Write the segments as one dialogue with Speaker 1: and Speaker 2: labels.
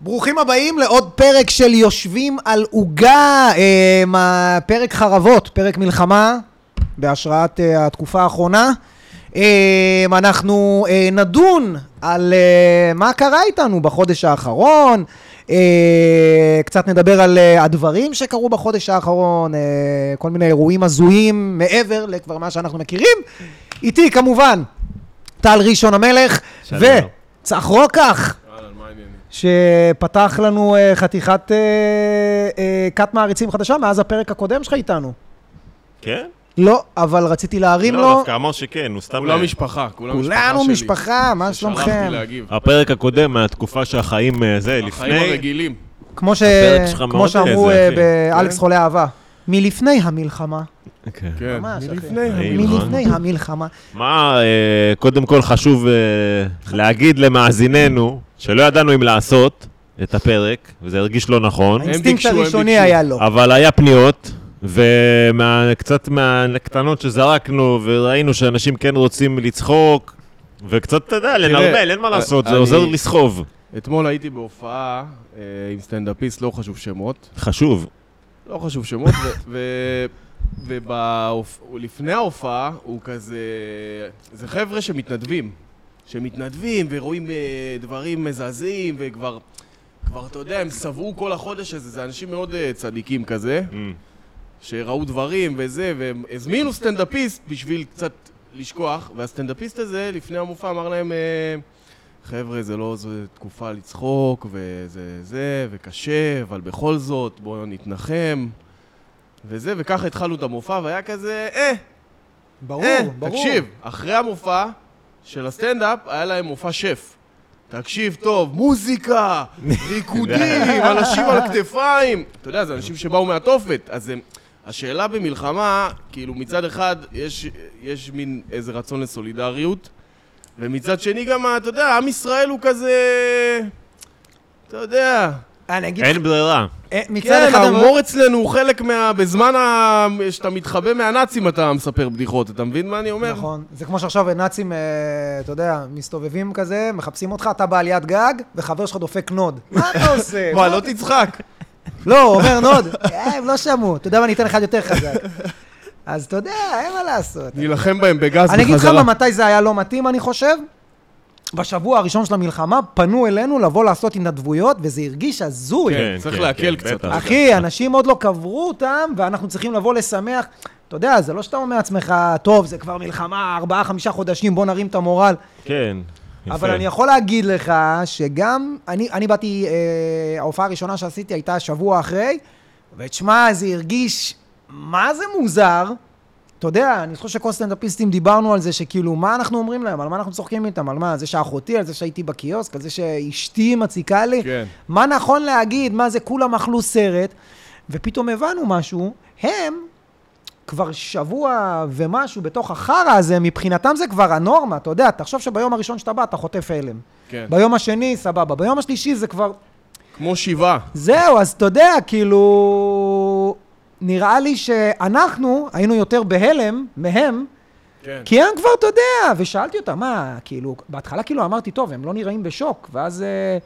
Speaker 1: ברוכים הבאים לעוד פרק של יושבים על עוגה, אה, מה- פרק חרבות, פרק מלחמה, בהשראת אה, התקופה האחרונה. אה, אנחנו אה, נדון על אה, מה קרה איתנו בחודש האחרון, אה, קצת נדבר על אה, הדברים שקרו בחודש האחרון, אה, כל מיני אירועים הזויים מעבר לכבר מה שאנחנו מכירים. איתי כמובן, טל ראשון המלך,
Speaker 2: שלום.
Speaker 1: וצח רוקח.
Speaker 3: אהלן, מה העניינים?
Speaker 1: שפתח לנו אה, חתיכת אה, אה, כת מעריצים חדשה מאז הפרק הקודם שלך איתנו.
Speaker 2: כן?
Speaker 1: לא, אבל רציתי להרים
Speaker 2: לא,
Speaker 1: לו.
Speaker 2: דווקא אמר שכן, הוא סתם... אה,
Speaker 3: כולם משפחה, כולם לא, משפחה שלי.
Speaker 1: כולנו משפחה, מה
Speaker 3: ששלחתי
Speaker 1: שלומכם?
Speaker 3: להגיב.
Speaker 2: הפרק הקודם, מהתקופה שהחיים אה, זה,
Speaker 3: החיים
Speaker 2: לפני...
Speaker 3: הרגילים.
Speaker 1: כמו ש-
Speaker 2: הפרק שלך
Speaker 1: כמו
Speaker 2: מאוד
Speaker 1: שאמרו
Speaker 2: איזה,
Speaker 1: אה,
Speaker 2: אחי.
Speaker 1: באלכס חולה אהבה. מלפני המלחמה.
Speaker 2: כן.
Speaker 3: כן,
Speaker 1: ממש, אחי.
Speaker 3: מלפני.
Speaker 2: אה,
Speaker 1: מלפני המלחמה.
Speaker 2: מה, אה, קודם כל חשוב אה, להגיד למאזיננו, שלא ידענו אם לעשות את הפרק, וזה הרגיש לא נכון,
Speaker 3: הם
Speaker 1: האינסטינקט
Speaker 3: ביקשו, הם
Speaker 1: הראשוני
Speaker 3: ביקשו. אה,
Speaker 1: היה לא. לו.
Speaker 2: אבל היה פניות, וקצת מהקטנות שזרקנו, וראינו שאנשים כן רוצים לצחוק, וקצת, אתה יודע, לנרמל, אין מה לעשות, זה
Speaker 3: אה, אני-
Speaker 2: עוזר לסחוב.
Speaker 3: אתמול הייתי בהופעה אה, עם סטנדאפיסט, לא חשוב שמות.
Speaker 2: חשוב.
Speaker 3: לא חשוב שמות, ולפני ההופעה הוא כזה... זה חבר'ה שמתנדבים. שמתנדבים ורואים אה, דברים מזעזעים, וכבר... כבר, אתה יודע, הם שבעו כל החודש הזה, זה אנשים מאוד אה, צדיקים כזה. שראו דברים וזה, והם הזמינו סטנדאפיסט בשביל קצת לשכוח, והסטנדאפיסט הזה, לפני המופע, אמר להם, אה, חבר'ה, זה לא, זו תקופה לצחוק, וזה זה, וקשה, אבל בכל זאת, בואו נתנחם, וזה, וככה התחלנו את המופע, והיה כזה, אה,
Speaker 1: ברור,
Speaker 3: אה,
Speaker 1: ברור.
Speaker 3: תקשיב, אחרי המופע של הסטנדאפ, היה להם מופע שף. תקשיב טוב, מוזיקה, ריקודים, אנשים על כתפיים. אתה יודע, זה אנשים שבאו מהתופת, אז הם... השאלה במלחמה, כאילו מצד אחד יש, יש מין איזה רצון לסולידריות, ומצד שני גם, ה- אתה יודע, עם ישראל הוא כזה... אתה יודע,
Speaker 1: אני אגיד
Speaker 2: אין ברירה.
Speaker 1: אה, מצד
Speaker 3: כן,
Speaker 1: אחד...
Speaker 3: ההומור אצלנו הוא חלק מה... בזמן ה... שאתה מתחבא מהנאצים אתה מספר בדיחות, אתה מבין מה אני אומר?
Speaker 1: נכון. זה כמו שעכשיו נאצים, אה, אתה יודע, מסתובבים כזה, מחפשים אותך, אתה בעליית גג, וחבר שלך דופק נוד. מה אתה עושה?
Speaker 3: מה, לא תצחק.
Speaker 1: לא, הוא אומר נוד. אה, הם לא שמעו. אתה יודע מה, אני אתן אחד יותר חזק. אז אתה יודע, אין מה לעשות.
Speaker 3: נילחם בהם בגז
Speaker 1: אני אגיד לך מה, מתי זה היה לא מתאים, אני חושב. בשבוע הראשון של המלחמה פנו אלינו לבוא לעשות התנדבויות, וזה הרגיש הזוי.
Speaker 3: כן, צריך להקל
Speaker 2: כן,
Speaker 3: קצת.
Speaker 2: בטח.
Speaker 1: אחי, אנשים עוד לא קברו אותם, ואנחנו צריכים לבוא לשמח. אתה יודע, זה לא שאתה אומר לעצמך, טוב, זה כבר מלחמה, ארבעה, חמישה חודשים, בוא נרים את המורל.
Speaker 2: כן, יפה.
Speaker 1: אבל אני יכול להגיד לך שגם, אני, אני באתי, אה, ההופעה הראשונה שעשיתי הייתה שבוע אחרי, ותשמע, זה הרגיש, מה זה מוזר. אתה יודע, אני חושב שכל סטנדאפיסטים דיברנו על זה, שכאילו, מה אנחנו אומרים להם? על מה אנחנו צוחקים איתם? על מה? על זה שאחותי, על זה שהייתי בקיוסק, על זה שאשתי מציקה לי?
Speaker 3: כן.
Speaker 1: מה נכון להגיד? מה זה, כולם אכלו סרט? ופתאום הבנו משהו, הם כבר שבוע ומשהו בתוך החרא הזה, מבחינתם זה כבר הנורמה, אתה יודע, תחשוב שביום הראשון שאתה בא אתה חוטף הלם.
Speaker 3: כן.
Speaker 1: ביום השני, סבבה. ביום השלישי זה כבר...
Speaker 3: כמו שבעה.
Speaker 1: זהו, אז אתה יודע, כאילו... נראה לי שאנחנו היינו יותר בהלם מהם,
Speaker 3: כן.
Speaker 1: כי הם כבר, אתה יודע, ושאלתי אותם, מה, כאילו, בהתחלה כאילו אמרתי, טוב, הם לא נראים בשוק, ואז אה,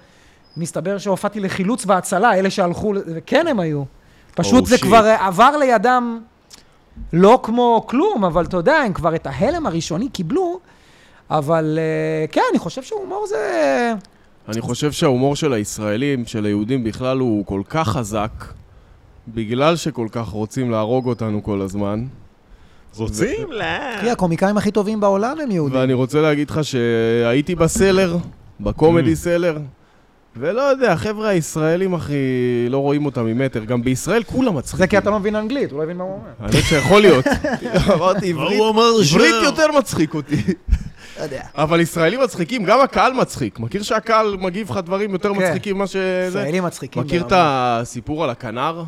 Speaker 1: מסתבר שהופעתי לחילוץ והצלה, אלה שהלכו, ל- וכן הם היו. פשוט
Speaker 2: Oh,
Speaker 1: זה
Speaker 2: shit.
Speaker 1: כבר אה, עבר לידם לא כמו כלום, אבל אתה יודע, הם כבר את ההלם הראשוני קיבלו, אבל אה, כן, אני חושב שהומור זה...
Speaker 3: אני חושב שההומור של הישראלים, של היהודים בכלל, הוא כל כך חזק, בגלל שכל כך רוצים להרוג אותנו כל הזמן.
Speaker 2: רוצים? לא.
Speaker 1: תראי, אה. הקומיקאים הכי טובים בעולם הם יהודים.
Speaker 3: ואני רוצה להגיד לך שהייתי בסלר,
Speaker 2: Mm.
Speaker 3: בקומדי סלר, ולא יודע, החבר'ה הישראלים, אחי, לא רואים אותם ממטר. גם בישראל כולם מצחיקים.
Speaker 1: זה כי אתה לא מבין אנגלית, הוא לא הבין מה הוא אומר.
Speaker 3: האמת שיכול להיות. אמרתי,
Speaker 2: מה
Speaker 3: עברית
Speaker 2: הוא אמר
Speaker 3: עברית
Speaker 2: שם?
Speaker 3: יותר מצחיק אותי.
Speaker 1: לא יודע.
Speaker 3: אבל ישראלים מצחיקים, גם הקהל מצחיק. מכיר שהקהל מגיב לך דברים יותר
Speaker 1: כן.
Speaker 3: מצחיקים ממה שזה?
Speaker 1: ישראלים מצחיקים.
Speaker 3: מכיר את
Speaker 1: ברמה.
Speaker 3: הסיפור על הכנר?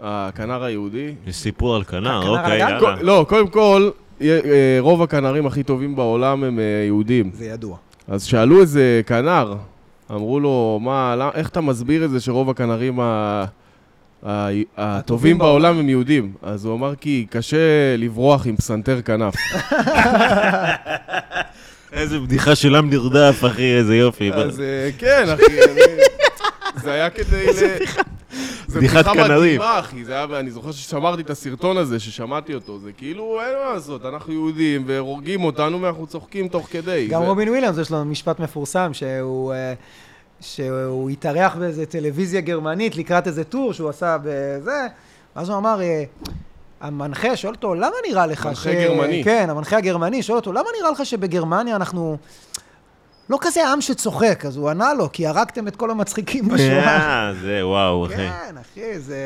Speaker 3: הכנר היהודי?
Speaker 2: יש סיפור על כנר,
Speaker 1: כנר
Speaker 2: אוקיי,
Speaker 1: על הגג?
Speaker 2: יאללה.
Speaker 3: לא, קודם כל, י- אה, רוב הכנרים הכי טובים בעולם הם אה, יהודים.
Speaker 1: זה ידוע.
Speaker 3: אז שאלו איזה כנר, אמרו לו, מה, למה- איך אתה מסביר את זה שרוב הכנרים ה- ה- הטובים בעולם הם יהודים? אז הוא אמר, כי קשה לברוח עם פסנתר כנף.
Speaker 2: איזה בדיחה של עם נרדף, אחי, איזה יופי.
Speaker 3: אז אה, כן, אה, אחי. אני- זה היה כדי... איזה בדיחה. זה
Speaker 2: בדיחת קנרים.
Speaker 3: מדהימה, אחי. זה היה, ואני זוכר ששמרתי את הסרטון הזה, ששמעתי אותו. זה כאילו, אין מה לעשות, אנחנו יהודים, והורגים אותנו ואנחנו צוחקים תוך כדי.
Speaker 1: גם
Speaker 3: זה-
Speaker 1: רובין וויליאמס יש לו משפט מפורסם שהוא... אה, שהוא התארח באיזה טלוויזיה גרמנית לקראת איזה טור שהוא עשה בזה, ואז הוא אמר, אה, המנחה שואל אותו, למה נראה לך
Speaker 3: מנחה גרמני.
Speaker 1: כן, המנחה הגרמני שואל אותו, למה נראה לך שבגרמניה אנחנו לא כזה עם שצוחק? אז הוא ענה לו, כי הרגתם את כל המצחיקים בשואה.
Speaker 2: אה, זה וואו, אחי.
Speaker 3: אה,
Speaker 1: כן, אחי, זה...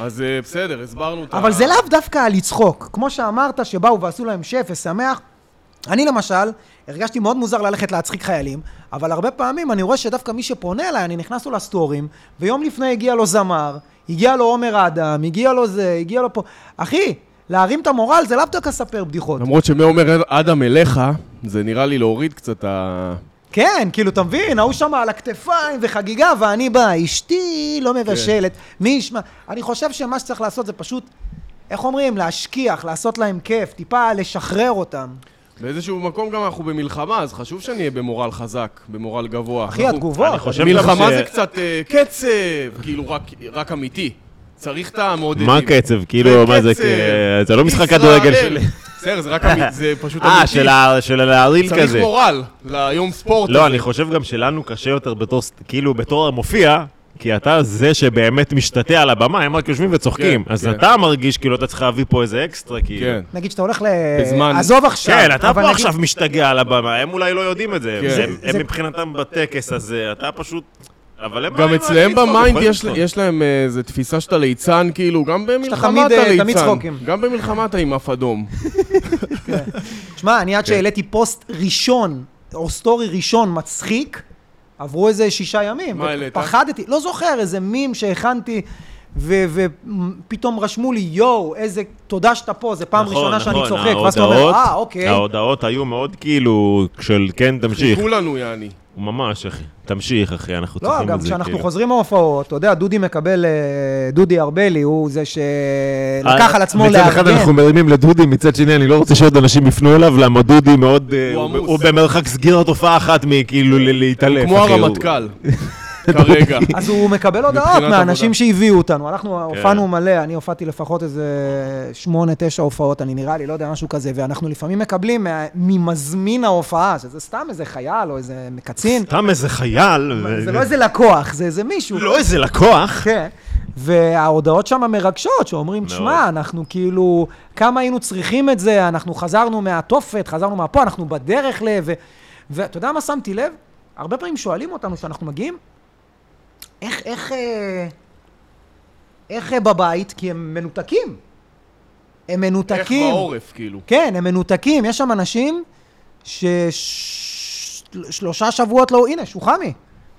Speaker 3: אז אה, בסדר, הסברנו את ה...
Speaker 1: אבל זה לא- לאו דווקא על לצחוק. כמו שאמרת, שבאו ועשו להם שף ושמח. אני למשל, הרגשתי מאוד מוזר ללכת להצחיק חיילים, אבל הרבה פעמים אני רואה שדווקא מי שפונה אליי, אני נכנס לו לסטורים, ויום לפני הגיע לו זמר, הגיע לו עומר אדם, הגיע לו זה, הגיע לו פה. אחי, להרים את המורל זה לאו דווקא לספר בדיחות.
Speaker 3: למרות שמעומר אדם אליך, זה נראה לי להוריד קצת ה...
Speaker 1: כן, כאילו, אתה מבין, ההוא שם על הכתפיים וחגיגה, ואני בא, אשתי
Speaker 2: כן.
Speaker 1: לא מבשלת, מי ישמע? אני חושב שמה שצריך לעשות זה פשוט, איך אומרים, להשכיח, לעשות להם כיף, טיפה לשחרר אותם.
Speaker 3: באיזשהו מקום גם אנחנו במלחמה, אז חשוב שנהיה במורל חזק, במורל גבוה.
Speaker 1: אחי,
Speaker 3: אנחנו-
Speaker 1: התגובות.
Speaker 2: אני חושב-
Speaker 3: מלחמה
Speaker 2: גם ש-
Speaker 3: זה קצת אה, קצב, כאילו רק- רק אמיתי. צריך את המעודדים.
Speaker 2: מה הקצב? כאילו, מה זה,
Speaker 3: קצב.
Speaker 2: כ- זה לא משחק
Speaker 3: ישראל.
Speaker 2: כדורגל שלי.
Speaker 3: בסדר, זה רק אמיתי, זה פשוט אמיתי.
Speaker 2: אה, של ה- של הלהרעיל
Speaker 3: צריך
Speaker 2: כזה.
Speaker 3: מורל ליום ספורט.
Speaker 2: לא,
Speaker 3: הזה.
Speaker 2: אני חושב גם שלנו קשה יותר בתור, ס- כאילו, בתור המופיע, כי אתה זה שבאמת משתתה על הבמה, הם רק יושבים וצוחקים.
Speaker 3: כן,
Speaker 2: אז
Speaker 3: כן.
Speaker 2: אתה מרגיש כאילו אתה צריך להביא פה איזה אקסטרה, כאילו.
Speaker 3: כן.
Speaker 1: נגיד שאתה הולך ל...
Speaker 3: בזמן-
Speaker 1: עזוב עכשיו.
Speaker 2: כן, אתה
Speaker 1: אבל
Speaker 2: פה
Speaker 1: נגיד-
Speaker 2: עכשיו משתגע על הבמה, הם אולי לא יודעים את זה.
Speaker 3: כן.
Speaker 2: הם-
Speaker 1: זה-
Speaker 2: הם
Speaker 1: זה-
Speaker 2: מבחינתם בטקס הזה, אתה פשוט... אבל הם...
Speaker 3: גם
Speaker 2: הם-
Speaker 3: אצלהם
Speaker 2: הם- הם-
Speaker 3: במיינד
Speaker 1: נכון?
Speaker 2: הם-
Speaker 3: יש- יש להם איזו תפיסה שאתה ליצן, כאילו, גם במלחמה
Speaker 1: תמיד,
Speaker 3: אתה
Speaker 1: אה,
Speaker 3: ליצן.
Speaker 1: תמיד צחוקים.
Speaker 3: גם במלחמה אתה עם אף אדום.
Speaker 1: שמע, אני
Speaker 2: כן.
Speaker 1: עד שהעליתי פוסט ראשון, או סטורי ראשון מצחיק, עברו איזה שישה ימים.
Speaker 3: מה העלית?
Speaker 1: פחדתי, לא זוכר, איזה מים שהכנתי, ו- ופתאום רשמו לי, יואו, איזה תודה שאתה פה, זו פעם
Speaker 2: נכון,
Speaker 1: ראשונה שאני
Speaker 2: נכון,
Speaker 1: צוחק. ואז אתה אומר,
Speaker 2: ההודעות-
Speaker 1: אה, אוקיי.
Speaker 2: ההודעות היו מאוד כאילו, של כן, תמשיך.
Speaker 3: חיכו לנו, יעני.
Speaker 2: ממש, אחי. תמשיך, אחי, אנחנו
Speaker 1: לא,
Speaker 2: צריכים
Speaker 1: גם
Speaker 2: את זה,
Speaker 1: כשאנחנו
Speaker 2: כאילו.
Speaker 1: חוזרים מההופעות, אתה יודע, דודי מקבל, אה, דודי ארבלי, הוא זה
Speaker 2: אה,
Speaker 1: שלקח על עצמו
Speaker 2: מצד אחד
Speaker 1: לארגן.
Speaker 2: אנחנו מרימים לדודי, מצד שני אני לא רוצה שעוד אנשים יפנו אליו, למה דודי מאוד... אה,
Speaker 3: הוא עמוס.
Speaker 2: הוא במרחק סגירת הופעה אחת מכאילו ל- להתעלף.
Speaker 3: כמו
Speaker 2: אחי, הוא-
Speaker 3: הרמטכ"ל. כרגע.
Speaker 1: אז הוא מקבל הודעות
Speaker 3: מבחינת
Speaker 1: מהאנשים
Speaker 3: עבודה.
Speaker 1: שהביאו אותנו. אנחנו הופענו מלא, אני הופעתי לפחות איזה שמונה, תשע הופעות, אני נראה לי, לא יודע, משהו כזה, ואנחנו לפעמים מקבלים מה- ממזמין ההופעה, שזה סתם איזה חייל או איזה קצין,
Speaker 2: סתם איזה חייל.
Speaker 1: זה
Speaker 2: ו-
Speaker 1: לא איזה לקוח, זה איזה מישהו.
Speaker 2: לא איזה לקוח.
Speaker 1: כן. וההודעות שם מרגשות, שאומרים,
Speaker 2: מאוד.
Speaker 1: שמע, אנחנו כאילו, כמה היינו צריכים את זה, אנחנו חזרנו מהתופת, חזרנו מהפה, אנחנו בדרך ל... ו- ואתה יודע מה שמתי לב? הרבה פעמים שואלים אותנו כשאנחנו מגיעים, איך, איך, אה, איך אה, בבית? כי הם מנותקים. הם
Speaker 3: איך
Speaker 1: מנותקים.
Speaker 3: בעורף, כאילו.
Speaker 1: כן, הם מנותקים, יש שם אנשים ששלושה שבועות לא, הנה, שוחמי.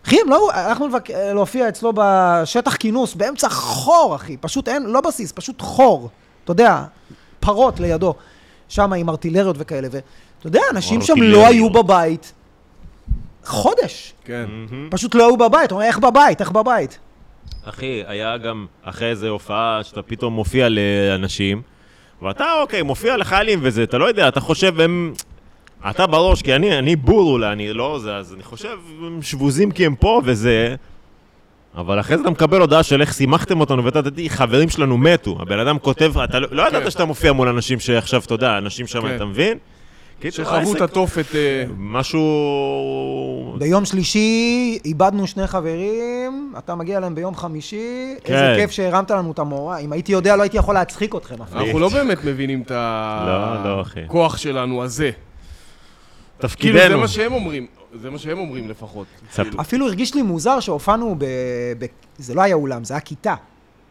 Speaker 1: אחי, הם לא, הלכנו לבק... להופיע אצלו בשטח כינוס, באמצע חור, אחי. פשוט אין, לא בסיס, פשוט חור. אתה יודע, פרות לידו. שם עם ארטילריות וכאלה, ואתה יודע, אנשים שם לא
Speaker 2: ארטילריות.
Speaker 1: היו בבית חודש.
Speaker 3: כן.
Speaker 2: אה,
Speaker 1: פשוט לא היו בבית. הוא אומר, איך בבית? איך בבית?
Speaker 2: אחי, היה גם אחרי איזה הופעה שאתה פתאום מופיע לאנשים, ואתה, אוקיי, מופיע לחיילים וזה, אתה לא יודע, אתה חושב, הם... אתה בראש, כי אני, אני בור אולי, אני לא זה, אז אני חושב, הם שבוזים כי הם פה וזה, אבל אחרי זה אתה מקבל הודעה של איך שימחתם אותנו, ואתה תדעי, חברים שלנו מתו. הבן אדם כותב, אתה לא, לא ידעת שאתה מופיע מול אנשים שעכשיו, אתה יודע, אנשים שם,
Speaker 3: כן.
Speaker 2: אתה מבין? כאילו,
Speaker 3: שחוו את כאילו,
Speaker 2: העסק-
Speaker 3: התופת... אה,
Speaker 2: משהו...
Speaker 1: ביום שלישי איבדנו שני חברים, אתה מגיע אליהם ביום חמישי,
Speaker 2: כן.
Speaker 1: איזה כיף שהרמת לנו את המורה. אם הייתי יודע, לא הייתי יכול להצחיק אתכם אפילו.
Speaker 3: אנחנו לא באמת מבינים את ה-
Speaker 2: לא, לא, אחי.
Speaker 3: כוח שלנו הזה. כאילו, זה
Speaker 2: תפקידנו.
Speaker 3: מה שהם אומרים. זה מה שהם אומרים לפחות.
Speaker 2: ספ-
Speaker 1: אפילו הרגיש לי מוזר שהופענו ב... ב... זה לא היה אולם, זה היה כיתה.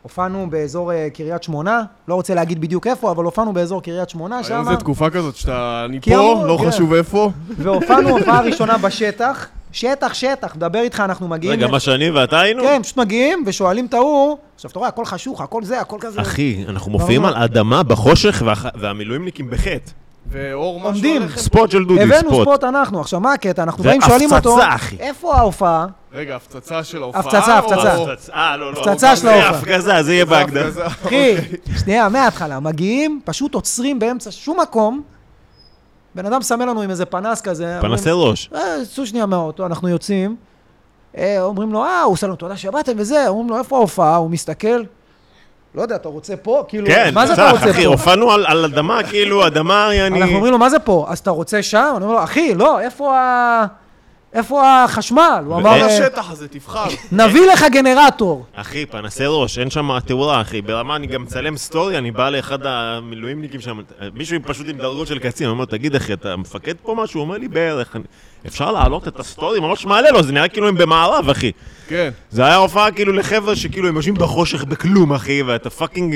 Speaker 1: הופענו באזור אה, קריית שמונה, לא רוצה להגיד בדיוק איפה, אבל הופענו באזור קריית שמונה,
Speaker 3: היום
Speaker 1: שם,
Speaker 3: זו תקופה כזאת שאתה... אני
Speaker 1: כי
Speaker 3: פה,
Speaker 1: אמרו,
Speaker 3: לא
Speaker 1: כן.
Speaker 3: חשוב איפה.
Speaker 1: והופענו הופעה ראשונה בשטח, שטח, שטח, מדבר איתך, אנחנו מגיעים...
Speaker 2: רגע, מה שאני ואתה היינו?
Speaker 1: כן, פשוט מגיעים ושואלים את ההוא, עכשיו אתה רואה, הכל חשוך, הכל זה, הכל כזה...
Speaker 2: אחי, אנחנו מופיעים על אדמה בחושך והח- והמילואימניקים בחטא.
Speaker 3: ואור משהו
Speaker 1: עומדים.
Speaker 3: עליכם.
Speaker 2: ספוט של דודי,
Speaker 1: הבאנו
Speaker 2: ספוט.
Speaker 1: ספוט אנחנו, עכשיו מה הקטע? אנחנו
Speaker 2: זה
Speaker 1: באים, שואלים אותו,
Speaker 2: הפצצה, אחי.
Speaker 1: איפה ההופעה?
Speaker 3: רגע, הפצצה של ההופעה?
Speaker 1: הפצצה,
Speaker 3: או-
Speaker 1: הפצצה.
Speaker 3: או-
Speaker 2: אה, לא, לא.
Speaker 1: הפצצה של
Speaker 2: זה
Speaker 1: ההופעה.
Speaker 2: הפגזה, זה יהיה בהקדמה.
Speaker 3: הפגזה.
Speaker 1: אחי,
Speaker 3: אוקיי.
Speaker 1: שנייה, מההתחלה, מגיעים, פשוט עוצרים באמצע שום מקום, בן אדם שם לנו עם איזה פנס כזה,
Speaker 2: פנסי ראש.
Speaker 1: אומרים, "אה, צאו שנייה מהאוטו, אנחנו יוצאים, אה, אומרים לו, אה, הוא עושה לנו תודה שבאתם וזה, אומרים לו, איפה ההופעה? הוא מסתכל, לא יודע, אתה רוצה פה? כאילו,
Speaker 2: כן,
Speaker 1: מה זה אתה
Speaker 2: צח,
Speaker 1: רוצה
Speaker 2: אחי,
Speaker 1: פה?
Speaker 2: הופענו על- על אדמה, כאילו, אדמה, אני...
Speaker 1: אנחנו אומרים לו, מה זה פה? אז אתה רוצה שם? אני אומר לו, אחי, לא, איפה ה... איפה החשמל? הוא אמר,
Speaker 2: ואין
Speaker 1: "אה,
Speaker 3: השטח הזה, תבחר.
Speaker 1: נביא לך גנרטור.
Speaker 2: אחי, פנסי ראש, אין שם תאורה, אחי. ברמה, אני גם מצלם סטורי, אני בא לאחד המילואימניקים שם, מישהו עם- פשוט עם דרגות של קצין, אני אומר, תגיד, אחי, אתה מפקד פה משהו? הוא אומר לי, בערך. אני- אפשר להעלות את הסטורי? ממש מעלה לו, זה נראה כאילו הם במערב, אחי.
Speaker 3: כן.
Speaker 2: זה היה הופעה כאילו לחבר'ה שכאילו הם יושבים בחושך בכלום, אחי, ואתה פאקינג...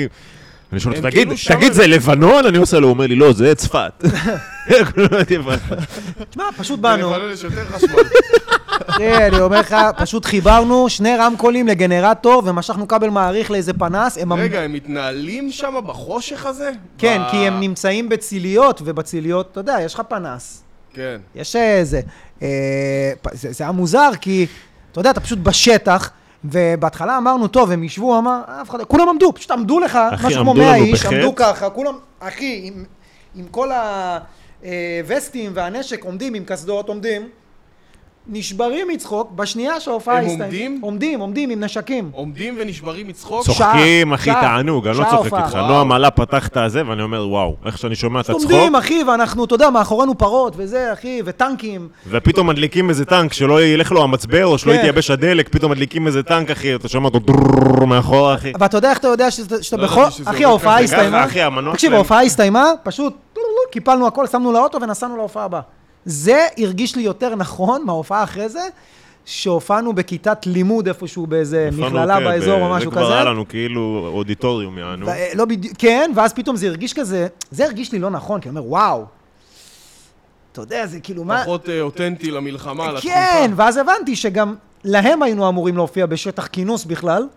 Speaker 2: אני שואל אותו,
Speaker 3: הם
Speaker 2: תגיד,
Speaker 3: כאילו שם-
Speaker 2: תגיד, זה לבנון? אני עושה לו, הוא אומר לי, לא, זה צפת. כאילו, לא הייתי הבנתי.
Speaker 1: תשמע, פשוט באנו.
Speaker 3: בלבנון יש יותר חשמל.
Speaker 1: כן, אני אומר לך, פשוט חיברנו שני רמקולים לגנרטור ומשכנו כבל מעריך לאיזה פנס. הם עמדו-
Speaker 3: רגע, הם מתנהלים שם בחושך הזה?
Speaker 1: כן,
Speaker 3: ב-
Speaker 1: כי הם נמצאים בציליות, ובציליות, אתה יודע, יש לך פנס.
Speaker 3: כן.
Speaker 1: יש איזה... אה, פ- זה זה היה מוזר, כי אתה יודע, אתה פשוט בשטח, ובהתחלה אמרנו, טוב, הם ישבו, אמר, "אה, אף אחד... לא-" כולם עמדו, פשוט עמדו לך,
Speaker 2: אחי,
Speaker 1: משהו כמו
Speaker 2: עמדו
Speaker 1: 100
Speaker 2: לנו
Speaker 1: איש,
Speaker 2: בחץ.
Speaker 1: עמדו ככה, כולם, אחי, עם- עם כל הווסטים והנשק עומדים, עם קסדות עומדים. נשברים מצחוק, בשנייה שההופעה
Speaker 3: הם
Speaker 1: הסתיימה.
Speaker 3: עומדים?
Speaker 1: עומדים, עומדים, עם נשקים.
Speaker 3: עומדים ונשברים מצחוק?
Speaker 1: צוחק.
Speaker 2: צוחקים, אחי,
Speaker 1: שעה,
Speaker 2: תענוג, אני לא
Speaker 1: שעה
Speaker 2: צוחק
Speaker 1: הופעה.
Speaker 2: איתך.
Speaker 3: וואו.
Speaker 2: נועם עלה, פתח את הזה, ואני אומר, וואו, איך שאני שומע את הצחוק.
Speaker 1: עומדים, אחי, ואנחנו, אתה יודע, מאחורינו פרות וזה, אחי, וטנקים.
Speaker 2: ופתאום מדליקים איזה טנק, שלא ילך לו המצבר או שלא
Speaker 1: כן.
Speaker 2: יתייבש הדלק, פתאום מדליקים איזה טנק, אחי, אתה שומע אותו דרררר מאחורה, אחי.
Speaker 1: ואתה יודע איך אתה יודע שזה- שאתה
Speaker 3: לא
Speaker 1: בכל...
Speaker 3: ידעתי שזה
Speaker 1: אחי,
Speaker 3: עובד
Speaker 1: ההופעה
Speaker 3: ככה.
Speaker 1: הסתיימה.
Speaker 2: ככה, אחי, המנוע
Speaker 1: תקשיב,
Speaker 2: שלהם-
Speaker 1: ההופעה הסתיימה, פשוט טולולו, קיפלנו הכל, שמנו לאוטו ונסענו להופעה הבאה. זה הרגיש לי יותר נכון מההופעה אחרי זה, שהופענו בכיתת לימוד איפשהו באיזה
Speaker 2: הופענו,
Speaker 1: מכללה
Speaker 2: כן,
Speaker 1: באזור או
Speaker 2: ב-
Speaker 1: משהו
Speaker 2: זה כבר
Speaker 1: כזה.
Speaker 2: היה לנו כאילו אודיטוריום, יענו.
Speaker 1: ו- לא בדיוק, כן, ואז פתאום זה הרגיש כזה, זה הרגיש לי לא נכון, כי אני אומר, וואו. אתה יודע, זה כאילו, מה...
Speaker 3: פחות אה, אותנטי למלחמה, לתקופה.
Speaker 1: כן, ואז הבנתי שגם להם היינו אמורים להופיע בשטח כינוס בכלל,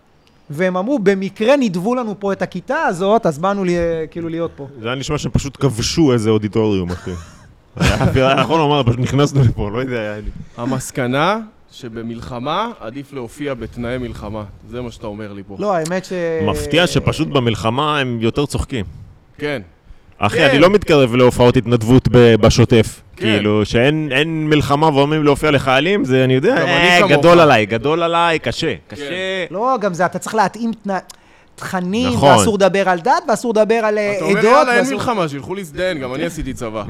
Speaker 1: והם אמרו, במקרה נידבו לנו פה את הכיתה הזאת, אז באנו לי, כאילו להיות פה.
Speaker 2: זה היה נשמע שהם פשוט כבשו איזה אודיטוריום, אחי. היה אפילו היה נכון לומר, פשוט נכנסנו לפה, לא יודע, היה לי.
Speaker 3: המסקנה, שבמלחמה עדיף להופיע בתנאי מלחמה. זה מה שאתה אומר לי פה.
Speaker 1: לא, האמת ש...
Speaker 3: אה,
Speaker 2: מפתיע שפשוט במלחמה הם יותר צוחקים.
Speaker 3: כן.
Speaker 2: אחי,
Speaker 3: כן.
Speaker 2: אני לא מתקרב להופעות התנדבות ב- בשוטף.
Speaker 3: כן.
Speaker 2: כאילו, שאין אין מלחמה ואומרים להופיע לחיילים, זה אני יודע,
Speaker 3: גם אני
Speaker 2: אה,
Speaker 3: כמוך. כן.
Speaker 2: גדול עליי, גדול עליי, קשה, קשה.
Speaker 1: לא, גם זה, אתה צריך להתאים תנא... תכנים,
Speaker 2: נכון.
Speaker 1: ואסור לדבר על דת, ואסור לדבר על אה,
Speaker 3: אתה
Speaker 1: עדות.
Speaker 3: אומר, יאללה, אין
Speaker 1: ואסור-
Speaker 3: מלחמה, שילכו להזדיין, גם אני עשיתי צבא.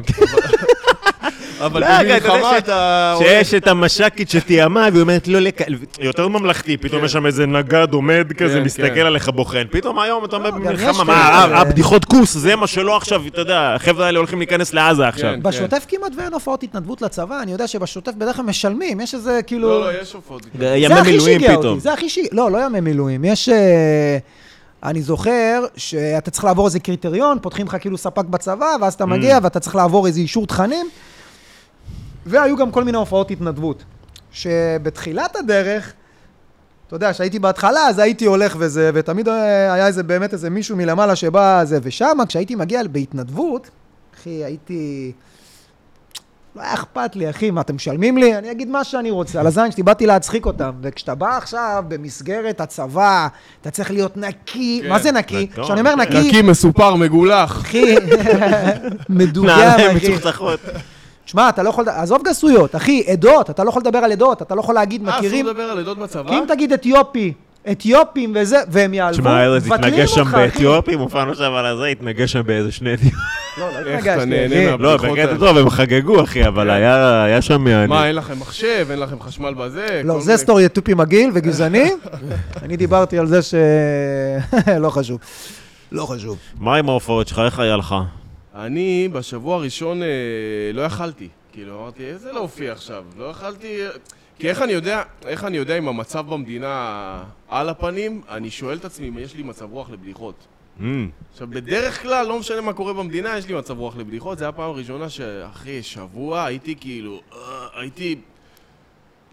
Speaker 3: אבל
Speaker 2: לא, רגע, אתה יודע
Speaker 3: במלחמה
Speaker 2: ש-
Speaker 3: אתה...
Speaker 2: שיש את המש"קית שתיאמה, והיא אומרת לא לק... יותר ממלכתי, פתאום
Speaker 3: כן.
Speaker 2: יש שם איזה נגד עומד כזה,
Speaker 3: כן.
Speaker 2: מסתכל עליך בוחן. פתאום היום אתה אומר
Speaker 1: גם יש
Speaker 2: במלחמה,
Speaker 1: כאלה.
Speaker 2: מה, ה- הבדיחות כוס, זה מה שלא עכשיו, אתה יודע, החבר'ה האלה הולכים להיכנס לעזה עכשיו.
Speaker 3: כן.
Speaker 1: בשוטף כמעט ואין הופעות התנדבות לצבא, אני יודע שבשוטף בדרך כלל משלמים, יש איזה כאילו...
Speaker 3: לא, לא, יש עופות.
Speaker 1: זה
Speaker 2: אה, ימי
Speaker 1: הכי
Speaker 2: מילואים
Speaker 1: שיגע
Speaker 2: פתאום.
Speaker 1: אותי, זה הכי שיגע, לא, לא ימי מילואים, יש... אה, אני זוכר שאתה צריך לעבור איזה קריטריון, פותחים לך כאילו ספק בצבא, ואז
Speaker 2: Mm.
Speaker 1: אתה מגיע ואתה צריך לעבור איזה אישור תכנים. והיו גם כל מיני הופעות התנדבות, שבתחילת הדרך, אתה יודע, כשהייתי בהתחלה, אז הייתי הולך וזה, ותמיד אה, היה איזה, באמת איזה מישהו מלמעלה שבא זה, ושמה, כשהייתי מגיע בהתנדבות, אחי, הייתי... לא היה אכפת לי, אחי, מה, אתם משלמים לי? אני אגיד מה שאני רוצה, על הזין שלי, באתי להצחיק אותם. וכשאתה בא עכשיו במסגרת הצבא, אתה צריך להיות נקי,
Speaker 3: כן,
Speaker 1: מה זה נקי?
Speaker 2: נכון,
Speaker 1: כשאני אומר
Speaker 2: כן.
Speaker 1: נקי,
Speaker 3: נקי, מסופר, מגולח.
Speaker 1: אחי, מדוים,
Speaker 2: נעליים
Speaker 1: אחי.
Speaker 2: מצוחצחות.
Speaker 1: תשמע, אתה לא יכול, עזוב גסויות, אחי, עדות, אתה לא יכול לדבר על עדות, אתה לא יכול להגיד,
Speaker 3: אה, אסור
Speaker 1: מכירים,
Speaker 3: לדבר על עדות בצבא?
Speaker 1: כי אם תגיד אתיופי, אתיופים וזה, והם יעלבו,
Speaker 2: תשמע, ארז
Speaker 1: מבטלים
Speaker 2: התנגש שם
Speaker 1: אותך, אחי.
Speaker 2: באתיופים, הופענו שם על הזה, התנגש שם באיזה שני דיונים.
Speaker 1: לא, לא
Speaker 3: איך
Speaker 1: התנגשתי,
Speaker 3: אתה נהנה
Speaker 1: אחי.
Speaker 3: מה-
Speaker 2: לא,
Speaker 3: הבדיחות
Speaker 2: בקטע
Speaker 3: האלה.
Speaker 2: טוב, הם חגגו, אחי,
Speaker 1: כן.
Speaker 2: אבל היה היה שם
Speaker 3: מה,
Speaker 2: יעני.
Speaker 3: אין לכם מחשב, אין לכם חשמל בזה?
Speaker 1: לא,
Speaker 3: כל
Speaker 1: זה
Speaker 3: מיני-
Speaker 1: סטורי תופי מגעיל וגזעני. אני דיברתי על זה ש... לא חשוב. לא חשוב.
Speaker 2: מה עם ההופעות שלך? איך היה לך?
Speaker 3: אני בשבוע הראשון אה, לא יכלתי. כאילו, אמרתי, איזה להופיע עכשיו? לא יכלתי... כי איך אני יודע, איך אני יודע אם המצב במדינה על הפנים? אני שואל את עצמי אם יש לי מצב רוח לבדיחות.
Speaker 2: אמ,
Speaker 3: עכשיו, בדרך כלל, לא משנה מה קורה במדינה, יש לי מצב רוח לבדיחות. זו הייתה פעם ראשונה שאחרי שבוע הייתי כאילו... אה, הייתי...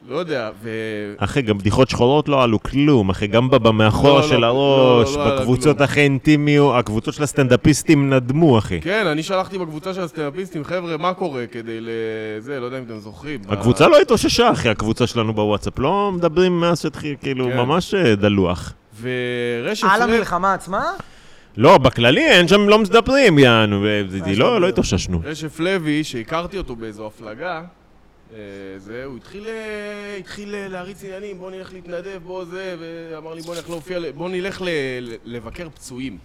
Speaker 3: לא יודע, ו...
Speaker 2: אחי, גם בדיחות שחורות לא עלו כלום, אחי, גם בבא מאחורה
Speaker 3: לא,
Speaker 2: של
Speaker 3: לא,
Speaker 2: הראש,
Speaker 3: לא, לא, לא עלה
Speaker 2: בקבוצות
Speaker 3: כלום.
Speaker 2: הכי אינטימיות, הקבוצות של הסטנדאפיסטים נדמו, אחי.
Speaker 3: כן, אני שלחתי בקבוצה של הסטנאפיסטים, חבר'ה, מה קורה כדי ל... זה, לא יודע אם אתם זוכרים.
Speaker 2: הקבוצה לא התאוששה, אחי, הקבוצה שלנו בוואטסאפ, לא מדברים מאז שהתחיל, כאילו,
Speaker 3: כן.
Speaker 2: ממש אה, דלוח.
Speaker 3: ורשת
Speaker 1: על
Speaker 3: פרק-
Speaker 1: המלחמה עצמה?
Speaker 2: לא, בכללי אין שם, לא מדברים, יענו, ו- זה-
Speaker 1: אה,
Speaker 2: לא,
Speaker 1: שם-
Speaker 2: לא התאוששנו.
Speaker 3: רשף לוי, שהכרתי אותו באיזו הפלגה, אה, זה, הוא התחיל, אה, התחיל אה, להריץ עניינים, בוא נלך להתנדב, בוא זה, ואמר לי בוא נלך להופיע, ל- בוא נלך ל- ל- לבקר פצועים.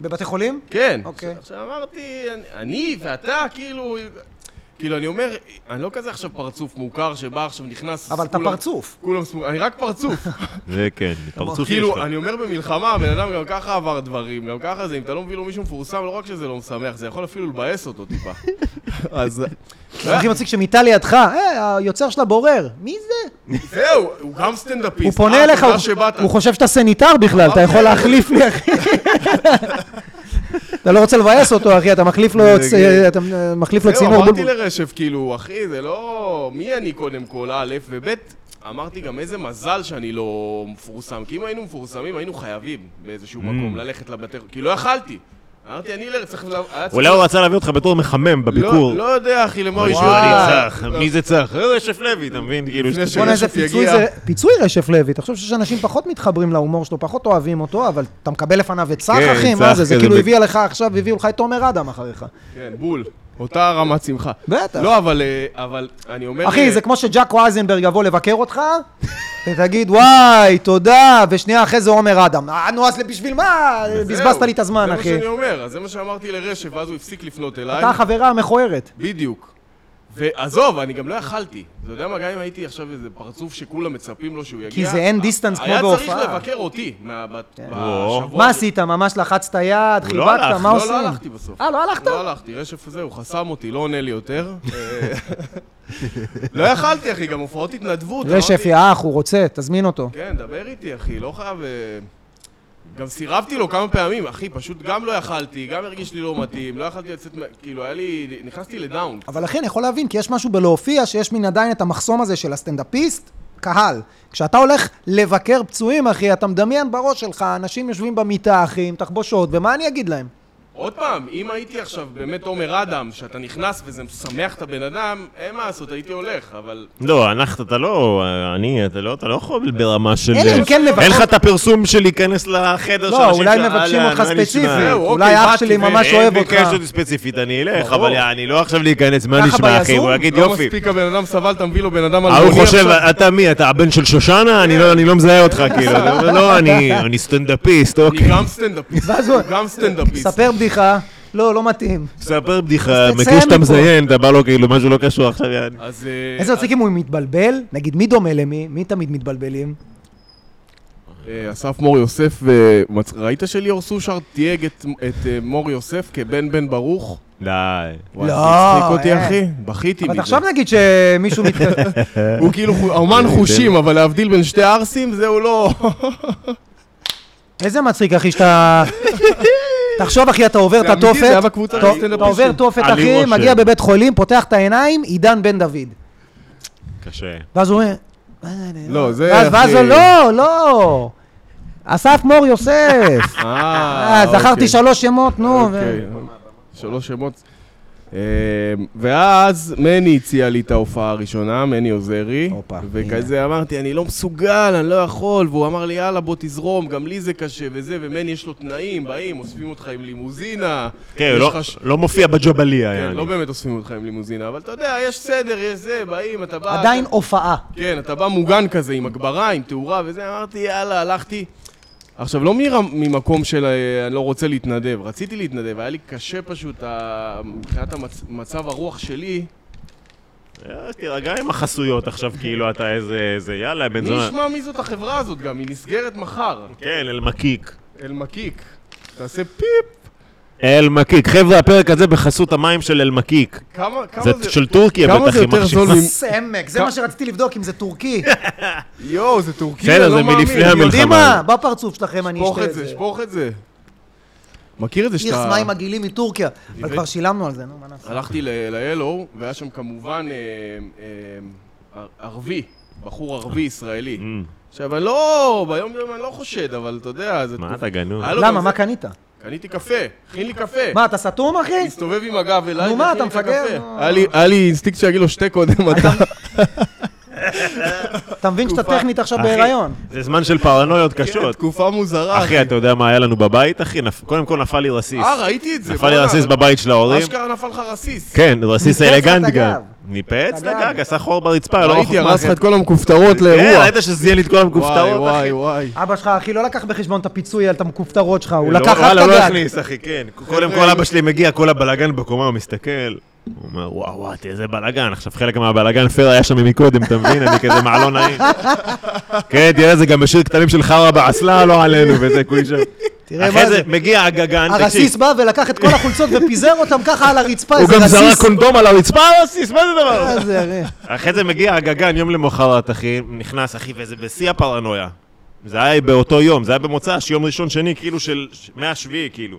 Speaker 1: בבתי חולים?
Speaker 3: כן.
Speaker 1: אוקיי.
Speaker 3: עכשיו אמרתי, אני, אני ואתה, כאילו... כאילו, אני אומר, אני לא כזה עכשיו פרצוף מוכר שבא עכשיו, נכנס...
Speaker 1: אבל אתה
Speaker 3: כולם-
Speaker 1: פרצוף.
Speaker 3: כולם סמוכים, אני רק פרצוף.
Speaker 2: זה כן, פרצוף יש לך.
Speaker 3: כאילו, אני אומר במלחמה, הבן אדם גם ככה עבר דברים, גם ככה זה, אם אתה לא מביא לו מישהו מפורסם, לא רק שזה לא משמח, זה יכול אפילו לבאס אותו טיפה. אז...
Speaker 1: זה הכי מצחיק שמיטה לידך, אה, היוצר של הבורר, מי זה?
Speaker 3: זהו, הוא גם סטנדאפיסט.
Speaker 1: הוא פונה
Speaker 3: אה,
Speaker 1: אליך,
Speaker 3: תודה
Speaker 1: הוא-
Speaker 3: שבאת.
Speaker 1: הוא חושב שאתה סניטר בכלל, אתה יכול להחליף לי, אחי. אתה לא רוצה לבאס אותו, אחי, אתה מחליף לו
Speaker 3: זה-
Speaker 1: צ- אה, אתה אה, מחליף לו
Speaker 3: זהו,
Speaker 1: צינור
Speaker 3: לא, אמרתי
Speaker 1: בולבול.
Speaker 3: לרשף, כאילו, אחי, זה לא... מי אני קודם כל, א', וב', אמרתי גם איזה מזל שאני לא מפורסם, כי אם היינו מפורסמים, היינו חייבים
Speaker 1: Mm.
Speaker 3: באיזשהו מקום ללכת לבתי... כי לא יכלתי. אמרתי, אני לא... צריך... ל- היה צריך-
Speaker 2: אולי הוא רצה להביא אותך בתור מחמם בביקור.
Speaker 3: לא, לא יודע, אחי, למה הוא
Speaker 2: אוי,
Speaker 3: ישמע.
Speaker 1: וואי.
Speaker 2: אני צח, מי זה צח? אה, רשף לוי, אתה מבין? כאילו,
Speaker 3: לפני
Speaker 2: שאתה-
Speaker 1: בוא'נה, איזה
Speaker 3: שרשף
Speaker 1: פיצוי
Speaker 3: יגיע.
Speaker 1: זה, פיצוי רשף לוי, תחשוב שיש אנשים פחות מתחברים להומור שלו, פחות אוהבים אותו, אבל אתה מקבל לפניו את צח,
Speaker 2: כן,
Speaker 1: אחי, מה
Speaker 2: צח
Speaker 1: זה, זה
Speaker 2: כזה
Speaker 1: כאילו
Speaker 2: ב-
Speaker 1: הביאה לך עכשיו, הביאו לך את תומר אדם אחריך.
Speaker 3: כן, בול. אותה רמת שמחה.
Speaker 1: בטח.
Speaker 3: לא, אבל, אה, אבל אני אומר...
Speaker 1: אחי,
Speaker 3: אה,
Speaker 1: זה כמו שג'אקו אייזנברג יבוא לבקר אותך, ותגיד, וואי, תודה, ושנייה אחרי זה עומר אדם. "אה, נו, אז בשביל מה? בזבזת לי את הזמן,
Speaker 3: זה מה
Speaker 1: אחי.
Speaker 3: שאני אומר, אז זה מה שאמרתי לרשף, ואז הוא הפסיק לפנות אליי.
Speaker 1: אתה החברה המכוערת.
Speaker 3: בדיוק. ועזוב, אני גם לא יכלתי. אתה יודע מה, גם אם הייתי עכשיו איזה פרצוף שכולם מצפים לו שהוא יגיע...
Speaker 1: כי זה אין דיסטנס כמו
Speaker 3: היה צריך
Speaker 1: בהופעה. כן. לא.
Speaker 3: לבקר אותי מה- ב-
Speaker 2: או.
Speaker 3: בשבוע...
Speaker 1: מה עשית? ממש לחצת יד,
Speaker 2: הוא לא
Speaker 1: חיבקת,
Speaker 2: הלך,
Speaker 1: מה
Speaker 3: לא,
Speaker 1: עושים?
Speaker 3: לא הלכתי בסוף.
Speaker 1: אה, לא הלכת?
Speaker 3: לא הלכתי, רשף הזה, הוא חסם אותי, לא עונה לי יותר. אה, לא יכלתי, אחי, גם הופעות התנדבות.
Speaker 1: רשף,
Speaker 3: אמרתי,
Speaker 1: יא אח, הוא רוצה, תזמין אותו.
Speaker 3: כן, דבר איתי, אחי, לא חייב... אה, גם סירבתי לו כמה פעמים, אחי, פשוט גם לא יכלתי, גם הרגיש לי לא מתאים, לא יכלתי לצאת, מה- כאילו, היה לי... נכנסתי לדאון.
Speaker 1: אבל אחי, אני יכול להבין, כי יש משהו בלהופיע, שיש מן עדיין את המחסום הזה של הסטנדאפיסט, קהל. כשאתה הולך לבקר פצועים, אחי, אתה מדמיין בראש שלך, אנשים יושבים במיטה, אחי, עם תחבושות, ומה אני אגיד להם?
Speaker 3: עוד פעם, אם הייתי עכשיו באמת עומר אדם, שאתה נכנס וזה משמח את הבן אדם, אין מה לעשות, הייתי הולך, אבל...
Speaker 2: לא, אנחנו, אתה לא, אני, אתה לא, אתה לא יכול ברמה של...
Speaker 1: אלא אם כן
Speaker 2: אין
Speaker 1: לבקר...
Speaker 2: לך את הפרסום של להיכנס לחדר של
Speaker 1: לא,
Speaker 2: אנשים
Speaker 1: אולי
Speaker 2: של
Speaker 1: מבקשים
Speaker 3: אה,
Speaker 2: אהלן,
Speaker 1: אותך
Speaker 2: מה נשמע?
Speaker 1: ספציפית,
Speaker 3: זהו,
Speaker 1: אולי
Speaker 3: אוקיי,
Speaker 1: אח
Speaker 3: באתי,
Speaker 1: שלי ממש
Speaker 2: אין
Speaker 1: אוהב אותך.
Speaker 2: ביקש אותי ספציפית, אני אלך,
Speaker 3: ברור.
Speaker 2: אבל אני לא עכשיו להיכנס, מה
Speaker 1: ככה
Speaker 2: נשמע, אחי?
Speaker 1: ביזום?
Speaker 2: הוא יגיד
Speaker 3: לא
Speaker 2: יופי.
Speaker 3: מספיק הבן אדם סבל, אתה מביא לו בן אדם על...
Speaker 2: ההוא חושב, אתה מי? אתה הבן של שושנה? אני לא- אני לא מזהה אותך, כאילו. אני אומר, לא, אני אני סטנדאפיסט,
Speaker 3: אני
Speaker 2: אוקיי.
Speaker 3: גם סטנדאפיסט,
Speaker 1: ואז הוא-
Speaker 3: הוא גם סטנדאפיסט.
Speaker 1: ספר בדיחה, לא, לא מתאים.
Speaker 3: כן.
Speaker 2: ספר בדיחה,
Speaker 1: אז תצא
Speaker 2: מכיר שאתה
Speaker 1: מפה.
Speaker 2: מזיין, אתה בא לו כאילו משהו לא קשור עכשיו, יעני.
Speaker 3: אז... אה,
Speaker 1: איזה מצחיק אם הוא מתבלבל? נגיד, מי דומה למי? מי תמיד מתבלבלים?
Speaker 3: אה, אסף מור יוסף, אה, מצ- ראית שליאור סושר תייג את את, אה, מור יוסף כבן בן ברוך?
Speaker 2: די.
Speaker 3: וואי,
Speaker 1: לא,
Speaker 3: זה הצחיק אותי,
Speaker 1: אה.
Speaker 3: אחי, בכיתי
Speaker 1: אבל
Speaker 3: מזה.
Speaker 1: עכשיו נגיד שמישהו מתקדם.
Speaker 3: הוא כאילו חו- אומן
Speaker 2: אה, כן.
Speaker 3: חושים, אבל להבדיל בין שתי ערסים, זהו לא...
Speaker 1: איזה מצחיק, אחי, שאתה... תחשוב, אחי, אתה עובר את
Speaker 3: זה אמיתי,
Speaker 1: התופת,
Speaker 3: זה היה בקבוצה
Speaker 1: אתה-
Speaker 3: של הסטנדאפיסטים.
Speaker 1: אתה עובר תופת,
Speaker 2: אני
Speaker 1: אחי,
Speaker 2: רושם.
Speaker 1: מגיע בבית חולים, פותח את העיניים, עידן בן דוד.
Speaker 2: קשה.
Speaker 1: ואז הוא אומר...
Speaker 3: לא, זה...
Speaker 1: ואז ואז
Speaker 3: אחי-
Speaker 1: הוא, לא, לא! אסף מור יוסף!
Speaker 3: אה,
Speaker 1: אה, זכרתי
Speaker 3: אוקיי.
Speaker 1: שלוש שמות, נו. ו-
Speaker 3: אוקיי, שלוש שמות. אה, ואז מני הציע לי את ההופעה הראשונה, מני עוזרי,
Speaker 1: הופה,
Speaker 3: וכזה אמרתי, אני לא מסוגל, אני לא יכול, והוא אמר לי, יאללה, בוא תזרום, גם לי זה קשה וזה, ומני יש לו תנאים, באים, אוספים אותך עם לימוזינה.
Speaker 2: כן,
Speaker 3: יש
Speaker 2: לא-
Speaker 3: לך ש-
Speaker 2: לא מופיע בג'בליה,
Speaker 3: כן, לא
Speaker 2: יעני.
Speaker 3: באמת אוספים אותך עם לימוזינה, אבל אתה יודע, יש סדר, יש זה, באים, אתה בא...
Speaker 1: עדיין הופעה.
Speaker 3: כן, אתה בא מוגן כזה, עם הגברה, עם תאורה וזה, אמרתי, יאללה, הלכתי. עכשיו, לא מרמ- ממקום של אה, אני לא רוצה להתנדב, רציתי להתנדב, היה לי קשה פשוט, ה- מבחינת המצ- מצב הרוח שלי,
Speaker 2: כן, אה, תירגע עם החסויות עכשיו, כאילו אתה איזה, איזה, יאללה, בן
Speaker 3: מי
Speaker 2: זונה.
Speaker 3: ישמע מי זאת החברה הזאת גם, היא נסגרת מחר,
Speaker 2: כן, אל מקיק.
Speaker 3: אל מקיק, תעשה פיפ,
Speaker 2: אל מקיק. חבר'ה, הפרק הזה בחסות המים של אל מקיק.
Speaker 3: כמה, כמה
Speaker 2: זה
Speaker 3: זה,
Speaker 2: של טורקיה
Speaker 3: כמה
Speaker 2: בטח,
Speaker 3: זה
Speaker 2: עם
Speaker 3: יותר
Speaker 2: מחשב.
Speaker 3: זול מ-
Speaker 1: סמק, זה מה שרציתי לבדוק, אם זה טורקי.
Speaker 3: יואו, זה טורקי,
Speaker 2: בסדר,
Speaker 3: אני
Speaker 2: זה
Speaker 3: לא מאמין,
Speaker 2: מלפני
Speaker 3: אני יודע-
Speaker 1: יודעים מה? בפרצוף שלכם אני
Speaker 3: שפוך
Speaker 1: אשתה
Speaker 3: את זה, שפוך את זה. מכיר את זה
Speaker 1: אירס
Speaker 3: שאתה...
Speaker 1: מים מגעילים מטורקיה. אבל
Speaker 3: הבאת-
Speaker 1: כבר שילמנו על זה, נו, מה נעשה?
Speaker 3: הלכתי ל- ל-Yellow, והיה שם כמובן אה, אה, ערבי, בחור ערבי ישראלי.
Speaker 2: מ,
Speaker 3: עכשיו, אני לא, ביום יום אני לא חושד, אבל אתה יודע, זה...
Speaker 2: מה אתה גנוב?
Speaker 3: היה לו
Speaker 1: למה,
Speaker 3: גם
Speaker 1: מה
Speaker 3: לא, זה- אה.
Speaker 1: קנית?
Speaker 3: קניתי קפה, הכין לי קפה.
Speaker 1: מה, אתה סתום, אחי?
Speaker 3: הסתובב עם הגב אליי,
Speaker 1: נו, מה,
Speaker 3: והכין
Speaker 1: אתה
Speaker 3: לי את
Speaker 1: מפגר?
Speaker 3: הקפה.
Speaker 1: נו.
Speaker 3: היה לי- היה לי אינסטינקט שיגיד לו שתי קודם, אתה...
Speaker 1: אתה מבין שאתה
Speaker 3: תקופה.
Speaker 1: טכנית עכשיו
Speaker 2: אחי,
Speaker 1: בהיריון.
Speaker 2: זה זמן של פרנויות
Speaker 3: כן,
Speaker 2: קשות.
Speaker 3: תקופה מוזרה,
Speaker 2: אחי, אתה יודע מה היה לנו בבית, אחי? נפ- קודם כל נפל לי רסיס.
Speaker 3: אה, ראיתי את זה.
Speaker 2: נפל לי
Speaker 3: בואנה.
Speaker 2: רסיס בבית של ההורים.
Speaker 3: אשכרה נפל לך רסיס.
Speaker 2: כן, רסיס
Speaker 1: מקצת
Speaker 2: אלגנט
Speaker 1: הגב.
Speaker 2: גם. ניפץ את
Speaker 1: את הגג.
Speaker 2: הגג, עשה חור ברצפה, לא
Speaker 3: ראיתי,
Speaker 2: רחוק
Speaker 3: הרס לך
Speaker 2: מהחדר.
Speaker 3: את כל המכופתרות
Speaker 2: כן,
Speaker 3: לאירוע.
Speaker 2: ראית שזיין לי את כל
Speaker 3: וואי,
Speaker 2: המכופתרות, אחי?
Speaker 3: וואי, וואי.
Speaker 1: אבא שלך, אחי, לא לקח בחשבון את הפיצוי על את המכופתרות שלך, הוא
Speaker 2: לא,
Speaker 1: לקח רק את
Speaker 2: וואלה, לא
Speaker 1: הגג.
Speaker 2: הכניס, אחי, כן. קודם כל אבא שלי מגיע, כל הבלאגן בקומה, הוא מסתכל. הוא אומר, וואו, וואו, תראה איזה בלאגן. עכשיו, חלק מהבלאגן פייר היה שם מקודם, אתה מבין? אני כזה מעלון נעים. כן, תראה, זה גם משאיר כתמים של חרא באסלה, לא עלינו, וזה, כולי שם.
Speaker 1: תראה
Speaker 2: אחרי
Speaker 1: מה
Speaker 2: זה
Speaker 1: זה.
Speaker 2: מגיע הגגן,
Speaker 1: הרסיס
Speaker 2: תקשיב.
Speaker 1: בא ולקח את כל החולצות ופיזר אותם ככה על הרצפה,
Speaker 2: הוא
Speaker 1: איזה
Speaker 2: גם זרק
Speaker 1: רסיס.
Speaker 2: קונדום על הרצפה, הרסיס, מה זה הדבר הזה?
Speaker 1: מה זה, הרי?
Speaker 2: אחרי זה מגיע הגגן יום למחרת, אחי, נכנס, אחי, וזה בשיא הפרנויה. זה היה באותו יום, זה היה במוצ"ש, יום ראשון שני, כאילו של... ש- מהשביעי, כאילו.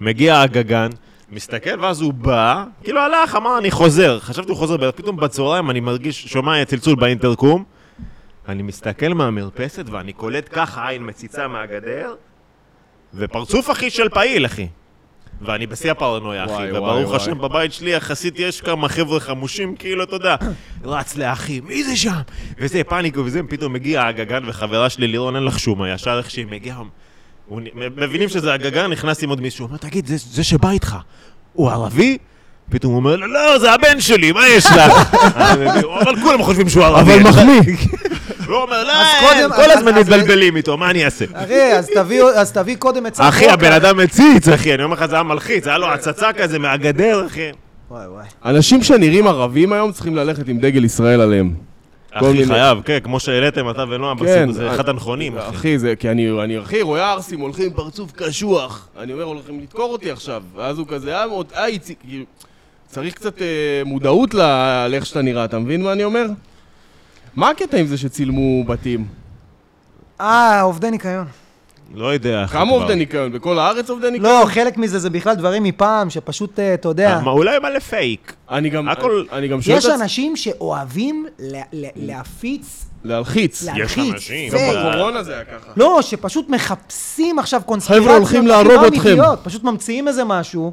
Speaker 2: מגיע הגגן, מסתכל, ואז הוא בא, כאילו הלך, אמר, אני חוזר. חשבתי הוא חוזר, פתאום בצהריים אני מרגיש, שומע צלצול באינטרקום. אני מסתכל מהמרפסת ואני קולט ככה עין מציצה מהגדר, ופרצוף אחי של פעיל, אחי. ואני בשיא הפרנויה,
Speaker 3: וואי,
Speaker 2: אחי,
Speaker 3: וואי,
Speaker 2: וברוך
Speaker 3: וואי.
Speaker 2: השם בבית שלי יחסית יש כמה חבר'ה חמושים, כאילו, אתה יודע, רץ לאחי, מי זה שם? וזה, פאניקה וזה, פתאום מגיע הגגן וחברה שלי לירון, אין לך שום מה, ישר איך שהיא מגיעה, הוא נ- מבינים שזה הגגן, נכנס עם עוד מישהו, הוא אומר, תגיד, זה, זה שבא איתך, הוא ערבי? פתאום הוא אומר, לא, לא, זה הבן שלי, מה יש לך? אני מבין, אבל כולם חושבים שהוא ערבי.
Speaker 3: אבל מחמיא.
Speaker 2: הוא אומר, לא,
Speaker 1: אז
Speaker 2: אין,
Speaker 1: קודם-
Speaker 2: כל
Speaker 1: אז-
Speaker 2: הזמן
Speaker 1: אז-
Speaker 2: מתבלבלים איתו, מה אני אעשה?
Speaker 1: הרי, אז תביא- אז תביא קודם את סף
Speaker 2: אחי, הבן אדם הציץ, אחי, אני אומר לך, זה היה מלחיץ, היה לו הצצה כזה מהגדר, אחי.
Speaker 1: וואי וואי.
Speaker 3: אנשים שנראים ערבים היום צריכים ללכת עם דגל ישראל עליהם. כל
Speaker 2: אחי,
Speaker 3: מיני-
Speaker 2: חייב, כן, כמו שהעליתם, אתה ונועם,
Speaker 3: כן,
Speaker 2: בסדר, זה
Speaker 3: אה,
Speaker 2: אחד הנכונים, אחי.
Speaker 3: אחי, זה כי אני, אני אחי, רואה ערסים הולכים עם פרצוף קשוח. אני אומר, הולכים לדקור אותי עכשיו. ואז הוא כזה, אה, עוד, אה, איציק, כאילו... צריך קצת אה, מודעות ל- לאיך שאתה נראה, אתה מבין מה אני אומר? מה הקטע עם זה שצילמו בתים?
Speaker 1: אה, עובדי ניקיון.
Speaker 2: לא יודע, אחי.
Speaker 3: כמה
Speaker 2: כבר.
Speaker 3: עובדי ניקיון? בכל הארץ עובדי ניקיון?
Speaker 1: לא, חלק מזה זה בכלל דברים מפעם, שפשוט, אה, אתה יודע.
Speaker 2: אה, מה, אולי מלא פייק.
Speaker 3: אני גם,
Speaker 2: הכל-
Speaker 3: אני גם שואל את
Speaker 1: לא, יש
Speaker 3: עצמי,
Speaker 1: אנשים שאוהבים לה- לה- להפיץ,
Speaker 3: להלחיץ.
Speaker 1: לה-
Speaker 2: יש
Speaker 1: להלחיץ,
Speaker 2: אנשים.
Speaker 1: זה-
Speaker 3: גם
Speaker 2: זה-
Speaker 3: בקורונה זה היה ככה.
Speaker 1: לא, שפשוט מחפשים עכשיו קונספירציות.
Speaker 3: חבר'ה, הולכים
Speaker 1: הכי
Speaker 3: להרוג
Speaker 1: לא
Speaker 3: אתכם.
Speaker 1: אמיתיות, פשוט ממציאים איזה משהו,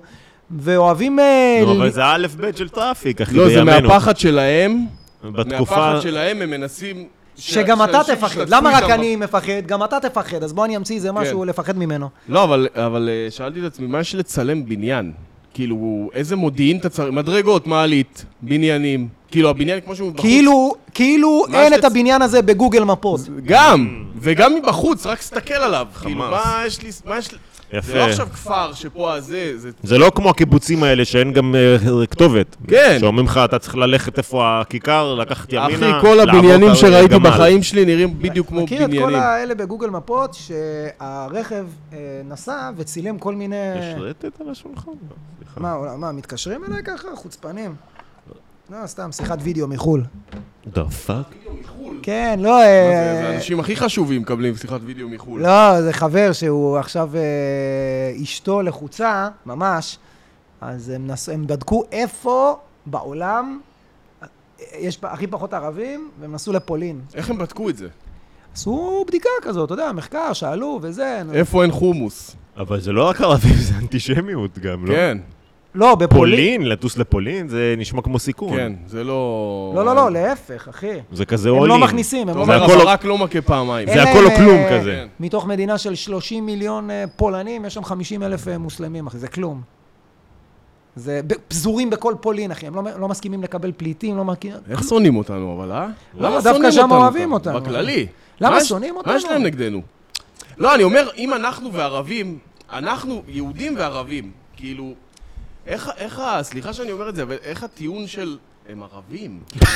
Speaker 1: ואוהבים... אה,
Speaker 2: נו, אבל
Speaker 1: ל-
Speaker 2: זה א' ב' של טראפיק, אחי,
Speaker 3: לא, זה
Speaker 2: בימינו.
Speaker 3: מהפחד שלהם.
Speaker 2: בתקופה...
Speaker 3: מהפחד שלהם הם מנסים... ש-
Speaker 1: שגם אתה
Speaker 3: שאנשים
Speaker 1: תפחד.
Speaker 3: ישתתפו
Speaker 1: למה רק
Speaker 3: איתם
Speaker 1: אני מפחד? גם אתה תפחד, אז בוא אני אמציא איזה
Speaker 3: כן.
Speaker 1: משהו לפחד ממנו.
Speaker 3: לא, אבל, אבל אה, שאלתי את עצמי, מה יש לצלם בניין? כאילו, איזה מודיעין אתה צריך? מדרגות, מעלית, בניינים. כאילו, הבניין כמו שהוא מבחוץ.
Speaker 1: כאילו, כאילו
Speaker 3: מה
Speaker 1: אין
Speaker 3: שת-
Speaker 1: את הבניין הזה בגוגל מפות.
Speaker 3: גם, וגם מבחוץ, רק תסתכל עליו. כאילו,
Speaker 2: Mm. חמאס.
Speaker 3: מה יש לי... מה יש לי... זה לא
Speaker 2: יפה.
Speaker 3: עכשיו כפר שפה הזה, זה...
Speaker 2: זה לא כמו הקיבוצים האלה שאין גם אה, כתובת.
Speaker 3: כן.
Speaker 2: שאומרים לך, אתה צריך ללכת איפה הכיכר, לקחת ימינה,
Speaker 3: אחי, כל
Speaker 2: לעבור
Speaker 3: הבניינים
Speaker 2: את
Speaker 3: שראיתי
Speaker 2: הגמל.
Speaker 3: בחיים שלי נראים בדיוק כמו
Speaker 1: מכיר את
Speaker 3: בניינים.
Speaker 1: כל האלה בגוגל מפות, שהרכב אה, נסע וצילם כל מיני...
Speaker 2: יש רטט על השולחן? סליחה.
Speaker 1: מה, אולי- מה, מתקשרים אליי ככה? חוצפנים. לא, סתם, שיחת וידאו מחו"ל.
Speaker 2: דה פאק?
Speaker 1: כן, לא...
Speaker 3: זה-
Speaker 1: אה,
Speaker 3: זה האנשים הכי חשובים מקבלים שיחת וידאו מחו"ל.
Speaker 1: לא, זה חבר שהוא עכשיו אה, אשתו לחוצה, ממש, אז הם, נס... הם בדקו איפה בעולם אה, יש הכי פחות ערבים, והם נסעו לפולין.
Speaker 3: איך הם בדקו את זה?
Speaker 1: עשו בדיקה כזאת, אתה יודע, מחקר, שאלו וזה.
Speaker 3: איפה אין חומוס?
Speaker 2: אבל זה לא רק ערבים, זה אנטישמיות גם, לא?
Speaker 3: כן,
Speaker 1: לא, בפולין.
Speaker 2: פולין, לטוס לפולין, זה נשמע כמו סיכון.
Speaker 3: כן, זה לא...
Speaker 1: לא, לא, לא, להפך, אחי.
Speaker 2: זה כזה
Speaker 1: הם
Speaker 2: עולים.
Speaker 1: לא מכניסים, הם
Speaker 3: אתה
Speaker 1: לא
Speaker 2: זה
Speaker 3: אומר,
Speaker 1: מכניסים.
Speaker 2: הכל-
Speaker 3: הברק לא מכה פעמיים. כן.
Speaker 1: אין
Speaker 2: זה הכל או
Speaker 1: להם,
Speaker 2: כלום
Speaker 1: אה,
Speaker 2: כזה.
Speaker 1: מתוך מדינה של 30 מיליון אה, פולנים, יש שם 50 אלף אה, מוסלמים, אחי, זה כלום. זה ב- פזורים בכל פולין, אחי, הם לא, לא מסכימים לקבל פליטים, לא מכירים.
Speaker 3: איך שונאים אותנו אבל, אה?
Speaker 1: למה?
Speaker 3: למה
Speaker 1: דווקא
Speaker 3: שונאים
Speaker 1: שם
Speaker 3: אותנו
Speaker 1: אוהבים
Speaker 3: ככה?
Speaker 1: אותנו.
Speaker 3: בכללי.
Speaker 1: למה
Speaker 3: מה יש-
Speaker 1: שונאים
Speaker 3: מה
Speaker 1: אותנו?
Speaker 3: יש להם נגדנו? לא, אני אומר, אם אנחנו וערבים, אנחנו יהודים וערבים, כאילו, איך, איך, ה- סליחה שאני אומר את זה, אבל איך הטיעון של הם ערבים?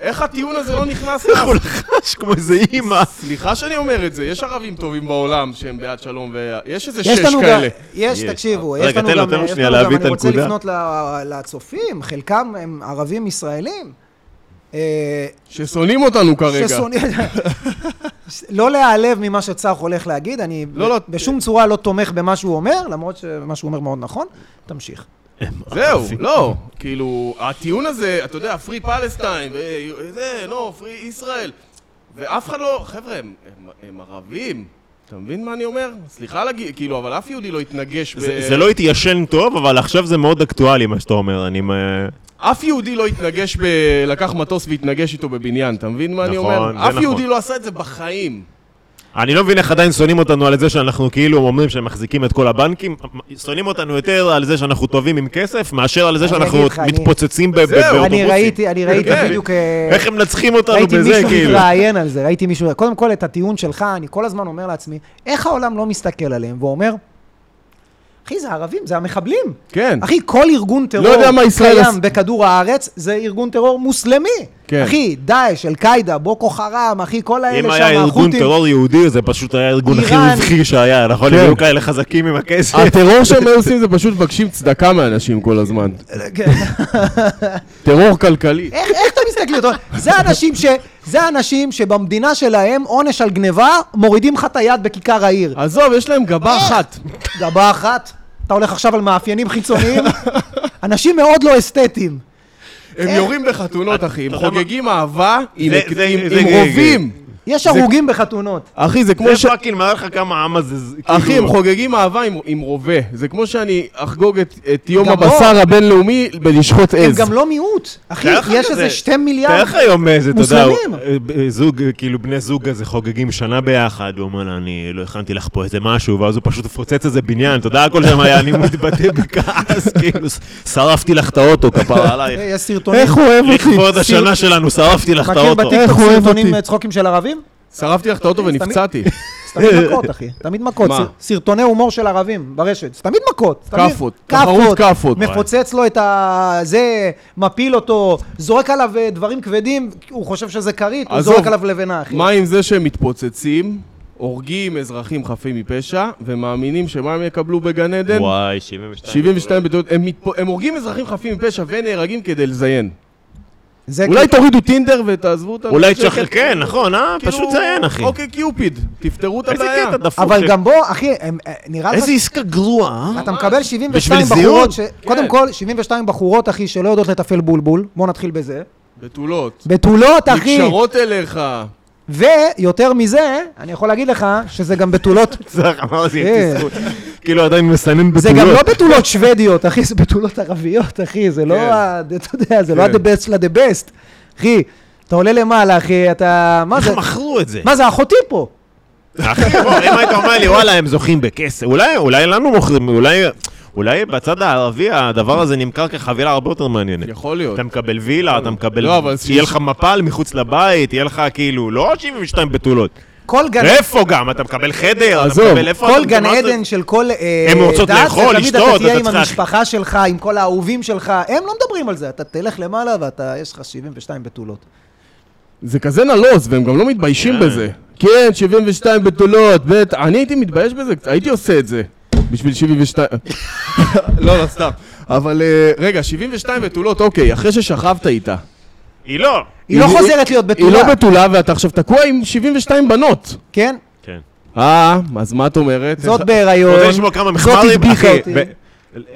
Speaker 3: איך הטיעון הזה לא נכנס אליו?
Speaker 2: הוא לחש כמו איזה אימא.
Speaker 3: סליחה שאני אומר את זה, יש ערבים טובים בעולם שהם בעד שלום, ויש איזה
Speaker 1: יש
Speaker 3: שש
Speaker 1: לנו גם,
Speaker 3: כאלה.
Speaker 1: יש,
Speaker 2: יש.
Speaker 1: תקשיבו,
Speaker 2: רגע,
Speaker 1: יש לנו
Speaker 2: תן לו,
Speaker 1: גם,
Speaker 2: תן לו
Speaker 1: יש
Speaker 2: שנייה
Speaker 1: לנו גם,
Speaker 2: להביא את
Speaker 1: אני רוצה
Speaker 2: הנקודה.
Speaker 1: לפנות ל- לצופים, חלקם הם ערבים ישראלים. אה,
Speaker 3: ששונאים אותנו כרגע.
Speaker 1: ששונאים... לא להיעלב ממה שצח הולך להגיד, אני
Speaker 3: לא, לא.
Speaker 1: בשום צורה לא תומך במה שהוא אומר, למרות שמה שהוא אומר מאוד נכון. תמשיך.
Speaker 3: זהו, לא, כאילו, הטיעון הזה, אתה יודע, פרי פלסטיין, ו- זה, לא, פרי ישראל, ואף אחד לא, חבר'ה, הם, הם, הם ערבים, אתה מבין מה אני אומר? סליחה על הגיל, כאילו, אבל אף יהודי לא התנגש ב...
Speaker 2: זה זה לא התיישן טוב, אבל עכשיו זה מאוד אקטואלי מה שאתה אומר. אני... מ-
Speaker 3: אף יהודי לא התנגש ב... לקח מטוס והתנגש איתו בבניין, אתה מבין מה אני
Speaker 2: נכון,
Speaker 3: אומר?
Speaker 2: זה
Speaker 3: אף
Speaker 2: נכון.
Speaker 3: יהודי לא עשה את זה בחיים.
Speaker 2: אני לא מבין איך עדיין שונאים אותנו על זה שאנחנו כאילו אומרים שהם מחזיקים את כל הבנקים. שונאים אותנו יותר על זה שאנחנו טובים עם כסף, מאשר על זה
Speaker 1: אני
Speaker 2: שאנחנו
Speaker 1: אגיד לך, אני-
Speaker 2: מתפוצצים ב- ב-
Speaker 3: זהו, אני
Speaker 1: אני
Speaker 2: באוטובוסים.
Speaker 1: ראיתי, אני ראיתי
Speaker 3: כן.
Speaker 1: בדיוק... אה,
Speaker 2: איך הם מנצחים אותנו
Speaker 1: ראיתי
Speaker 2: בזה,
Speaker 1: מישהו
Speaker 2: כאילו.
Speaker 1: מתראיין על זה, ראיתי מישהו... קודם כל, את הטיעון שלך, אני כל הזמן אומר לעצמי, איך העולם לא מסתכל עליהם ואומר, אחי, זה ערבים, זה המחבלים.
Speaker 3: כן.
Speaker 1: אחי, כל ארגון טרור
Speaker 3: יודע מה ישראל עש-
Speaker 1: קיים בכדור הארץ, זה ארגון טרור מוסלמי.
Speaker 3: כן.
Speaker 1: אחי, דאעש, אל-קאעידה, בוקו חרם, אחי, כל האלה
Speaker 2: אם
Speaker 1: שם,
Speaker 2: היה ארגון
Speaker 1: החות'ים.
Speaker 2: טרור יהודי, זה פשוט היה הארגון הכי
Speaker 1: איראן.
Speaker 2: רווחי שהיה, נכון? הם
Speaker 3: כן. אה,
Speaker 2: היו כאלה חזקים עם הכסף.
Speaker 3: הטרור שהם עושים זה פשוט מבקשים צדקה מאנשים כל הזמן.
Speaker 1: כן.
Speaker 3: טרור כלכלי.
Speaker 1: איך, איך אתה מסתכל אותו? זה אנשים ש... זה אנשים שבמדינה שלהם עונש על גניבה, מורידים לך את היד בכיכר העיר.
Speaker 3: עזוב, יש להם גבה אחת.
Speaker 1: גבה אחת, אתה הולך עכשיו על מאפיינים חיצוניים, אנשים מאוד לא אסתטיים.
Speaker 3: הם יורים בחתונות, אחי. הם
Speaker 2: אתה יודע מה?
Speaker 3: חוגגים אהבה עם
Speaker 2: זה- זה-
Speaker 3: עם-
Speaker 2: זה-
Speaker 3: עם
Speaker 2: זה-
Speaker 3: רובים.
Speaker 1: יש הרוגים בחתונות.
Speaker 3: אחי, זה כמו ש...
Speaker 2: זה פאקינג מראה לך כמה העם הזה... זה-
Speaker 3: אחי,
Speaker 2: כאילו-
Speaker 3: הם חוגגים אהבה עם- עם רובה. זה כמו שאני אחגוג את- את יום
Speaker 1: גם לא.
Speaker 3: הבשר הבינלאומי בלשחוט
Speaker 1: הם
Speaker 3: עז.
Speaker 1: גם לא מיעוט. אחי,
Speaker 2: תאר לך
Speaker 1: יש
Speaker 2: כזה-
Speaker 1: איזה שתי
Speaker 2: תאר
Speaker 1: מיליארד.
Speaker 2: לך היום איזה, אתה יודע,
Speaker 1: מוסלמים.
Speaker 2: אה, זוג, אה, כאילו בני זוג כזה חוגגים שנה ביחד, הוא אומר לה, אני לא הכנתי לך פה איזה משהו, ואז הוא פשוט מפוצץ איזה בניין, אתה יודע, הכל שם היה, אני מתבטא בכעס, כאילו, שרפתי לך את האוטו, כפרה
Speaker 1: אה,
Speaker 2: עלייך.
Speaker 1: יש סרטונים.
Speaker 4: איך הוא אוהב אותי?
Speaker 2: לכבוד השנה שלנו, שרפתי לך את
Speaker 1: מכיר
Speaker 2: האוטו.
Speaker 4: איך
Speaker 1: בטיקטוק
Speaker 4: הוא אוהב
Speaker 1: סרטונים
Speaker 4: אותי.
Speaker 1: אה, צחוקים של ערבים?
Speaker 3: שרפתי לך את האוטו ונפצעתי.
Speaker 1: זה תמיד מכות, אחי. תמיד מכות.
Speaker 3: מה?
Speaker 1: סר- סרטוני הומור של ערבים ברשת. זה תמיד מכות. זה תמיד-
Speaker 3: כאפות. תחרות כאפות.
Speaker 1: מפוצץ לו את ה... זה, מפיל אותו, זורק עליו אה, דברים כבדים, הוא חושב שזה כרית, הוא
Speaker 3: עזוב.
Speaker 1: זורק עליו לבנה, אחי.
Speaker 3: מה עם זה שהם מתפוצצים, הורגים אזרחים חפים מפשע, ומאמינים שמה הם יקבלו בגן עדן?
Speaker 2: וואי, 72.
Speaker 3: 72 בטעות, הם, מתפ... הם הורגים אזרחים חפים מפשע ונהרגים כדי לזיין.
Speaker 1: זה
Speaker 3: אולי תורידו טינדר ותעזבו אותנו.
Speaker 2: אולי
Speaker 3: בשקט.
Speaker 2: תשחרר, כן, נכון, אה?
Speaker 3: כאילו,
Speaker 2: פשוט ציין, אחי.
Speaker 3: אוקיי, קיופיד, תפתרו את
Speaker 2: איזה
Speaker 3: הבעיה.
Speaker 2: קטע דפוק.
Speaker 1: אבל
Speaker 2: ש-
Speaker 1: גם בוא, אחי, הם, אה, נראה לך...
Speaker 2: איזה עסקה גרועה, אה?
Speaker 1: אתה מקבל 72
Speaker 2: בשביל
Speaker 1: בחורות, ש...
Speaker 2: זיון?
Speaker 1: קודם כל, 72 בחורות, אחי, שלא יודעות לתפעל בולבול, בוא נתחיל בזה.
Speaker 3: בתולות.
Speaker 1: בתולות, אחי,
Speaker 3: נקשרות אליך.
Speaker 1: ויותר מזה, אני יכול להגיד לך שזה גם בתולות,
Speaker 2: צריך, אמרתי,
Speaker 1: כן.
Speaker 2: תסכול. כאילו עדיין מסנן
Speaker 1: זה גם לא
Speaker 2: בתולות.
Speaker 1: בתולות שוודיות, אחי, זה בתולות ערביות, אחי, זה לא
Speaker 3: כן.
Speaker 1: ה... אתה יודע, זה לא
Speaker 3: כן.
Speaker 1: ה-the best של ה-the best. אחי, אתה עולה למעלה, אחי, אתה... מה
Speaker 2: איך
Speaker 1: זה?
Speaker 2: הם מכרו את זה?
Speaker 1: מה זה, אחותי פה?
Speaker 2: אחי, בוא, אם היית אומר לי, וואלה, הם זוכים בכסף. אולי, אולי לנו מוכרים, אולי, אולי בצד הערבי הדבר הזה נמכר כחבילה הרבה יותר מעניינת.
Speaker 3: יכול להיות.
Speaker 2: אתה מקבל וילה, אתה מקבל...
Speaker 3: לא, אבל
Speaker 2: יהיה
Speaker 3: שיש-
Speaker 2: לך מפל מחוץ לבית, יהיה לך כאילו, לא 72 בתולות.
Speaker 1: כל גן...
Speaker 2: איפה גם? אתה מקבל חדר, אתה
Speaker 3: עזוב,
Speaker 2: מקבל איפה...
Speaker 1: כל
Speaker 2: אתה-
Speaker 1: גן
Speaker 2: מה זה-
Speaker 1: עדן של כל אה,
Speaker 2: הן רוצות
Speaker 1: דת,
Speaker 2: לאכול,
Speaker 1: זה תמיד אתה
Speaker 2: לשתות,
Speaker 1: תהיה
Speaker 2: אתה
Speaker 1: עם
Speaker 2: צריך-
Speaker 1: המשפחה שלך, עם כל האהובים שלך, הם לא מדברים על זה, אתה תלך למעלה ואתה, יש לך 72 בתולות.
Speaker 3: זה כזה נלוז, והם גם לא מתביישים
Speaker 2: כן.
Speaker 3: בזה. כן, 72 בתולות, בטח. אני הייתי מתבייש בזה, קצת, הייתי עושה את זה. בשביל 72... לא, לא, סתם. אבל אה, רגע, 72 בתולות, אוקיי, אחרי ששכבת איתה.
Speaker 2: היא לא.
Speaker 1: היא לא חוזרת להיות
Speaker 3: היא
Speaker 1: בתולה,
Speaker 3: לא בתולה, ואתה עכשיו תקוע עם 72 בנות.
Speaker 1: כן?
Speaker 2: כן.
Speaker 3: אה, אז מה את אומרת?
Speaker 1: זאת
Speaker 2: אתה
Speaker 1: בהיריון.
Speaker 2: רוצה לשמוע כמה מחמרים,
Speaker 1: הדביקה
Speaker 2: אחי?
Speaker 1: אותי.
Speaker 2: ב-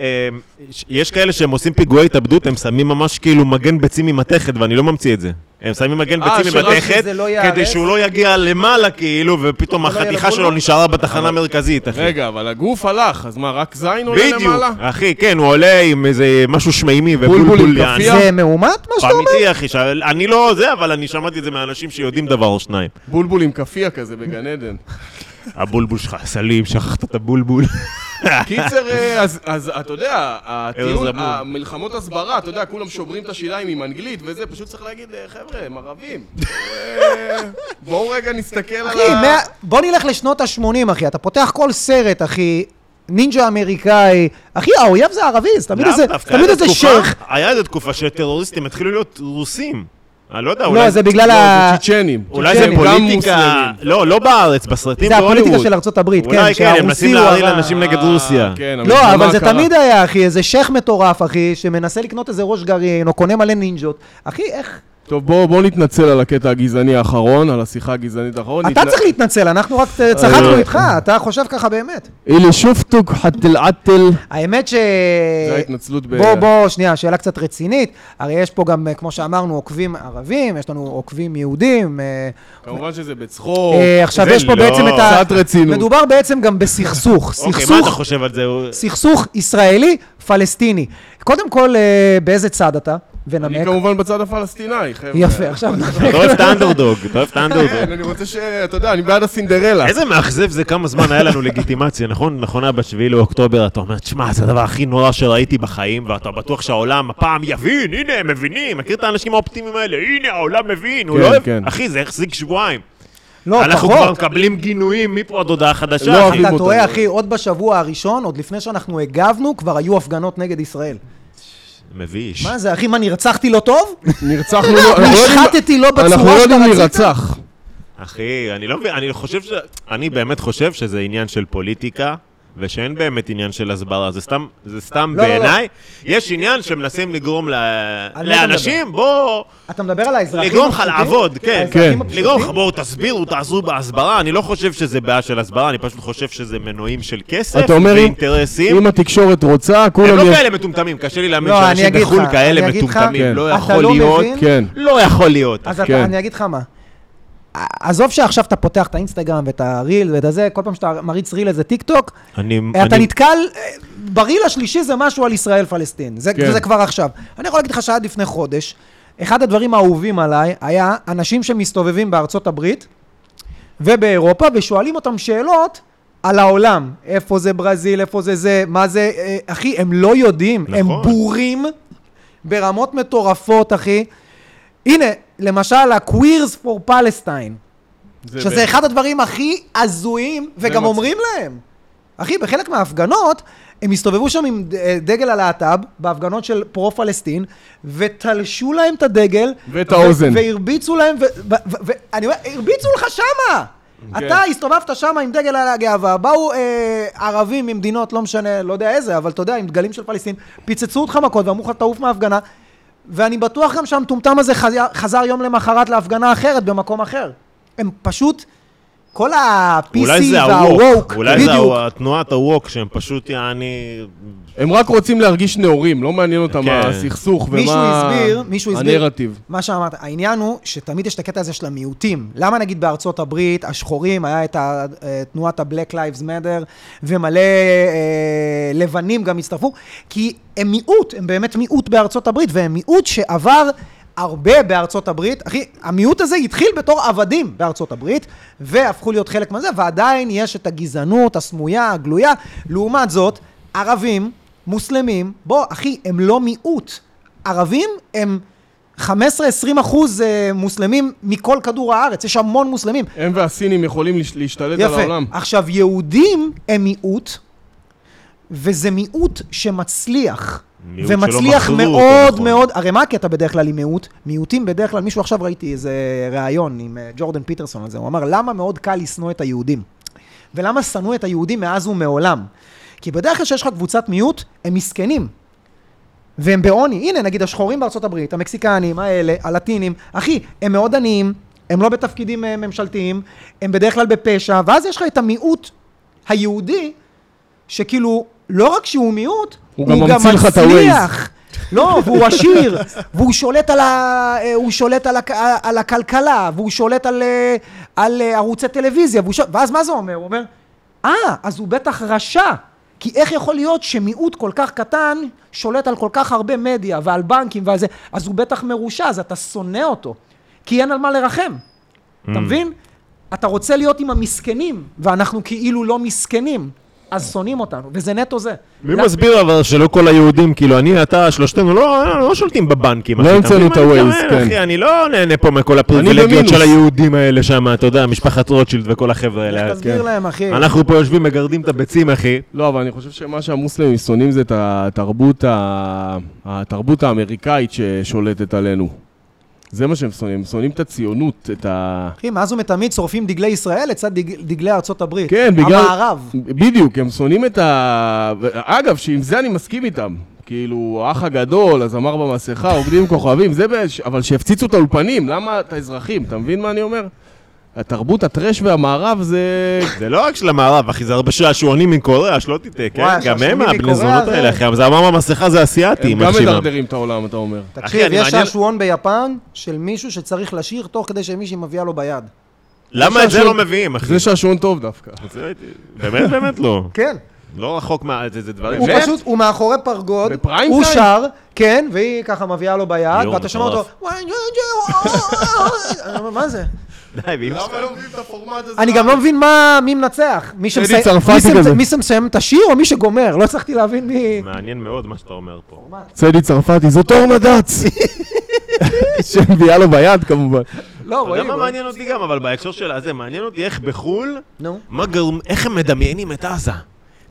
Speaker 2: אה, ש- יש כאלה שהם עושים פיגועי התאבדות, הם שמים ממש כאילו מגן ביצים ממתכת, ואני לא ממציא את זה. הם שמים מגן
Speaker 3: אה,
Speaker 2: ביצים
Speaker 3: שרק
Speaker 2: ממתכת,
Speaker 1: שזה לא ייהרס?
Speaker 2: כדי שהוא לא יגיע למעלה כאילו, ופתאום
Speaker 1: לא יהיה
Speaker 2: החתיכה
Speaker 1: לו
Speaker 2: שלו
Speaker 1: בולבול?
Speaker 2: נשארה בתחנה המרכזית, אחי.
Speaker 3: רגע, אבל הגוף הלך, אז מה, רק זין עולה
Speaker 2: בדיוק,
Speaker 3: למעלה?
Speaker 2: אחי, כן, הוא עולה עם איזה משהו שמימי
Speaker 3: בולבול עם
Speaker 2: ובולבול
Speaker 3: כאפיה?
Speaker 2: יעני.
Speaker 1: זה מאומת, מה שאתה אומר?
Speaker 2: אמיתי, אחי, ש- אני לא זה, אבל אני שמעתי את זה מאנשים שיודעים דבר או שניים.
Speaker 3: בולבול עם כאפיה כזה בגן עדן.
Speaker 2: הבולבול שלך, סלים, שכחת את הבולבול.
Speaker 3: קיצר, אה, אז- אז אתה יודע, הטיעון,
Speaker 2: ארז אמור.
Speaker 3: המלחמות הסברה, אתה יודע, כולם שוברים את השיניים עם אנגלית וזה, פשוט צריך להגיד, אה, חבר'ה, הם ערבים. אה, בואו רגע נסתכל על
Speaker 1: אחי,
Speaker 3: ה...
Speaker 1: מאה- בוא נלך לשנות ה-80, אחי, אתה פותח כל סרט, אחי, נינג'ה אמריקאי, אחי, האויב זה ערבי, זה תמיד
Speaker 2: לאו
Speaker 1: איזה,
Speaker 2: דווקא,
Speaker 1: תמיד
Speaker 2: היה
Speaker 1: איזה
Speaker 2: איזה תקופה-
Speaker 1: שייח.
Speaker 2: היה איזה תקופה שטרוריסטים התחילו להיות רוסים. אני לא יודע,
Speaker 1: לא,
Speaker 2: אולי...
Speaker 1: זה בגלל
Speaker 3: לא,
Speaker 1: ה...
Speaker 3: זה צ'צ'נים.
Speaker 2: אולי זה
Speaker 1: צ'צ'נים, גם
Speaker 2: פוליטיקה...
Speaker 3: מוסלמים.
Speaker 2: לא, לא בארץ, בסרטים
Speaker 1: זה הפוליטיקה
Speaker 2: בהוליווד.
Speaker 1: של ארצות הברית, כן,
Speaker 2: אולי כן, הם מנסים
Speaker 1: הוא
Speaker 2: להרעיל
Speaker 1: הרע.
Speaker 2: אנשים נגד רוסיה.
Speaker 3: אה, כן,
Speaker 1: לא,
Speaker 3: המלחמה
Speaker 1: אבל זה
Speaker 3: הקרה.
Speaker 1: תמיד היה, אחי, איזה שייח מטורף, אחי, שמנסה לקנות איזה ראש גרעין, או קונה מלא נינג'ות. אחי, איך?
Speaker 3: טוב, בואו בואו נתנצל על הקטע הגזעני האחרון, על השיחה הגזענית האחרונה.
Speaker 1: אתה צריך להתנצל, אנחנו רק אה, צחקנו איתך, אתה חושב ככה באמת.
Speaker 3: אילי שופטוק חתל עטל.
Speaker 1: האמת ש...
Speaker 3: זה ההתנצלות ב...
Speaker 1: בוא, בוא, שנייה, שאלה קצת רצינית. הרי יש פה גם, אה, כמו שאמרנו, עוקבים ערבים, יש לנו עוקבים יהודים. אה,
Speaker 3: כמובן שזה בצחוק.
Speaker 1: אה, עכשיו,
Speaker 2: זה
Speaker 1: יש פה
Speaker 2: לא.
Speaker 1: בעצם את ה...
Speaker 3: אוקיי, קצת רצינות.
Speaker 1: מדובר בעצם גם בסכסוך.
Speaker 2: אוקיי, מה אתה
Speaker 1: סכסוך
Speaker 2: חושב על זה? הוא-
Speaker 1: סכסוך ישראלי-פלסטיני. קודם כל, אה, באיזה צד אתה?
Speaker 5: אני
Speaker 3: לא-
Speaker 1: ונמק.
Speaker 5: כמובן בצד הפלסטיני, חבר'ה.
Speaker 1: יפה, עכשיו
Speaker 2: אתה לא אוהב את האנדרדוג, אתה אוהב את האנדרדוג.
Speaker 5: כן, אני רוצה ש... אתה יודע, אני בעד הסינדרלה.
Speaker 2: איזה מאכזב זה כמה זמן היה לנו לגיטימציה, נכון? נכון היה בשביעי לאוקטובר, אתה אומר, תשמע, זה הדבר הכי נורא שראיתי בחיים, ואתה בטוח שהעולם הפעם יבין, הנה, הם מבינים, מכיר את האנשים האופטימיים האלה, הנה, העולם מבין, הוא
Speaker 5: כן,
Speaker 2: לא אוהב...
Speaker 5: כן.
Speaker 2: אחי, זה החזיק שבועיים.
Speaker 1: לא,
Speaker 2: אנחנו כבר
Speaker 1: פחות.
Speaker 2: מקבלים גינויים מפה עד הודעה חדשה,
Speaker 5: לא,
Speaker 2: אחי.
Speaker 5: אוהבים
Speaker 1: אתה
Speaker 5: אותנו.
Speaker 1: טועה, אחי, עוד בשבוע הראשון, עוד לפני שאנחנו הגבנו, כבר היו הפגנות נגד ישראל.
Speaker 2: מביש.
Speaker 1: מה זה, אחי, מה, נרצחתי לא טוב?
Speaker 5: נרצחנו לא... אנחנו לא יודעים-
Speaker 1: נשחטתי לא בצורה שאתה רצית?
Speaker 5: אנחנו לא יודעים להירצח.
Speaker 2: אחי, אני לא מבין, אני חושב ש... אני באמת חושב שזה עניין של פוליטיקה, ושאין באמת עניין של הסברה, זה סתם, זה סתם
Speaker 1: לא, לא, לא.
Speaker 2: בעיניי. יש עניין שמנסים לגרום ל...
Speaker 1: אני לא
Speaker 2: לאנשים, בוא...
Speaker 1: אתה מדבר על האזרחים
Speaker 2: לגרום לך
Speaker 1: הפשוטים?
Speaker 2: לעבוד, כן.
Speaker 1: האזרחים
Speaker 5: כן.
Speaker 1: הפשוטים?
Speaker 2: לגרום לך, בואו תסבירו, תעזרו בהסברה, אני לא חושב שזה בעיה של הסברה, אני פשוט חושב שזה מנועים של כסף
Speaker 5: אתה אומר, אם-
Speaker 2: ואינטרסים.
Speaker 5: אם התקשורת רוצה,
Speaker 2: הם
Speaker 5: כולם...
Speaker 2: לא
Speaker 5: יש-
Speaker 2: כאלה מטומטמים, קשה לי להאמין
Speaker 1: לא, אני
Speaker 2: שאנשים
Speaker 1: אגיד
Speaker 2: בחו"ל
Speaker 1: לך,
Speaker 2: כאלה
Speaker 1: אני אגיד לך,
Speaker 2: מטומטמים, לא
Speaker 1: אתה
Speaker 2: יכול
Speaker 1: לא
Speaker 2: להיות.
Speaker 1: מבין?
Speaker 5: כן.
Speaker 2: לא יכול להיות.
Speaker 1: אז אתה,
Speaker 5: כן.
Speaker 1: אני אגיד לך מה. עזוב שעכשיו אתה פותח את האינסטגרם ואת הריל ואת הזה, כל פעם שאתה מריץ ריל איזה טיק טוק,
Speaker 2: אני...
Speaker 1: אתה
Speaker 2: אני-
Speaker 1: נתקל, אה, בריל השלישי זה משהו על ישראל-פלסטין, זה,
Speaker 5: כן.
Speaker 1: זה כבר עכשיו. אני יכול להגיד לך שעד לפני חודש, אחד הדברים האהובים עליי היה אנשים שמסתובבים בארצות הברית ובאירופה ושואלים אותם שאלות על העולם, איפה זה ברזיל, איפה זה זה, מה זה, אה, אחי, הם לא יודעים,
Speaker 2: נכון.
Speaker 1: הם בורים ברמות מטורפות, אחי. הנה, למשל ה-Queers for Palestine. שזה אחד הדברים הכי הזויים, וגם
Speaker 5: מצ-
Speaker 1: אומרים להם. אחי, בחלק מההפגנות, הם הסתובבו שם עם ד- אה, דגל הלהט"ב, בהפגנות של פרו-פלסטין, ותלשו להם את הדגל.
Speaker 5: ואת האוזן.
Speaker 1: ו- והרביצו להם, ואני אומר, הרביצו לך שמה!
Speaker 5: כן.
Speaker 1: אתה הסתובבת שמה עם דגל הגאווה, באו אה, ערבים ממדינות, לא משנה, לא יודע איזה, אבל אתה יודע, עם דגלים של פלסטין, פיצצו אותך מכות ואמרו לך תעוף מההפגנה, ואני בטוח גם שהמטומטם הזה חזר, חזר יום למחרת להפגנה אחרת במקום אחר. הם פשוט, כל
Speaker 2: אולי
Speaker 1: ה-PC
Speaker 2: זה
Speaker 1: וה-woke,
Speaker 2: ה-wok, אולי זה
Speaker 1: בדיוק.
Speaker 2: ה- תנועת ה-wok, שהם פשוט יעני...
Speaker 5: הם רק רוצים להרגיש נאורים, לא מעניין אותם
Speaker 2: כן.
Speaker 5: הסכסוך ומה...
Speaker 1: מישהו הסביר, מישהו הסביר.
Speaker 5: הנרטיב.
Speaker 1: מה שאמרת, העניין הוא שתמיד יש את הקטע הזה של המיעוטים. למה נגיד בארצות הברית, השחורים, היה את ה- אה, תנועת ה-Black Lives Matter, ומלא אה, לבנים גם הצטרפו? כי הם מיעוט, הם באמת מיעוט בארצות הברית, והם מיעוט שעבר... הרבה בארצות הברית, אחי, המיעוט הזה התחיל בתור עבדים בארצות הברית, והפכו להיות חלק מזה, ועדיין יש את הגזענות הסמויה, הגלויה. לעומת זאת, ערבים, מוסלמים, בוא, אחי, הם לא מיעוט. ערבים הם 15-20 אחוז אה, מוסלמים מכל כדור הארץ, יש המון מוסלמים.
Speaker 5: הם והסינים יכולים לש- להשתלט על
Speaker 1: יפה.
Speaker 5: העולם.
Speaker 1: עכשיו, יהודים הם מיעוט, וזה מיעוט שמצליח.
Speaker 2: מיעוט שלא
Speaker 1: ומצליח
Speaker 2: מכרו אותו,
Speaker 1: מאוד
Speaker 2: נכון.
Speaker 1: מאוד, הרי מה הקטע בדרך כלל עם מיעוט? מיעוטים בדרך כלל, מישהו עכשיו ראיתי איזה ראיון עם אה, ג'ורדן פיטרסון על זה, הוא אמר, למה מאוד קל לשנוא את היהודים? ולמה שנאו את היהודים מאז ומעולם? כי בדרך כלל כשיש לך קבוצת מיעוט, הם מסכנים. והם בעוני. הנה, נגיד השחורים בארצות הברית, המקסיקנים, האלה, הלטינים, אחי, הם מאוד עניים, הם לא בתפקידים אה, ממשלתיים, הם בדרך כלל בפשע, ואז יש לך את המיעוט היהודי, שכאילו, לא רק שהוא מיעוט,
Speaker 5: הוא גם ממציא לך את
Speaker 1: מצליח. לא, והוא עשיר, והוא שולט על, ה... אה, הוא שולט על, הכ... על הכלכלה, והוא שולט על, אה, על אה, ערוצי טלוויזיה, והוא שול... ואז מה זה אומר? הוא אומר, אה, אז הוא בטח רשע. כי איך יכול להיות שמיעוט כל כך קטן שולט על כל כך הרבה מדיה ועל בנקים ועל זה, אז הוא בטח מרושע, אז אתה שונא אותו. כי אין על מה לרחם. אתה מבין? אתה רוצה להיות עם המסכנים, ואנחנו כאילו לא מסכנים, אז שונאים אותנו, וזה נטו זה.
Speaker 2: מי
Speaker 1: לא-
Speaker 2: מסביר אבל שלא כל היהודים, כאילו, אני, אתה, שלושתנו, לא, לא שולטים בבנקים,
Speaker 5: לא
Speaker 2: אחי, אתה
Speaker 5: המצאנו
Speaker 2: מבין
Speaker 5: את
Speaker 2: מה אני
Speaker 5: ה-Waze,
Speaker 2: מתכוון,
Speaker 5: כן.
Speaker 2: אחי, אני לא נהנה פה מכל הפריבילגיות
Speaker 5: במינוס.
Speaker 2: של היהודים האלה שם, אתה יודע, משפחת רוטשילד וכל החבר'ה האלה.
Speaker 1: איך
Speaker 2: אז
Speaker 1: תסביר
Speaker 2: כן.
Speaker 1: להם, אחי?
Speaker 2: אנחנו פה יושבים, מגרדים את הביצים, אחי.
Speaker 5: לא, אבל אני חושב שמה שהמוסלמים שונאים זה את התרבות, ה... התרבות האמריקאית ששולטת עלינו. זה מה שהם שונאים, הם שונאים את הציונות, את ה...
Speaker 1: אחי, מאז ומתמיד שורפים דגלי ישראל לצד דג- דגלי ארצות הברית.
Speaker 5: כן, בגלל...
Speaker 1: המערב.
Speaker 5: בדיוק, הם שונאים את ה... אגב, שעם זה אני מסכים איתם. כאילו, האח הגדול, הזמר במסכה, עובדים עם כוכבים, זה באש... אבל שהפציצו את האולפנים, למה את האזרחים? אתה מבין מה אני אומר? התרבות הטרש והמערב זה...
Speaker 2: זה לא רק של המערב, אחי, זה הרבה שעשועונים מקוריאה, שלא תטעה, כן?
Speaker 1: וואי,
Speaker 2: גם
Speaker 1: השעשועונים
Speaker 2: הם הבני
Speaker 1: מקוריאה
Speaker 2: זונות
Speaker 1: זה-
Speaker 2: האלה, אחי, אבל זה אמר במסכה זה
Speaker 5: הם
Speaker 2: אסיאתים,
Speaker 5: גם
Speaker 2: אח שלי.
Speaker 5: מדרדרים את העולם, אתה אומר.
Speaker 1: תקשיב,
Speaker 2: אני
Speaker 1: יש
Speaker 2: מעניין-
Speaker 1: שעשועון ביפן של מישהו שצריך לשיר תוך כדי שמישהי מביאה לו ביד.
Speaker 2: למה את זה
Speaker 5: שעשוע-
Speaker 2: לא מביאים, אחי?
Speaker 5: זה שעשועון טוב דווקא.
Speaker 2: זה- באמת, באמת לא.
Speaker 1: כן.
Speaker 2: לא רחוק מה... זה זה דברים...
Speaker 1: הוא
Speaker 5: באמת?
Speaker 1: פשוט, הוא מאחורי פרגוד,
Speaker 5: בפריים
Speaker 1: הוא
Speaker 5: טיים?
Speaker 1: שר, כן, והיא ככה מביאה לו ביד,
Speaker 2: יואו,
Speaker 1: ואתה שומע אותו,
Speaker 2: מטורף.
Speaker 1: "וואי, ג'ו, ג'ו, אה, אה, אה." מה זה?
Speaker 2: די, ואם...
Speaker 5: למה לא מביאים את הפורמט הזה?
Speaker 1: אני גם לא מבין מה, מי מנצח. מי
Speaker 3: שני
Speaker 1: שמסי-
Speaker 3: צרפתי
Speaker 1: מי שמ-
Speaker 3: כזה.
Speaker 1: מי שמסיים את השיר או מי שגומר? לא הצלחתי להבין מי...
Speaker 2: מעניין מאוד מה שאתה אומר פה.
Speaker 3: צדי צרפתי, זאת אורנה דץ! שמביאה לו ביד כמובן.
Speaker 1: לא,
Speaker 2: אתה יודע
Speaker 1: רואים.
Speaker 2: מה
Speaker 1: רואים.
Speaker 2: מעניין אותי גם, אבל בהקשר של הזה, מעניין אותי איך בחו"ל,
Speaker 1: נו.
Speaker 2: מה גרם, איך הם מדמיינים את עזה.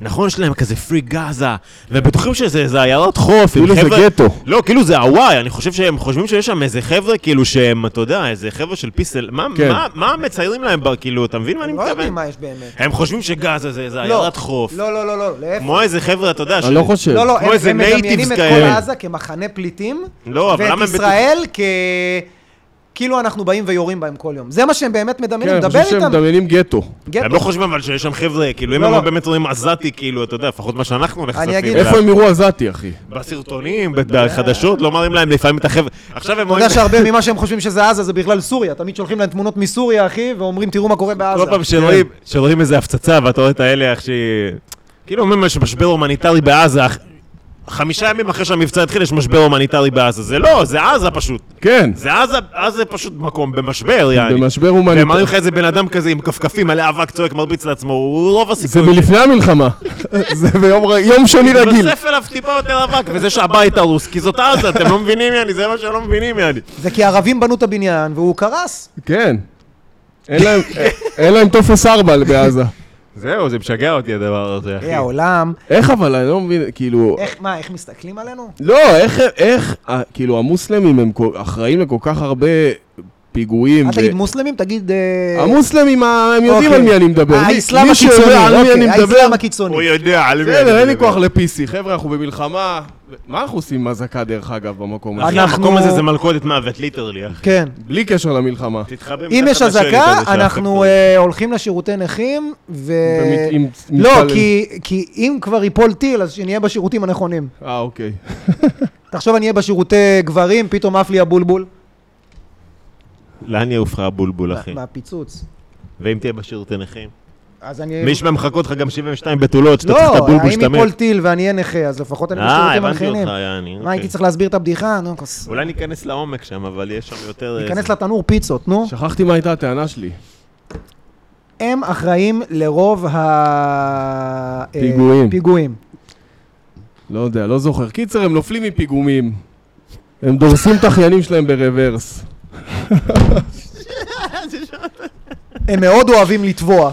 Speaker 2: נכון, יש להם כזה פרי גאזה, ובטוחים שזה איזה עיירת חוף, עם
Speaker 3: כאילו זה
Speaker 2: חבר'ה-
Speaker 3: גטו.
Speaker 2: לא, כאילו זה הוואי, אני חושב שהם חושבים שיש שם איזה חבר'ה, כאילו שהם, אתה יודע, איזה חבר'ה של פיסל, מה,
Speaker 3: כן.
Speaker 2: מה, מה מציירים להם, ב- כאילו, אתה מבין מה אני
Speaker 1: לא
Speaker 2: מתכוון?
Speaker 1: יודעים מה יש באמת.
Speaker 2: הם חושבים שגאזה זה איזה
Speaker 1: לא.
Speaker 2: עיירת חוף.
Speaker 1: לא, לא, לא, לא, להפך.
Speaker 2: כמו איזה חבר'ה, אתה יודע,
Speaker 3: אני לא חושב.
Speaker 1: לא, לא,
Speaker 2: כמו
Speaker 1: הם
Speaker 2: איזה
Speaker 1: הם מדמיינים
Speaker 2: natives
Speaker 1: את כל
Speaker 2: כאלה.
Speaker 1: עזה כמחנה פליטים,
Speaker 2: לא, אבל למה
Speaker 1: ואת
Speaker 2: הם
Speaker 1: ישראל כ... כאילו אנחנו באים ויורים בהם כל יום. זה מה שהם באמת
Speaker 3: כן,
Speaker 1: מדמיינים,
Speaker 3: אני
Speaker 1: דבר
Speaker 3: חושב שהם
Speaker 1: איתם. כן.
Speaker 3: מדמיינים גטו.
Speaker 2: הם
Speaker 1: גטו.
Speaker 2: לא חושבים אבל שיש שם חבר'ה, כאילו, אם
Speaker 1: לא, לא.
Speaker 2: הם באמת רואים עזתי, כאילו, אתה יודע, לפחות מה שאנחנו נחשפים.
Speaker 1: אגיד
Speaker 2: אליו.
Speaker 1: לך.
Speaker 3: איפה הם יראו עזתי, אחי?
Speaker 2: בסרטונים, בד- בחדשות, לא מראים להם לפעמים את החבר'ה. עכשיו הם
Speaker 1: אתה יודע
Speaker 2: רואים...
Speaker 1: שהרבה ממה שהם חושבים שזה עזה זה בכלל סוריה. תמיד שולחים להם תמונות מסוריה, אחי, ואומרים, תראו מה קורה בעזה.
Speaker 2: כל פעם שרואים-
Speaker 3: כן.
Speaker 2: שרואים איזה הפצצה, ואתה רואה את האלה איך שהיא... כאילו אומרים יש משבר הומניטרי בעזה, אח- חמישה ימים אחרי שהמבצע התחיל יש משבר הומניטרי בעזה. זה לא, זה עזה פשוט.
Speaker 3: כן,
Speaker 2: זה עזה, עזה פשוט מקום במשבר, יעני.
Speaker 3: במשבר
Speaker 2: והם מראים
Speaker 3: הומניטרי.
Speaker 2: לך איזה בן אדם כזה עם כפכפים מלא אבק צועק מרביץ לעצמו, הוא רוב
Speaker 3: זה
Speaker 2: הסיכוי.
Speaker 3: מלפני המלחמה. זה ביום ר- יום שני רגיל.
Speaker 2: נוסף אליו טיפה יותר אבק, וזה שהבית הרוס, כי זאת עזה, אתם לא מבינים יעני, זה מה שלא מבינים יעני.
Speaker 1: זה כי הערבים בנו את הבניין והוא קרס.
Speaker 3: כן. אין להם- אין להם טופס ארבע בעזה.
Speaker 2: זהו, זה משגע אותי הדבר הזה, אחי.
Speaker 1: אה, העולם.
Speaker 3: איך אבל, אני לא מבין, כאילו...
Speaker 1: איך, מה, איך מסתכלים עלינו?
Speaker 3: לא, איך, איך, אה, כאילו, המוסלמים הם כל- אחראים לכל כך הרבה פיגועים.
Speaker 1: אל
Speaker 3: ו-
Speaker 1: תגיד מוסלמים, תגיד... אה,
Speaker 3: המוסלמים, ה- הם יודעים
Speaker 1: אוקיי.
Speaker 3: על מי אני מדבר. מי-
Speaker 1: האסלאם
Speaker 3: מי שיודע
Speaker 1: הקיצוני,
Speaker 3: על מי אני
Speaker 1: אוקיי,
Speaker 3: מדבר,
Speaker 1: האסלאם הקיצוני.
Speaker 2: הוא יודע על מי
Speaker 3: בסדר, אין לי
Speaker 2: מדבר.
Speaker 3: כוח ל-PC. חבר'ה, אנחנו במלחמה. ו- מה אנחנו עושים עם אזעקה, דרך אגב, במקום הזה?
Speaker 2: אחי,
Speaker 1: אנחנו-
Speaker 2: המקום הזה זה מלכודת מוות, ליטרלי, אחי.
Speaker 1: כן.
Speaker 3: בלי קשר למלחמה.
Speaker 2: תתחבא
Speaker 1: אם
Speaker 2: מתחת
Speaker 1: יש
Speaker 2: לשלט
Speaker 1: אזעקה,
Speaker 2: הזה שהאפקט
Speaker 1: אנחנו
Speaker 2: הזה.
Speaker 1: אה, הולכים לשירותי נכים, ו...
Speaker 3: ומת- עם-
Speaker 1: אה, לא,
Speaker 3: מתפלל.
Speaker 1: כי- כי אם כבר ייפול טיל, אז שנהיה בשירותים הנכונים.
Speaker 3: אה, אוקיי.
Speaker 1: תחשוב, אני אהיה בשירותי גברים, פתאום עף לי הבולבול. אה,
Speaker 2: לאן יעוף לך הבולבול, אחי?
Speaker 1: מהפיצוץ.
Speaker 2: ואם תהיה בשירותי נכים?
Speaker 1: אז אני...
Speaker 2: מי שמע מחכות לך גם 72 בתולות, שאתה צריך את
Speaker 1: אה, לא,
Speaker 2: הבולבול
Speaker 1: אם
Speaker 2: שאתה
Speaker 1: ייפול
Speaker 2: מת.
Speaker 1: טיל ואני אהיה נכה, אז לפחות אני
Speaker 2: אה,
Speaker 1: בשירותים
Speaker 2: הבנתי אותך,
Speaker 1: הנכונים.
Speaker 2: יעני.
Speaker 1: מה,
Speaker 2: אוקיי.
Speaker 1: הייתי צריך להסביר את הבדיחה? נו, כוס.
Speaker 2: אולי ניכנס לעומק שם, אבל יש שם יותר...
Speaker 1: ניכנס
Speaker 2: איזה-
Speaker 1: לתנור פיצות, נו.
Speaker 3: שכחתי מה הייתה הטענה שלי.
Speaker 1: הם אחראים לרוב ה...
Speaker 3: פיגועים.
Speaker 1: אה, פיגועים.
Speaker 3: לא יודע, לא זוכר. קיצר, הם נופלים מפיגומים. הם דורסים את האחיינים שלהם ברוורס.
Speaker 1: הם מאוד אוהבים לטבוע.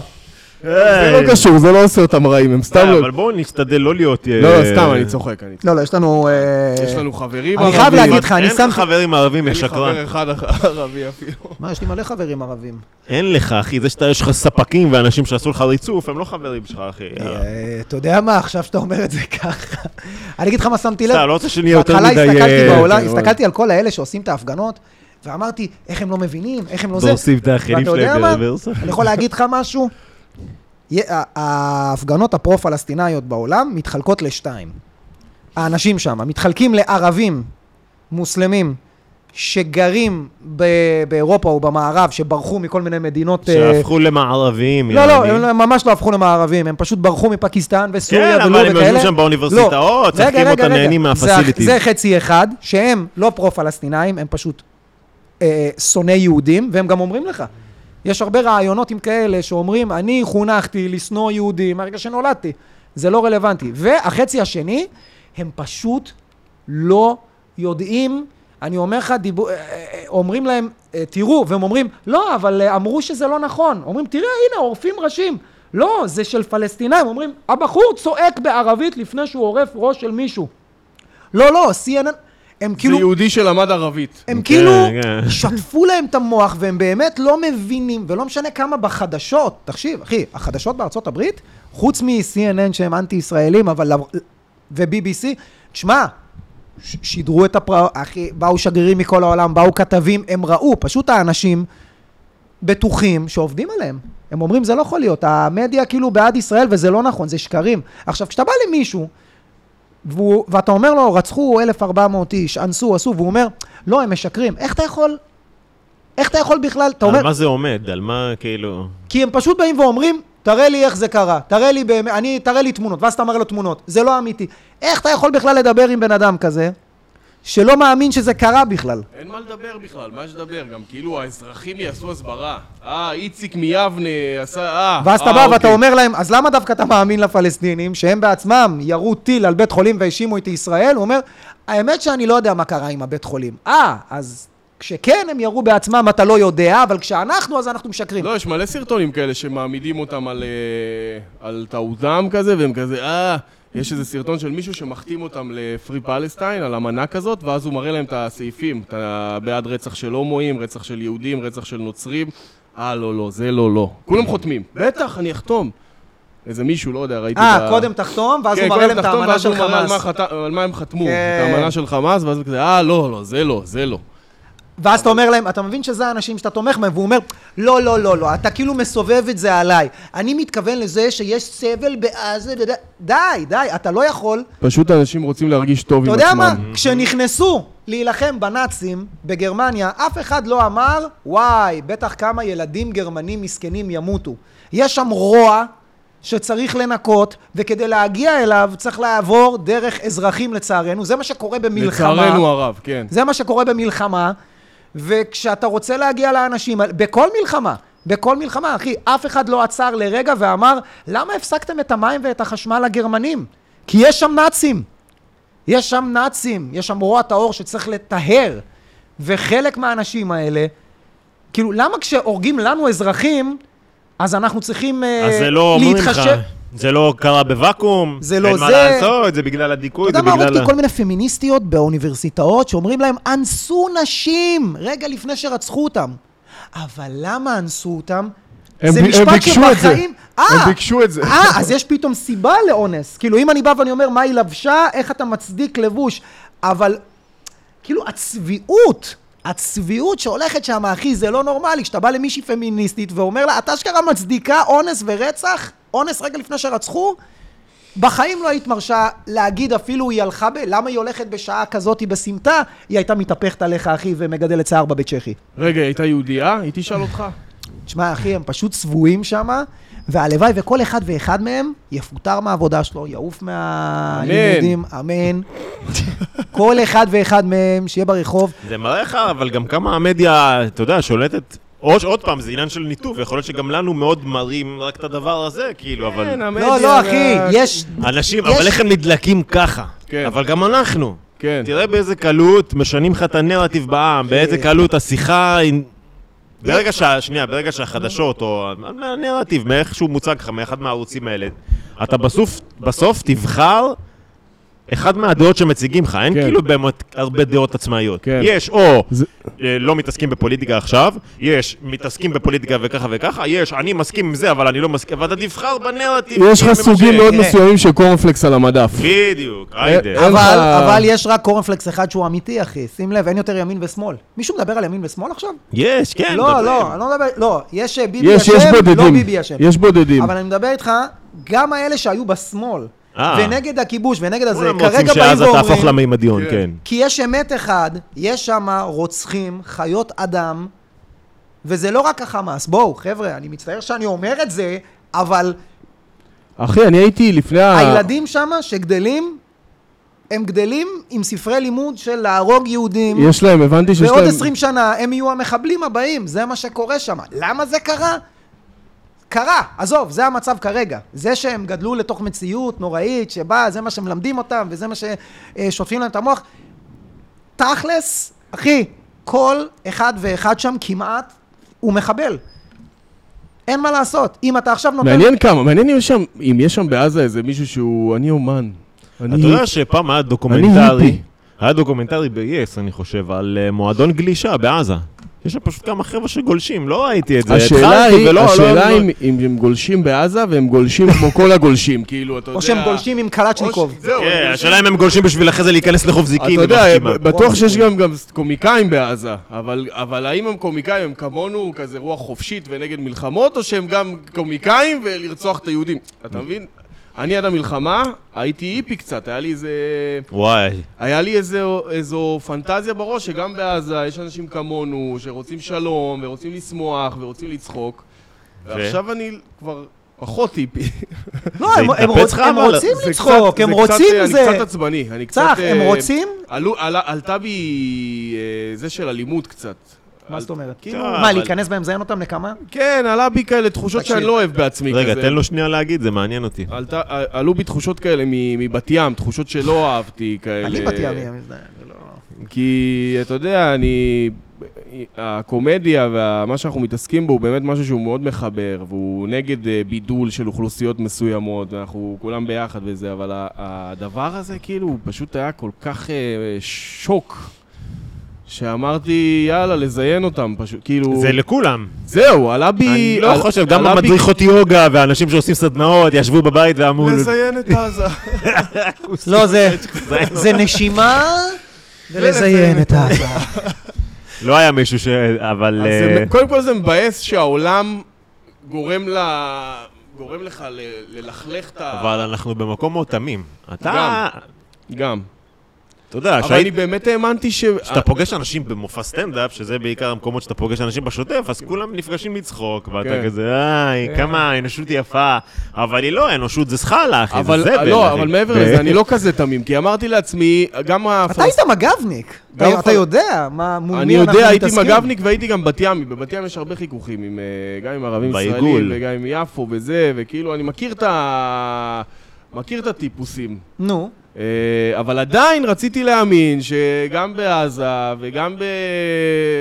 Speaker 3: זה
Speaker 1: אה,
Speaker 3: לא קשור, זה לא עושה אותם רעים, הם סתם
Speaker 2: אה,
Speaker 3: לא...
Speaker 2: אבל בואו נשתדל לא להיות...
Speaker 3: לא, לא, סתם, אני צוחק, אני צוחק.
Speaker 1: לא, לא, יש לנו... אה,
Speaker 3: יש לנו חברים
Speaker 1: אני
Speaker 3: ערבים.
Speaker 1: חייב להגיד לך, אני
Speaker 2: אין
Speaker 1: שם...
Speaker 2: לך חברים ערבים, יא
Speaker 3: אין לי
Speaker 2: שקרן.
Speaker 3: חבר אחד ערבי אפילו.
Speaker 1: מה, יש לי מלא חברים ערבים.
Speaker 2: אין לך, אחי, זה שאתה, יש לך ספקים ואנשים שעשו לך ריצוף, הם לא חברים שלך, אחי.
Speaker 1: אה, אתה יודע מה, עכשיו שאתה אומר את זה ככה. אני אגיד לך מה שמתי לב.
Speaker 2: אתה לא רוצה שנהיה יותר
Speaker 1: בהתחלה
Speaker 2: מדי...
Speaker 1: הסתכלתי
Speaker 2: אה,
Speaker 1: בעולם,
Speaker 3: כן, אבל-
Speaker 1: הסתכלתי על כל האלה שעושים את ההפגנות, ואמרתי, איך הם לא מבינים, איך הם לא זה.
Speaker 2: דורסים את האחרים
Speaker 1: ואתה יודע
Speaker 2: שלהם
Speaker 1: מה?
Speaker 2: ברוורס.
Speaker 1: אני יכול להגיד לך משהו? יה- ה- ההפגנות הפרו-פלסטיניות בעולם מתחלקות לשתיים. האנשים שם מתחלקים לערבים מוסלמים שגרים ב- באירופה או במערב, שברחו מכל מיני מדינות... אה,
Speaker 2: שהפכו למערבים,
Speaker 1: לא, לא,
Speaker 2: יעני.
Speaker 1: הם לא- הם ממש לא הפכו למערבים, הם פשוט ברחו מפקיסטן וסוריה
Speaker 2: כן,
Speaker 1: ולוב וכאלה.
Speaker 2: אבל הם יושבים
Speaker 1: לא,
Speaker 2: שם באוניברסיטאות,
Speaker 1: רגע,
Speaker 2: צחקים
Speaker 1: רגע,
Speaker 2: אותה,
Speaker 1: רגע.
Speaker 2: נהנים
Speaker 1: זה-
Speaker 2: מהפסיליטיז.
Speaker 1: זה חצי אחד, שהם לא פרו-פלסטינאים, הם פשוט אה, שונאי יהודים, והם גם אומרים לך. יש הרבה רעיונות עם כאלה שאומרים, אני חונכתי לשנוא יהודים מהרגע שנולדתי. זה לא רלוונטי. והחצי השני, הם פשוט לא יודעים, אני אומר לך, דיבור, אה, אה, אומרים להם, אה, תראו, והם אומרים, לא, אבל אה, אמרו שזה לא נכון. אומרים, תראה, הנה, עורפים ראשים. לא, זה של פלסטינאים. אומרים, הבחור צועק בערבית לפני שהוא עורף ראש של מישהו. לא, לא, CNN, הם
Speaker 3: זה
Speaker 1: כאילו,
Speaker 3: יהודי שלמד ערבית.
Speaker 1: הם כאילו
Speaker 2: כן.
Speaker 1: שטפו להם את המוח, והם באמת לא מבינים, ולא משנה כמה בחדשות, תקשיב, אחי, החדשות בארצות הברית, חוץ מ-CNN שהם אנטי-ישראלים, אבל... למ- ו-BBC, תשמע, ש- שידרו את הפרעות, אחי, באו שגרירים מכל העולם, באו כתבים, הם ראו, פשוט האנשים בטוחים שעובדים עליהם. הם אומרים, זה לא יכול להיות, המדיה כאילו בעד ישראל, וזה לא נכון, זה שקרים. עכשיו, כשאתה בא למישהו, והוא, ואתה אומר לו, רצחו 1,400 איש, אנסו, עשו, והוא אומר, לא, הם משקרים. איך אתה יכול, איך אתה יכול בכלל, אתה
Speaker 2: על
Speaker 1: אומר,
Speaker 2: מה זה עומד? על מה, כאילו...
Speaker 1: כי הם פשוט באים ואומרים, תראה לי איך זה קרה, תראה לי באמת, אני, תראה לי תמונות, ואז אתה מראה לו תמונות, זה לא אמיתי. איך אתה יכול בכלל לדבר עם בן אדם כזה, שלא מאמין שזה קרה בכלל?
Speaker 5: אין מה לדבר בכלל, מה יש לדבר? גם כאילו האזרחים יעשו הסברה. אה, איציק מיבנה עשה... אה,
Speaker 1: ואז אתה
Speaker 5: אה,
Speaker 1: בא ואתה
Speaker 5: אוקיי.
Speaker 1: אומר להם, אז למה דווקא אתה מאמין לפלסטינים, שהם בעצמם ירו טיל על בית חולים והאשימו את ישראל? הוא אומר, האמת שאני לא יודע מה קרה עם הבית חולים. אה, אז כשכן הם ירו בעצמם אתה לא יודע, אבל כשאנחנו אז אנחנו משקרים.
Speaker 5: לא, יש מלא סרטונים כאלה שמעמידים אותם על, אה, על טעותם כזה, והם כזה, אה, יש איזה סרטון של מישהו שמחתים אותם לפרי פלסטיין, על אמנה כזאת, ואז הוא מראה להם את הסעיפים, את ה- בעד רצח של הומואים, רצח של יהודים, רצח של נוצרים. אה, לא, לא, זה לא, לא. כולם חותמים. בטח, אני אחתום. איזה מישהו, לא יודע, ראיתי...
Speaker 1: אה,
Speaker 5: ב-
Speaker 1: קודם תחתום, ואז הוא
Speaker 5: כן,
Speaker 1: מראה
Speaker 5: קודם
Speaker 1: להם את
Speaker 5: תחתום,
Speaker 1: האמנה
Speaker 5: ואז
Speaker 1: של
Speaker 5: הוא מראה על
Speaker 1: חמאס.
Speaker 5: מה חת- על מה הם חתמו,
Speaker 1: כן.
Speaker 5: את האמנה של חמאס, ואז כזה, אה, לא, לא, זה לא, זה לא.
Speaker 1: ואז אתה אומר להם, אתה מבין שזה האנשים שאתה תומך בהם, והוא אומר, לא, לא, לא, לא, אתה כאילו מסובב את זה עליי. אני מתכוון לזה שיש סבל בעזה, וד- די, די, אתה לא יכול.
Speaker 3: פשוט אנשים רוצים להרגיש טוב עם
Speaker 1: אתה
Speaker 3: עצמם.
Speaker 1: יודע מה? כשנכנסו להילחם בנאצים בגרמניה, אף אחד לא אמר, וואי, בטח כמה ילדים גרמנים מסכנים ימותו. יש שם רוע שצריך לנקות, וכדי להגיע אליו צריך לעבור דרך אזרחים לצערנו. זה מה שקורה במלחמה.
Speaker 5: לצערנו הרב, כן.
Speaker 1: זה מה שקורה במלחמה, וכשאתה רוצה להגיע לאנשים, האלה- בכל מלחמה, בכל מלחמה, אחי, אף אחד לא עצר לרגע ואמר, למה הפסקתם את המים ואת החשמל לגרמנים? כי יש שם נאצים. יש שם נאצים, יש שם רוע טהור שצריך לטהר. וחלק מהאנשים האלה, כאילו, למה כשהורגים לנו אזרחים, אז אנחנו צריכים אה,
Speaker 2: אז זה לא אומרים לך,
Speaker 1: להתחשב-
Speaker 2: זה לא קרה בוואקום,
Speaker 1: זה לא
Speaker 2: אין מה
Speaker 1: זה.
Speaker 2: לעשות, זה בגלל הדיכוי,
Speaker 1: אתה
Speaker 2: זה
Speaker 1: יודע מה
Speaker 2: בגלל...
Speaker 1: הרגתי
Speaker 2: ה-
Speaker 1: כל מיני פמיניסטיות באוניברסיטאות שאומרים להם, אנסו נשים רגע לפני שרצחו אותם. אבל למה אנסו אותם?
Speaker 3: הם
Speaker 1: זה
Speaker 3: ב- הם
Speaker 1: משפט
Speaker 3: ביקשו את זה.
Speaker 1: שבחיים...
Speaker 3: הם ביקשו את זה.
Speaker 1: אה, אז יש פתאום סיבה לאונס. כאילו, אם אני בא ואני אומר מה היא לבשה, איך אתה מצדיק לבוש. אבל, כאילו, הצביעות, הצביעות שהולכת שם, אחי, זה לא נורמלי. כשאתה בא למישהי פמיניסטית ואומר לה, את אשכרה מצדיקה אונס ורצח? אונס רגע לפני שרצחו? בחיים לא היית מרשה להגיד אפילו היא הלכה ב... למה היא הולכת בשעה כזאת בסמטה? היא הייתה מתהפכת עליך, אחי, ומגדלת שיער בבית צ'כי.
Speaker 5: רגע, היא הייתה יהודייה? היא תשאל אותך.
Speaker 1: תשמע, אחי, הם פשוט צבועים שם, והלוואי וכל אחד ואחד מהם יפוטר מהעבודה שלו, יעוף מהלימודים, אמן. כל אחד ואחד מהם שיהיה ברחוב.
Speaker 2: זה מראה לך, אבל גם כמה המדיה, אתה יודע, שולטת... או שעוד פעם, זה עניין של ניתוב, יכול להיות שגם לנו מאוד מראים רק את הדבר הזה, כאילו, אבל...
Speaker 1: לא, לא, אחי, יש...
Speaker 2: אנשים,
Speaker 1: יש-
Speaker 2: אבל איך הם נדלקים ככה?
Speaker 5: כן.
Speaker 2: אבל גם אנחנו.
Speaker 5: כן.
Speaker 2: תראה באיזה קלות משנים לך את הנרטיב בעם, באיזה קלות השיחה... היא- ברגע שה... שנייה, ברגע שהחדשות, או הנרטיב, מאיך שהוא מוצג לך, מאחד מהערוצים האלה, אתה בסוף, בסוף תבחר אחד מהדעות שמציגים לך, אין
Speaker 3: כן.
Speaker 2: כאילו באמת הרבה דעות עצמאיות.
Speaker 3: כן.
Speaker 2: יש או
Speaker 3: זה-
Speaker 2: אה, לא מתעסקים בפוליטיקה עכשיו, יש מתעסקים בפוליטיקה וככה וככה, יש אני מסכים עם זה, אבל אני לא מסכים, ואתה תבחר בנרטיב.
Speaker 3: יש לך
Speaker 2: במה
Speaker 3: סוגים
Speaker 2: ש-
Speaker 3: מאוד אה,
Speaker 1: תראה. לא
Speaker 3: מסוימים של קורנפלקס על המדף.
Speaker 2: בדיוק, היידה.
Speaker 3: אין
Speaker 1: אבל,
Speaker 3: לך-
Speaker 1: אבל יש רק קורנפלקס אחד שהוא אמיתי, אחי. שים לב, אין יותר ימין ושמאל. מישהו מדבר על ימין ושמאל עכשיו?
Speaker 2: יש, כן.
Speaker 1: לא,
Speaker 2: מדברים.
Speaker 1: לא, אני לא מדבר... לא, יש אה, ביבי
Speaker 3: יש, יש
Speaker 1: אשם, לא
Speaker 3: בודדים.
Speaker 1: ביבי אשם.
Speaker 3: יש בודדים.
Speaker 1: אבל אני מדבר איתך, גם האלה שהיו בשמאל,
Speaker 2: אה.
Speaker 1: ונגד הכיבוש, ונגד הזה,
Speaker 2: כולם רוצים
Speaker 1: כרגע באים
Speaker 2: שעזה תהפוך
Speaker 1: ואומרים...
Speaker 2: למימדיון,
Speaker 5: כן.
Speaker 2: כן.
Speaker 1: כי יש אמת אחד, יש שם רוצחים, חיות אדם, וזה לא רק החמאס. בואו, חבר'ה, אני מצטער שאני אומר את זה, אבל
Speaker 3: אחי, אני הייתי לפני ה...
Speaker 1: הילדים שם שגדלים, הם גדלים עם ספרי לימוד של להרוג יהודים.
Speaker 3: יש להם, הבנתי שיש להם...
Speaker 1: ועוד 20 שנה הם יהיו המחבלים הבאים, זה מה שקורה שם. למה זה קרה? קרה, עזוב, זה המצב כרגע. זה שהם גדלו לתוך מציאות נוראית שבה, זה מה שמלמדים אותם וזה מה ששוטפים להם את המוח. תכלס, אחי, כל אחד ואחד שם כמעט הוא מחבל. אין מה לעשות. אם אתה עכשיו נותן...
Speaker 3: מעניין כמה, מעניין אם יש שם, אם יש שם בעזה איזה מישהו שהוא, אני אומן. אני...
Speaker 2: אתה יודע שפעם היה
Speaker 3: אני
Speaker 2: דוקומנטרי,
Speaker 3: היפי.
Speaker 2: היה דוקומנטרי ב-yes, אני חושב, על אה, מועדון גלישה בעזה. יש שם פשוט כמה חבר'ה שגולשים, לא ראיתי את זה.
Speaker 3: השאלה
Speaker 2: התחלתי
Speaker 3: היא,
Speaker 2: ולא- לא-
Speaker 3: השאלה
Speaker 2: לא-
Speaker 3: אם אם הם גולשים בעזה והם גולשים כמו כל הגולשים, כאילו, אתה יודע...
Speaker 1: או שהם גולשים עם קלצ'ניקוב.
Speaker 5: או ש- זהו,
Speaker 2: כן,
Speaker 5: אני-
Speaker 2: השאלה אם הם גולשים בשביל אחרי זה להיכנס לחוף
Speaker 3: אתה
Speaker 2: זיקים.
Speaker 3: יודע,
Speaker 2: ובחשימה.
Speaker 3: בטוח שיש גם גם קומיקאים בעזה, אבל אבל האם הם קומיקאים, הם כמונו כזה רוח חופשית ונגד מלחמות, או שהם גם קומיקאים ולרצוח את היהודים?
Speaker 5: אתה מבין? אני עד המלחמה, הייתי היפי קצת, היה לי איזה...
Speaker 2: וואי.
Speaker 5: היה לי איזה, איזו פנטזיה בראש שגם בעזה יש אנשים כמונו שרוצים שלום ורוצים לשמוח ורוצים לצחוק. ועכשיו אני כבר
Speaker 3: פחות טיפי.
Speaker 1: לא, הם- הם
Speaker 2: התנפץ
Speaker 1: רוצ-
Speaker 2: לך,
Speaker 1: הם
Speaker 2: אבל
Speaker 1: רוצים
Speaker 3: זה
Speaker 1: לצחוק,
Speaker 3: קצת-
Speaker 1: הם
Speaker 3: זה
Speaker 1: רוצים
Speaker 3: קצת,
Speaker 1: זה...
Speaker 3: אני קצת עצבני, אני קצת...
Speaker 1: צח, הם
Speaker 3: אה,
Speaker 1: רוצים?
Speaker 3: עלו- עלה- עלתה בי אה, זה של אלימות קצת.
Speaker 1: מה זאת אומרת?
Speaker 3: כאילו-
Speaker 1: מה, להיכנס בהם, לזיין אותם נקמה?
Speaker 3: כן, עלה בי כאלה תחושות שאני
Speaker 1: תקשיב.
Speaker 3: לא אוהב בעצמי.
Speaker 2: רגע,
Speaker 3: כזה.
Speaker 2: תן לו שנייה להגיד, זה מעניין אותי.
Speaker 3: עלתה, ע- עלו בי תחושות כאלה מ- מבת ים, תחושות שלא אהבתי כאלה.
Speaker 1: אני באתי ימים, אני מזדיין, זה לא...
Speaker 3: כי אתה יודע, אני... הקומדיה ומה שאנחנו מתעסקים בו הוא באמת משהו שהוא מאוד מחבר, והוא נגד אה, בידול של אוכלוסיות מסוימות, ואנחנו כולם ביחד וזה, אבל ה- הדבר הזה כאילו הוא פשוט היה כל כך אה, שוק, שאמרתי, יאללה, לזיין אותם פשוט, כאילו...
Speaker 2: זה לכולם.
Speaker 3: זהו, עלה בי...
Speaker 2: אני לא
Speaker 3: עלה-
Speaker 2: חושב, גם
Speaker 3: עלה בי
Speaker 2: המדריכות יוגה והאנשים שעושים סדנאות ישבו בבית ואמרו...
Speaker 3: לזיין את עזה.
Speaker 1: לא, זה... זה נשימה ולזיין את ההצעה.
Speaker 2: לא היה מישהו ש... אבל...
Speaker 3: אז
Speaker 2: אה,
Speaker 3: זה- קודם כל זה מבאס שהעולם גורם ל... גורם לך ל- ללכלך את ה...
Speaker 2: אבל אנחנו במקום מאוד תמים. אתה...
Speaker 3: גם. גם.
Speaker 2: אתה יודע,
Speaker 3: אבל אני
Speaker 2: שהיית...
Speaker 3: באמת האמנתי ש...
Speaker 2: כשאתה פוגש אנשים במופע סטנדאפ, שזה בעיקר המקומות שאתה פוגש אנשים בשוטף, אז כולם נפגשים לצחוק, ואתה
Speaker 3: כן.
Speaker 2: כזה, איי, כמה האנושות היא יפה. אבל היא לא, אנושות זה סחלה, אחי, זה
Speaker 3: אבל
Speaker 2: זבל.
Speaker 3: לא,
Speaker 2: אחי.
Speaker 3: אבל מעבר לזה, אני לא כזה תמים, כי אמרתי לעצמי, גם
Speaker 1: אתה
Speaker 3: הפלסטינים...
Speaker 1: היית מג"בניק.
Speaker 3: גם
Speaker 1: אתה- אתה
Speaker 3: הפר-
Speaker 1: יודע מה, מול
Speaker 3: לא, אני
Speaker 1: מי אנחנו מתעסקים.
Speaker 3: יודע, הייתי מג"בניק והייתי גם בת ימי. בבת ים יש הרבה חיכוכים, עם, אה, גם עם ערבים
Speaker 2: בעיגול.
Speaker 3: ישראלים וגם עם יפו וזה, וכאילו, אני מכיר את ה... מכיר את הטיפוסים.
Speaker 1: נו.
Speaker 3: אה, אבל עדיין רציתי להאמין שגם בעזה וגם ב...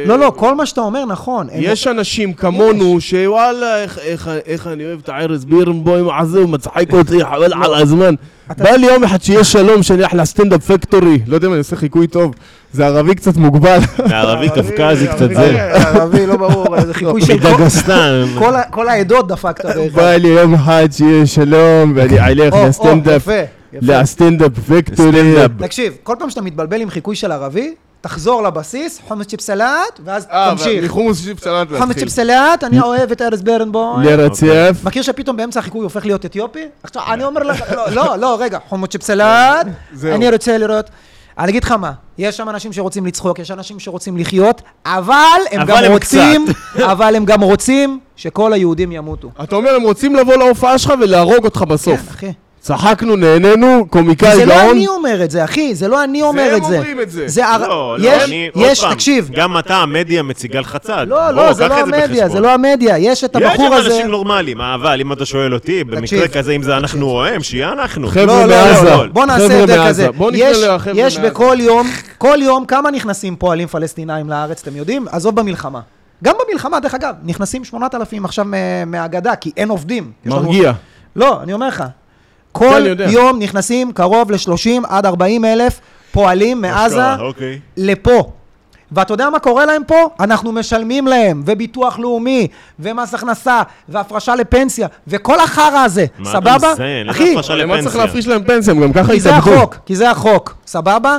Speaker 1: לא, לא, כל מה שאתה אומר נכון. הם-
Speaker 3: אה, יש אנשים כמונו שוואלה, איך, איך, איך אני אוהב את הערס בירנבוים הזה, הוא מצחיק אותי,
Speaker 1: לא.
Speaker 3: חבל על הזמן. בא לי יום אחד שיהיה שלום, שאני אחלה סטנדאפ פקטורי. לא יודע אם אני עושה חיקוי טוב, זה ערבי קצת מוגבל.
Speaker 2: מערבי קפקזי קצת זה.
Speaker 1: ערבי, לא ברור, זה חיקוי של כל-
Speaker 2: מדגסטן.
Speaker 1: כל ה- כל העדות
Speaker 3: אה,
Speaker 1: דפקת. דרך אגב.
Speaker 3: בא לי יום אחד שיהיה שלום, ואני אלך
Speaker 1: או, או,
Speaker 3: לסטנדאפ,
Speaker 1: יפה, יפה.
Speaker 3: לסטנדאפ פקטורי.
Speaker 1: תקשיב, כל פעם שאתה מתבלבל עם חיקוי של ערבי, תחזור לבסיס, חומץ צ'יפ סלט, ואז
Speaker 3: אה,
Speaker 1: תמשיך.
Speaker 3: מחומוס שיפ סלט
Speaker 1: חומץ צ'יפ סלט, אני אוהב את ארז ברנבוים.
Speaker 3: אוקיי. לרצף.
Speaker 1: מכיר שפתאום באמצע החיקוי הופך להיות אתיופי? עכשיו, אני אומר לך, לא, לא, לא, רגע, חומות צ'יפסלד,
Speaker 3: זהו.
Speaker 1: אני רוצה לראות. אני אגיד לך מה, יש שם אנשים שרוצים לצחוק, יש אנשים שרוצים לחיות, אבל הם
Speaker 2: אבל
Speaker 1: גם
Speaker 2: הם
Speaker 1: רוצים, אבל הם גם רוצים שכל היהודים ימותו.
Speaker 3: אתה אומר, הם רוצים לבוא להופעה שלך ולהרוג אותך בסוף.
Speaker 1: כן, אחי.
Speaker 3: צחקנו, נהנינו,
Speaker 1: זה
Speaker 3: קומיקאי
Speaker 1: לא
Speaker 3: גאון.
Speaker 1: אני אומר את זה, אחי, זה לא אני אומר
Speaker 3: הם
Speaker 1: את זה.
Speaker 3: אומרים את זה.
Speaker 1: זה הר-
Speaker 2: לא, לא,
Speaker 1: יש,
Speaker 2: אני... עוד
Speaker 1: יש,
Speaker 2: פעם,
Speaker 1: תקשיב.
Speaker 2: גם אתה, המדיה מציגה לך צד.
Speaker 1: לא,
Speaker 2: בוא,
Speaker 1: לא, זה
Speaker 2: קח
Speaker 1: לא
Speaker 2: את
Speaker 1: המדיה, זה
Speaker 2: בחשבון.
Speaker 1: לא המדיה, יש את
Speaker 2: יש
Speaker 1: הבחור
Speaker 2: שם
Speaker 1: הזה.
Speaker 2: אנשים נורמליים, אבל אם אתה שואל אותי, במקרה
Speaker 1: תקשיב.
Speaker 2: כזה, אם זה אנחנו או הם, שיהיה אנחנו.
Speaker 3: חבר'ה
Speaker 1: לא, לא,
Speaker 3: מעזה.
Speaker 1: לא, לא, בוא נעשה
Speaker 3: חבר'ה
Speaker 1: את זה
Speaker 3: מעזה.
Speaker 1: כזה.
Speaker 3: בוא נקרא
Speaker 1: יש,
Speaker 3: לחבר'ה
Speaker 1: יש
Speaker 3: מעזה.
Speaker 1: בכל יום, כל יום כמה נכנסים פועלים פלסטינאים לארץ, אתם יודעים? עזוב במלחמה. גם במלחמה, דרך אגב, נכנסים 8,000 עכשיו מ- מהגדה, כי אין עובדים. יש לנו-
Speaker 3: מרגיע.
Speaker 1: לא, אני אומר לך. כל
Speaker 3: אני יודע.
Speaker 1: יום נכנסים קרוב ל-30 עד 40 אלף פועלים מעזה
Speaker 2: אוקיי.
Speaker 1: לפה. ואתה יודע מה קורה להם פה? אנחנו משלמים להם, וביטוח לאומי, ומס הכנסה, והפרשה לפנסיה, וכל החרא הזה,
Speaker 2: מה אתה
Speaker 1: סבבה?
Speaker 2: מזיין? אין
Speaker 1: אחי,
Speaker 2: הפרשה
Speaker 3: למה צריך
Speaker 2: לפנסיה.
Speaker 3: להפריש להם פנסיה? הם גם ככה
Speaker 1: כי זה
Speaker 3: התאבדו.
Speaker 1: החוק, כי זה החוק, סבבה?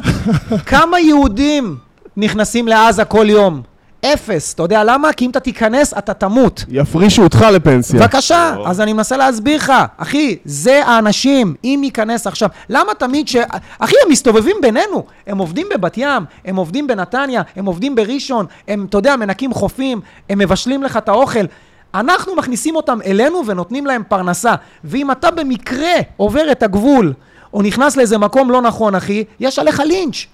Speaker 1: כמה יהודים נכנסים לעזה כל יום? אפס. אתה יודע למה? כי אם אתה תיכנס, אתה תמות.
Speaker 3: יפרישו אותך לפנסיה.
Speaker 1: בבקשה,
Speaker 2: לא.
Speaker 1: אז אני מנסה להסביר לך. אחי, זה האנשים, אם ייכנס עכשיו. למה תמיד ש... אחי, הם מסתובבים בינינו. הם עובדים בבת ים, הם עובדים בנתניה, הם עובדים בראשון, הם, אתה יודע, מנקים חופים, הם מבשלים לך את האוכל. אנחנו מכניסים אותם אלינו ונותנים להם פרנסה. ואם אתה במקרה עובר את הגבול, או נכנס לאיזה מקום לא נכון, אחי, יש עליך לינץ'.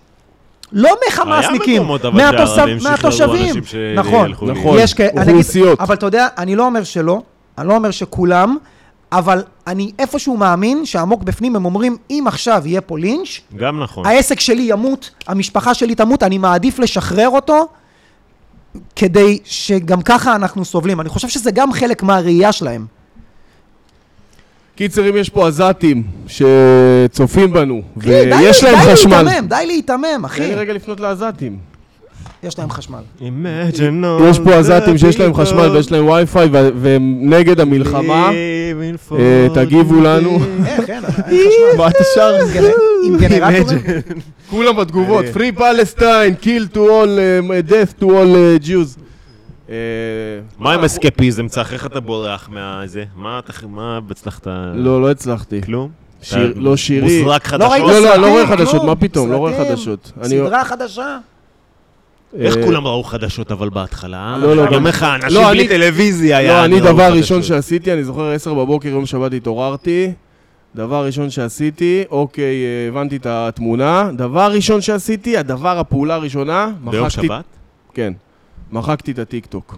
Speaker 1: לא מחמאסניקים,
Speaker 2: מקומות, אבל
Speaker 1: מהתוס-
Speaker 2: שהערבים שחררו
Speaker 1: מהתושבים.
Speaker 2: אנשים ש-
Speaker 1: נכון,
Speaker 2: הלכו
Speaker 3: נכון.
Speaker 1: יש כאלה, אני אגיד,
Speaker 3: אוכלוסיות.
Speaker 1: אבל אתה יודע, אני לא אומר שלא, אני לא אומר שכולם, אבל אני איפשהו מאמין שעמוק בפנים הם אומרים, אם עכשיו יהיה פה לינץ',
Speaker 2: גם נכון.
Speaker 3: אה,
Speaker 1: העסק שלי ימות, המשפחה שלי תמות, אני מעדיף לשחרר אותו, כדי שגם ככה אנחנו סובלים. אני חושב שזה גם חלק מהראייה שלהם.
Speaker 3: קיצר, אם יש פה עזתים שצופים בנו,
Speaker 1: אחי, כן, די
Speaker 3: ויש
Speaker 1: לי-
Speaker 3: להם חשמל.
Speaker 1: די להיתמם, די להיתמם,
Speaker 3: תן
Speaker 1: אחי.
Speaker 3: לי רגע לפנות לעזתים.
Speaker 1: יש להם חשמל.
Speaker 2: Imagine all
Speaker 3: יש פה עזתים שיש להם
Speaker 2: the
Speaker 3: חשמל
Speaker 2: people
Speaker 3: ויש להם וי-פיי ו- והם נגד המלחמה.
Speaker 2: living for
Speaker 3: אה, תגיבו
Speaker 2: the
Speaker 3: לנו.
Speaker 2: day.
Speaker 1: איך,
Speaker 3: כן,
Speaker 1: אין, אין חשמל.
Speaker 3: מה אתה
Speaker 1: אה,
Speaker 3: שר?
Speaker 1: עם גנרטורים?
Speaker 3: כולם בתגובות,
Speaker 1: אה.
Speaker 3: Free Palestine, kill to all, אה, death to all אה, Jews. אה,
Speaker 2: מה עם אסקפיזם? צריך איך אתה בורח מהזה? מה אתה... מה הצלחת?
Speaker 3: לא, לא הצלחתי.
Speaker 2: כלום?
Speaker 3: שיר-
Speaker 2: אתה
Speaker 3: לא שירי.
Speaker 2: מוזרק
Speaker 1: לא
Speaker 2: חדשות?
Speaker 1: ראית
Speaker 3: לא, לא,
Speaker 1: סרטים?
Speaker 3: לא רואה חדשות,
Speaker 1: כלום.
Speaker 3: מה פתאום, לא רואה
Speaker 1: סרטים,
Speaker 3: חדשות. אני-
Speaker 1: סדרה חדשה.
Speaker 2: איך
Speaker 3: אה,
Speaker 2: כולם ראו חדשות אבל בהתחלה? אה?
Speaker 3: לא, לא,
Speaker 2: אני
Speaker 3: גם-
Speaker 2: אומר לך, אנשים
Speaker 3: לא,
Speaker 2: בלי
Speaker 3: אני-
Speaker 2: טלוויזיה היה...
Speaker 3: לא, אני
Speaker 2: ראו
Speaker 3: דבר
Speaker 2: חדשות.
Speaker 3: ראשון שעשיתי, אני זוכר עשר בבוקר, יום שבת התעוררתי. דבר ראשון שעשיתי, אוקיי, אה, הבנתי את התמונה. דבר ראשון שעשיתי, הדבר, הפעולה הראשונה, מחקתי...
Speaker 2: ביום שבת?
Speaker 3: כן. מחקתי את הטיקטוק.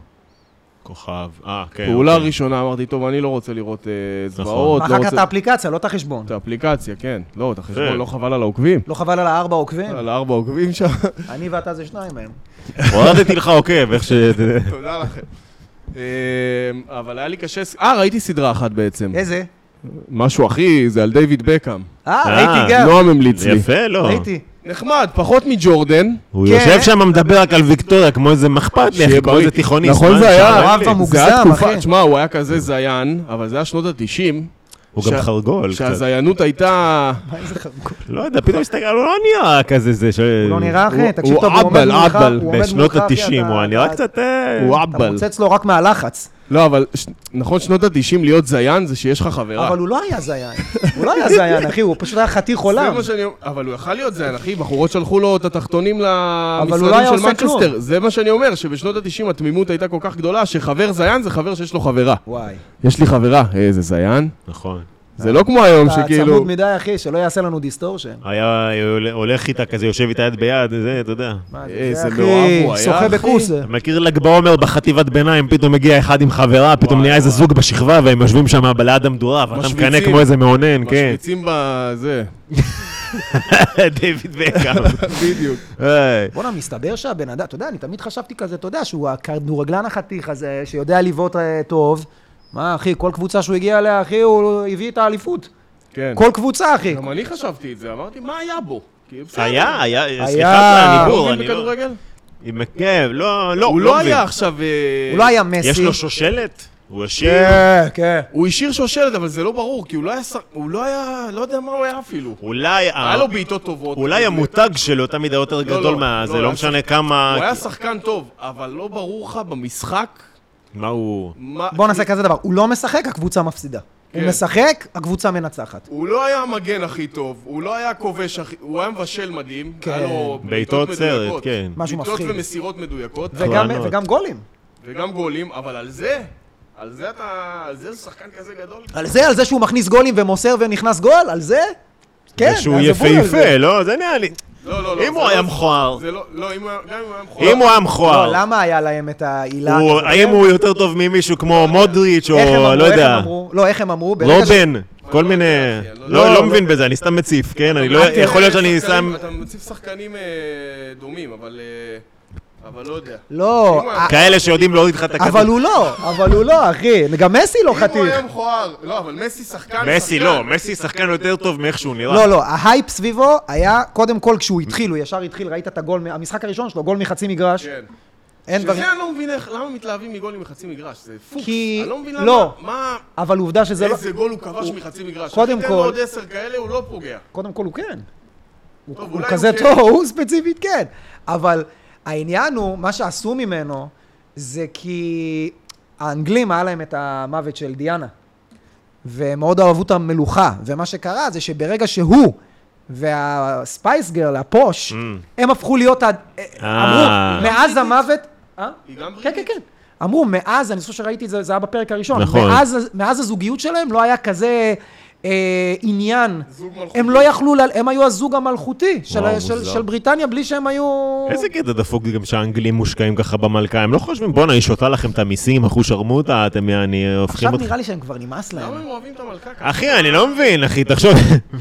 Speaker 2: כוכב, אה, כן.
Speaker 3: פעולה
Speaker 2: אוקיי.
Speaker 3: ראשונה, אמרתי, טוב, אני לא רוצה לראות אה,
Speaker 2: נכון.
Speaker 3: זוועות, לא
Speaker 1: אחר כך את
Speaker 3: רוצה...
Speaker 1: האפליקציה, לא את החשבון.
Speaker 3: את האפליקציה, כן. לא, את
Speaker 2: כן.
Speaker 3: החשבון, לא חבל על העוקבים.
Speaker 1: לא חבל על הארבע עוקבים?
Speaker 3: על הארבע עוקבים שם.
Speaker 1: אני ואתה זה שניים מהם.
Speaker 2: הורדתי לך עוקב, איך ש...
Speaker 3: תודה לכם. אה, אבל היה לי קשה... ס- אה, ראיתי סדרה אחת בעצם.
Speaker 1: איזה?
Speaker 3: משהו, אחי, זה על דיוויד בקאם.
Speaker 1: אה,
Speaker 2: אה,
Speaker 1: ראיתי גם.
Speaker 3: נועם המליץ
Speaker 2: זה
Speaker 3: לי.
Speaker 2: יפה, לא.
Speaker 1: ראיתי.
Speaker 3: נחמד, פחות מג'ורדן.
Speaker 2: הוא
Speaker 1: כן.
Speaker 2: יושב שם, מדבר רק על ויקטוריה, כמו איזה מחפד לי,
Speaker 3: שיהיה
Speaker 2: כמו איזה
Speaker 3: בריא.
Speaker 2: תיכוניסט.
Speaker 3: נכון,
Speaker 2: מה,
Speaker 3: זה היה...
Speaker 2: שערב?
Speaker 1: אוהב
Speaker 3: זה היה
Speaker 1: המוגזם,
Speaker 3: תקופה-
Speaker 1: אחי.
Speaker 3: תשמע, הוא היה כזה זיין, אבל זה היה שנות ה-90,
Speaker 2: הוא גם
Speaker 3: שה-
Speaker 2: חרגול קצת.
Speaker 3: שהזיינות הייתה...
Speaker 1: מה איזה חמקול?
Speaker 2: לא יודע, פתאום הסתכל, הוא לא נראה כזה זה. ש-
Speaker 1: הוא לא נראה
Speaker 3: הוא-
Speaker 1: אחי, תקשיב
Speaker 3: הוא
Speaker 1: טוב, הוא עומד
Speaker 3: אהבל,
Speaker 1: מולך,
Speaker 3: אהבל.
Speaker 1: הוא עומד
Speaker 2: בשנות
Speaker 1: מולך, אחי,
Speaker 2: ה-90,
Speaker 1: אתה-
Speaker 2: הוא נראה
Speaker 1: אתה-
Speaker 2: קצת... אה,
Speaker 3: הוא
Speaker 1: אתה
Speaker 3: אהבל.
Speaker 1: מוצץ לו רק מהלחץ.
Speaker 3: לא, אבל ש- נכון, שנות ה-90 להיות זיין זה שיש לך חברה.
Speaker 1: אבל הוא לא היה זיין. הוא לא היה זיין, אחי, הוא פשוט היה חתיך עולם.
Speaker 3: זה מה שאני אומר, אבל הוא יכל להיות זיין, אחי, בחורות שלחו לו את התחתונים
Speaker 1: אבל הוא לא
Speaker 3: למשרדים
Speaker 1: היה
Speaker 3: של
Speaker 1: עושה כלום.
Speaker 3: מנצ'סטר. זה מה שאני אומר, שבשנות ה-90 התמימות הייתה כל כך גדולה, שחבר זיין זה חבר שיש לו חברה.
Speaker 1: וואי.
Speaker 3: יש לי חברה, אה, איזה זיין.
Speaker 2: נכון.
Speaker 3: זה לא כמו היום
Speaker 1: אתה
Speaker 3: שכאילו...
Speaker 1: צמוד מדי, אחי, שלא יעשה לנו דיסטורשן.
Speaker 2: היה אה, הולך איתה כזה, יושב איתה יד ביד, זה, אתה יודע.
Speaker 1: מה זה,
Speaker 3: איזה
Speaker 1: זה
Speaker 3: מאוהב אה, הוא
Speaker 1: אחי,
Speaker 3: היה,
Speaker 1: שוחה
Speaker 3: אחי.
Speaker 1: בכוס. זה.
Speaker 2: אתה מכיר ל"ג בעומר בחטיבת ביניים, פתאום מגיע אחד עם חברה, פתאום נהיה איזה זוג בשכבה, והם יושבים שם ליד המדורה, ואתה
Speaker 3: משוויצים.
Speaker 2: מקנא כמו איזה מאונן, כן.
Speaker 3: משוויצים בזה,
Speaker 2: דיוויד בקאם.
Speaker 3: בדיוק.
Speaker 2: היי.
Speaker 1: בואנה, מסתבר שהבן אדם, אתה יודע, אני תמיד חשבתי כזה, אתה יודע, שהוא הכדורגלן החתיך הזה, שיודע לבעוט אה, טוב. מה, אחי, כל קבוצה שהוא הגיע אליה, אחי, הוא הביא את האליפות.
Speaker 3: כן.
Speaker 1: כל קבוצה, אחי.
Speaker 3: גם אני חשבתי את זה, אמרתי, מה היה בו? כאילו, בסדר.
Speaker 2: היה, היה,
Speaker 1: היה.
Speaker 2: סליחה, אני בור,
Speaker 3: הוא
Speaker 2: אני
Speaker 3: מבין
Speaker 2: לא...
Speaker 3: בכדורגל?
Speaker 2: עם- כן, לא, לא,
Speaker 3: הוא לא
Speaker 2: מבין.
Speaker 3: היה עכשיו... אה,
Speaker 1: הוא לא היה
Speaker 2: יש
Speaker 1: מסי.
Speaker 2: לו שושלת? הוא השאיר?
Speaker 1: כן, כן.
Speaker 3: הוא השאיר שושלת, אבל זה לא ברור, כי הוא לא היה... שר- הוא לא היה... לא יודע מה הוא היה אפילו.
Speaker 2: אולי... ה-
Speaker 3: היה לו בעיטות טובות.
Speaker 2: אולי המותג שלו תמיד היה יותר גדול
Speaker 3: לא,
Speaker 2: מה...
Speaker 3: לא,
Speaker 2: זה
Speaker 3: לא,
Speaker 2: לא
Speaker 3: היה
Speaker 2: משנה כמה...
Speaker 3: הוא היה שחקן טוב, אבל לא ברור לך במשחק
Speaker 2: מה הוא...
Speaker 3: מה...
Speaker 1: בוא נעשה כזה דבר, הוא לא משחק, הקבוצה מפסידה. הוא
Speaker 3: כן.
Speaker 1: משחק, הקבוצה מנצחת.
Speaker 3: הוא לא היה המגן הכי טוב, הוא לא היה הכובש הכי... הוא היה מבשל מדהים.
Speaker 1: כן.
Speaker 3: היה לו
Speaker 2: בעיטות סרט,
Speaker 3: מדויקות.
Speaker 2: כן.
Speaker 1: משהו מפחיד.
Speaker 3: בעיטות ומסירות מדויקות,
Speaker 1: וגם-
Speaker 2: לענות.
Speaker 1: וגם גולים.
Speaker 3: וגם גולים, אבל על זה... על זה אתה... על זה שחקן כזה גדול.
Speaker 1: על זה, על זה שהוא מכניס גולים ומוסר ונכנס גול? על זה? כן,
Speaker 2: ושהוא
Speaker 1: אז זה בול על
Speaker 2: יפהפה,
Speaker 1: זה.
Speaker 2: לא? זה נראה לי...
Speaker 3: לא, לא, לא.
Speaker 2: אם הוא
Speaker 3: זה לא-
Speaker 2: היה מכוער...
Speaker 3: זה לא... לא, אם הוא היה- גם אם הוא היה מכוער.
Speaker 2: אם הוא היה
Speaker 1: לא,
Speaker 2: מכוער...
Speaker 1: למה היה להם את העילה?
Speaker 2: הוא-
Speaker 1: אתה
Speaker 2: האם
Speaker 1: זוכר?
Speaker 2: הוא יותר טוב ממישהו כמו מודריץ' או
Speaker 1: איך הם אמרו, איך
Speaker 2: לא
Speaker 1: הם
Speaker 2: יודע,
Speaker 1: אמרו? לא, איך הם אמרו? ברגע ש-
Speaker 2: רובן, כל מיני...
Speaker 3: אני לא
Speaker 2: לא,
Speaker 3: יודע.
Speaker 2: לא מבין בזה, אני סתם מציף, כן? אני לא...
Speaker 3: אתה
Speaker 2: יכול להיות
Speaker 3: מציב
Speaker 2: שאני
Speaker 3: שחקנים-
Speaker 2: שם...
Speaker 3: אתה מציב שחקנים אה, דומים, אבל... אה, אבל לא יודע.
Speaker 1: לא,
Speaker 3: אם הוא היה-
Speaker 1: א-
Speaker 2: כאלה שיודעים להוריד לך את הכדור.
Speaker 1: אבל הוא לא, אבל הוא לא, אחי. גם מסי לא
Speaker 3: אם הוא
Speaker 1: חתיך.
Speaker 3: היה מכוער, לא, אבל מסי שחקן...
Speaker 2: מסי
Speaker 3: שחקן.
Speaker 2: לא, מסי שחקן יותר טוב מאיך שהוא נראה.
Speaker 1: לא, לא, ההייפ סביבו היה, קודם כל כשהוא התחיל, הוא ישר התחיל, ראית את הגול, מה- המשחק הראשון שלו, גול מחצי מגרש.
Speaker 3: כן.
Speaker 1: אין
Speaker 3: שזה
Speaker 1: דברים.
Speaker 3: אני לא מבין איך, למה מתלהבים מגולים מחצי מגרש, זה פוקס.
Speaker 1: כי-
Speaker 3: אני לא מבין
Speaker 1: לא.
Speaker 3: למה, מה,
Speaker 1: אבל עובדה שזה לא...
Speaker 3: איזה גול הוא כבש מחצי מגרש.
Speaker 1: קודם
Speaker 3: תן
Speaker 1: כל-
Speaker 3: לו עוד עשר כאלה, הוא לא פוגע.
Speaker 1: קודם כל הוא כן. הוא,
Speaker 3: טוב,
Speaker 1: הוא
Speaker 3: אולי
Speaker 1: כזה
Speaker 3: הוא כן.
Speaker 1: טוב, הוא ספציפית כן. אבל העניין הוא, מה שעשו ממנו, זה כי האנגלים היה להם את המוות של דיאנה. והם מאוד אהבו את המלוכה. ומה שקרה זה שברגע שהוא והספייס גרל, הפוש,
Speaker 2: Mm.
Speaker 1: הם הפכו להיות, ה- אמרו,
Speaker 2: אה.
Speaker 1: מאז המוות... אה?
Speaker 3: היא גם
Speaker 1: כן,
Speaker 3: בריטית.
Speaker 1: כן, כן. אמרו, מאז, אני חושב שראיתי את זה, זה היה בפרק הראשון.
Speaker 2: נכון.
Speaker 1: מאז, מאז הזוגיות שלהם לא היה כזה אה, עניין.
Speaker 3: זוג מלכותי.
Speaker 1: הם לא יכלו, ל- הם היו הזוג המלכותי של,
Speaker 2: וואו,
Speaker 1: של,
Speaker 2: מוזר.
Speaker 1: של בריטניה בלי שהם היו...
Speaker 2: איזה קטע דפוק זה גם שהאנגלים מושקעים ככה במלכה, הם לא חושבים, בואנה, היא שותה לכם את המיסים, אחו שרמוטה, אתם יעני,
Speaker 1: עכשיו
Speaker 2: הופכים אותך.
Speaker 1: נראה לי שהם כבר נמאס
Speaker 3: למה הם
Speaker 1: להם.
Speaker 3: אוהבים את המלכה ככה?
Speaker 2: אחי, אני לא מבין, אחי, תחשוב,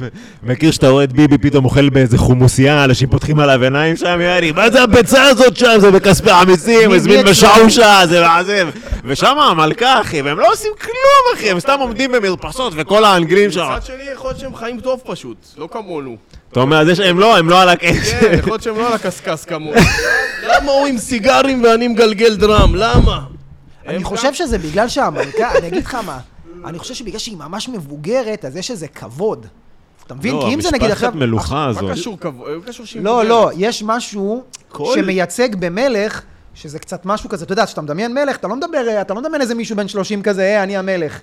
Speaker 2: מכיר שאתה רואה את ביבי פתאום אוכל באיזה חומוסייה, אנשים פותחים עליו עיניים שם, יעני, מה זה הביצה הזאת שם, זה בכספי המיסים,
Speaker 1: מי-
Speaker 2: הזמין
Speaker 1: מי
Speaker 2: בשעושה, זה מעזב. ושם המלכה, אחי, והם לא עושים כלום, אחי, הם סתם עומדים במרפסות, וכל האנגלים שם.
Speaker 3: מצד שני, יכול להיות שהם חיים טוב פשוט, לא כמונו.
Speaker 2: אתה אומר, זה שהם לא, הם לא על
Speaker 3: כן,
Speaker 2: הקשר.
Speaker 3: יכול להיות שהם לא על הקשקש כמונו. למה הוא עם סיגרים ואני מגלגל דרם? למה?
Speaker 1: אני
Speaker 3: הם
Speaker 1: חושב שזה בגלל שהמלכה, אני אגיד לך מה, אני חושב שבגלל שהיא ממש מבוגרת, אז יש איזה כבוד. אתה
Speaker 2: לא,
Speaker 1: מבין? כי אם זה נגיד עכשיו...
Speaker 2: המשפחת מלוכה
Speaker 3: גם- מה
Speaker 2: הזאת.
Speaker 3: קשור כבוד? הוא קשור שהיא
Speaker 1: לא,
Speaker 3: מבוגרת.
Speaker 1: לא, יש משהו
Speaker 2: כל-
Speaker 1: שמייצג במלך, שזה קצת משהו כזה, אתה יודע, כשאתה מדמיין מלך, אתה לא מדבר, אתה לא מדמיין איזה מישהו בן 30 כזה, אה, אני המלך.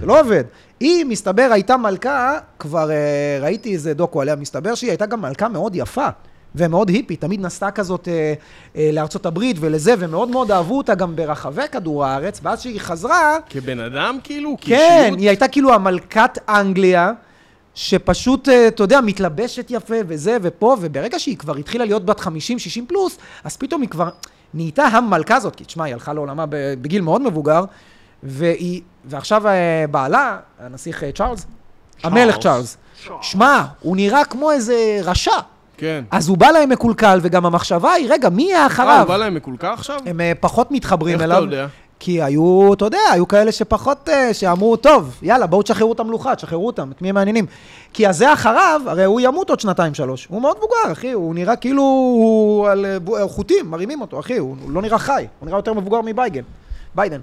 Speaker 1: זה לא עובד. היא, מסתבר, הייתה מלכה, כבר אה, ראיתי איזה דוקו עליה, מסתבר שהיא הייתה גם מלכה מאוד יפה. ומאוד היפי, תמיד נסעה כזאת אה, אה, לארצות הברית ולזה, ומאוד מאוד אהבו אותה גם ברחבי כדור הארץ, ואז שהיא חזרה,
Speaker 5: כבן אדם כאילו?
Speaker 1: כן,
Speaker 5: כאישיות?
Speaker 1: היא הייתה כאילו המלכת אנגליה, שפשוט, אה, אתה יודע, מתלבשת יפה וזה ופה, וברגע שהיא כבר התחילה להיות בת 50-60 פלוס, אז פתאום היא כבר נהייתה המלכה הזאת, כי תשמע, היא הלכה לעולמה ב- בגיל מאוד מבוגר, והיא, ועכשיו אה, בעלה, הנסיך אה, צ'ארלס, המלך צ'ארלס, שמע, הוא נראה כמו איזה רשע.
Speaker 3: כן.
Speaker 1: אז הוא בא להם מקולקל, וגם המחשבה היא, רגע, מי יהיה
Speaker 3: אה, הוא
Speaker 1: אחריו?
Speaker 3: בא להם מקולקל עכשיו?
Speaker 1: הם אה, פחות מתחברים
Speaker 3: איך
Speaker 1: אליו.
Speaker 3: אתה יודע?
Speaker 1: כי היו, אתה יודע, היו כאלה שפחות, אה, שאמרו, טוב, יאללה, בואו תשחררו את המלוכה, תשחררו אותם, את מי הם מעניינים. כי הזה אחריו, הרי הוא ימות עוד שנתיים-שלוש. הוא מאוד מבוגר, אחי, הוא נראה כאילו הוא על אה, בו- אה, חוטים, מרימים אותו, אחי, הוא הוא לא נראה חי, הוא נראה יותר מבוגר מבייגן, ביידן.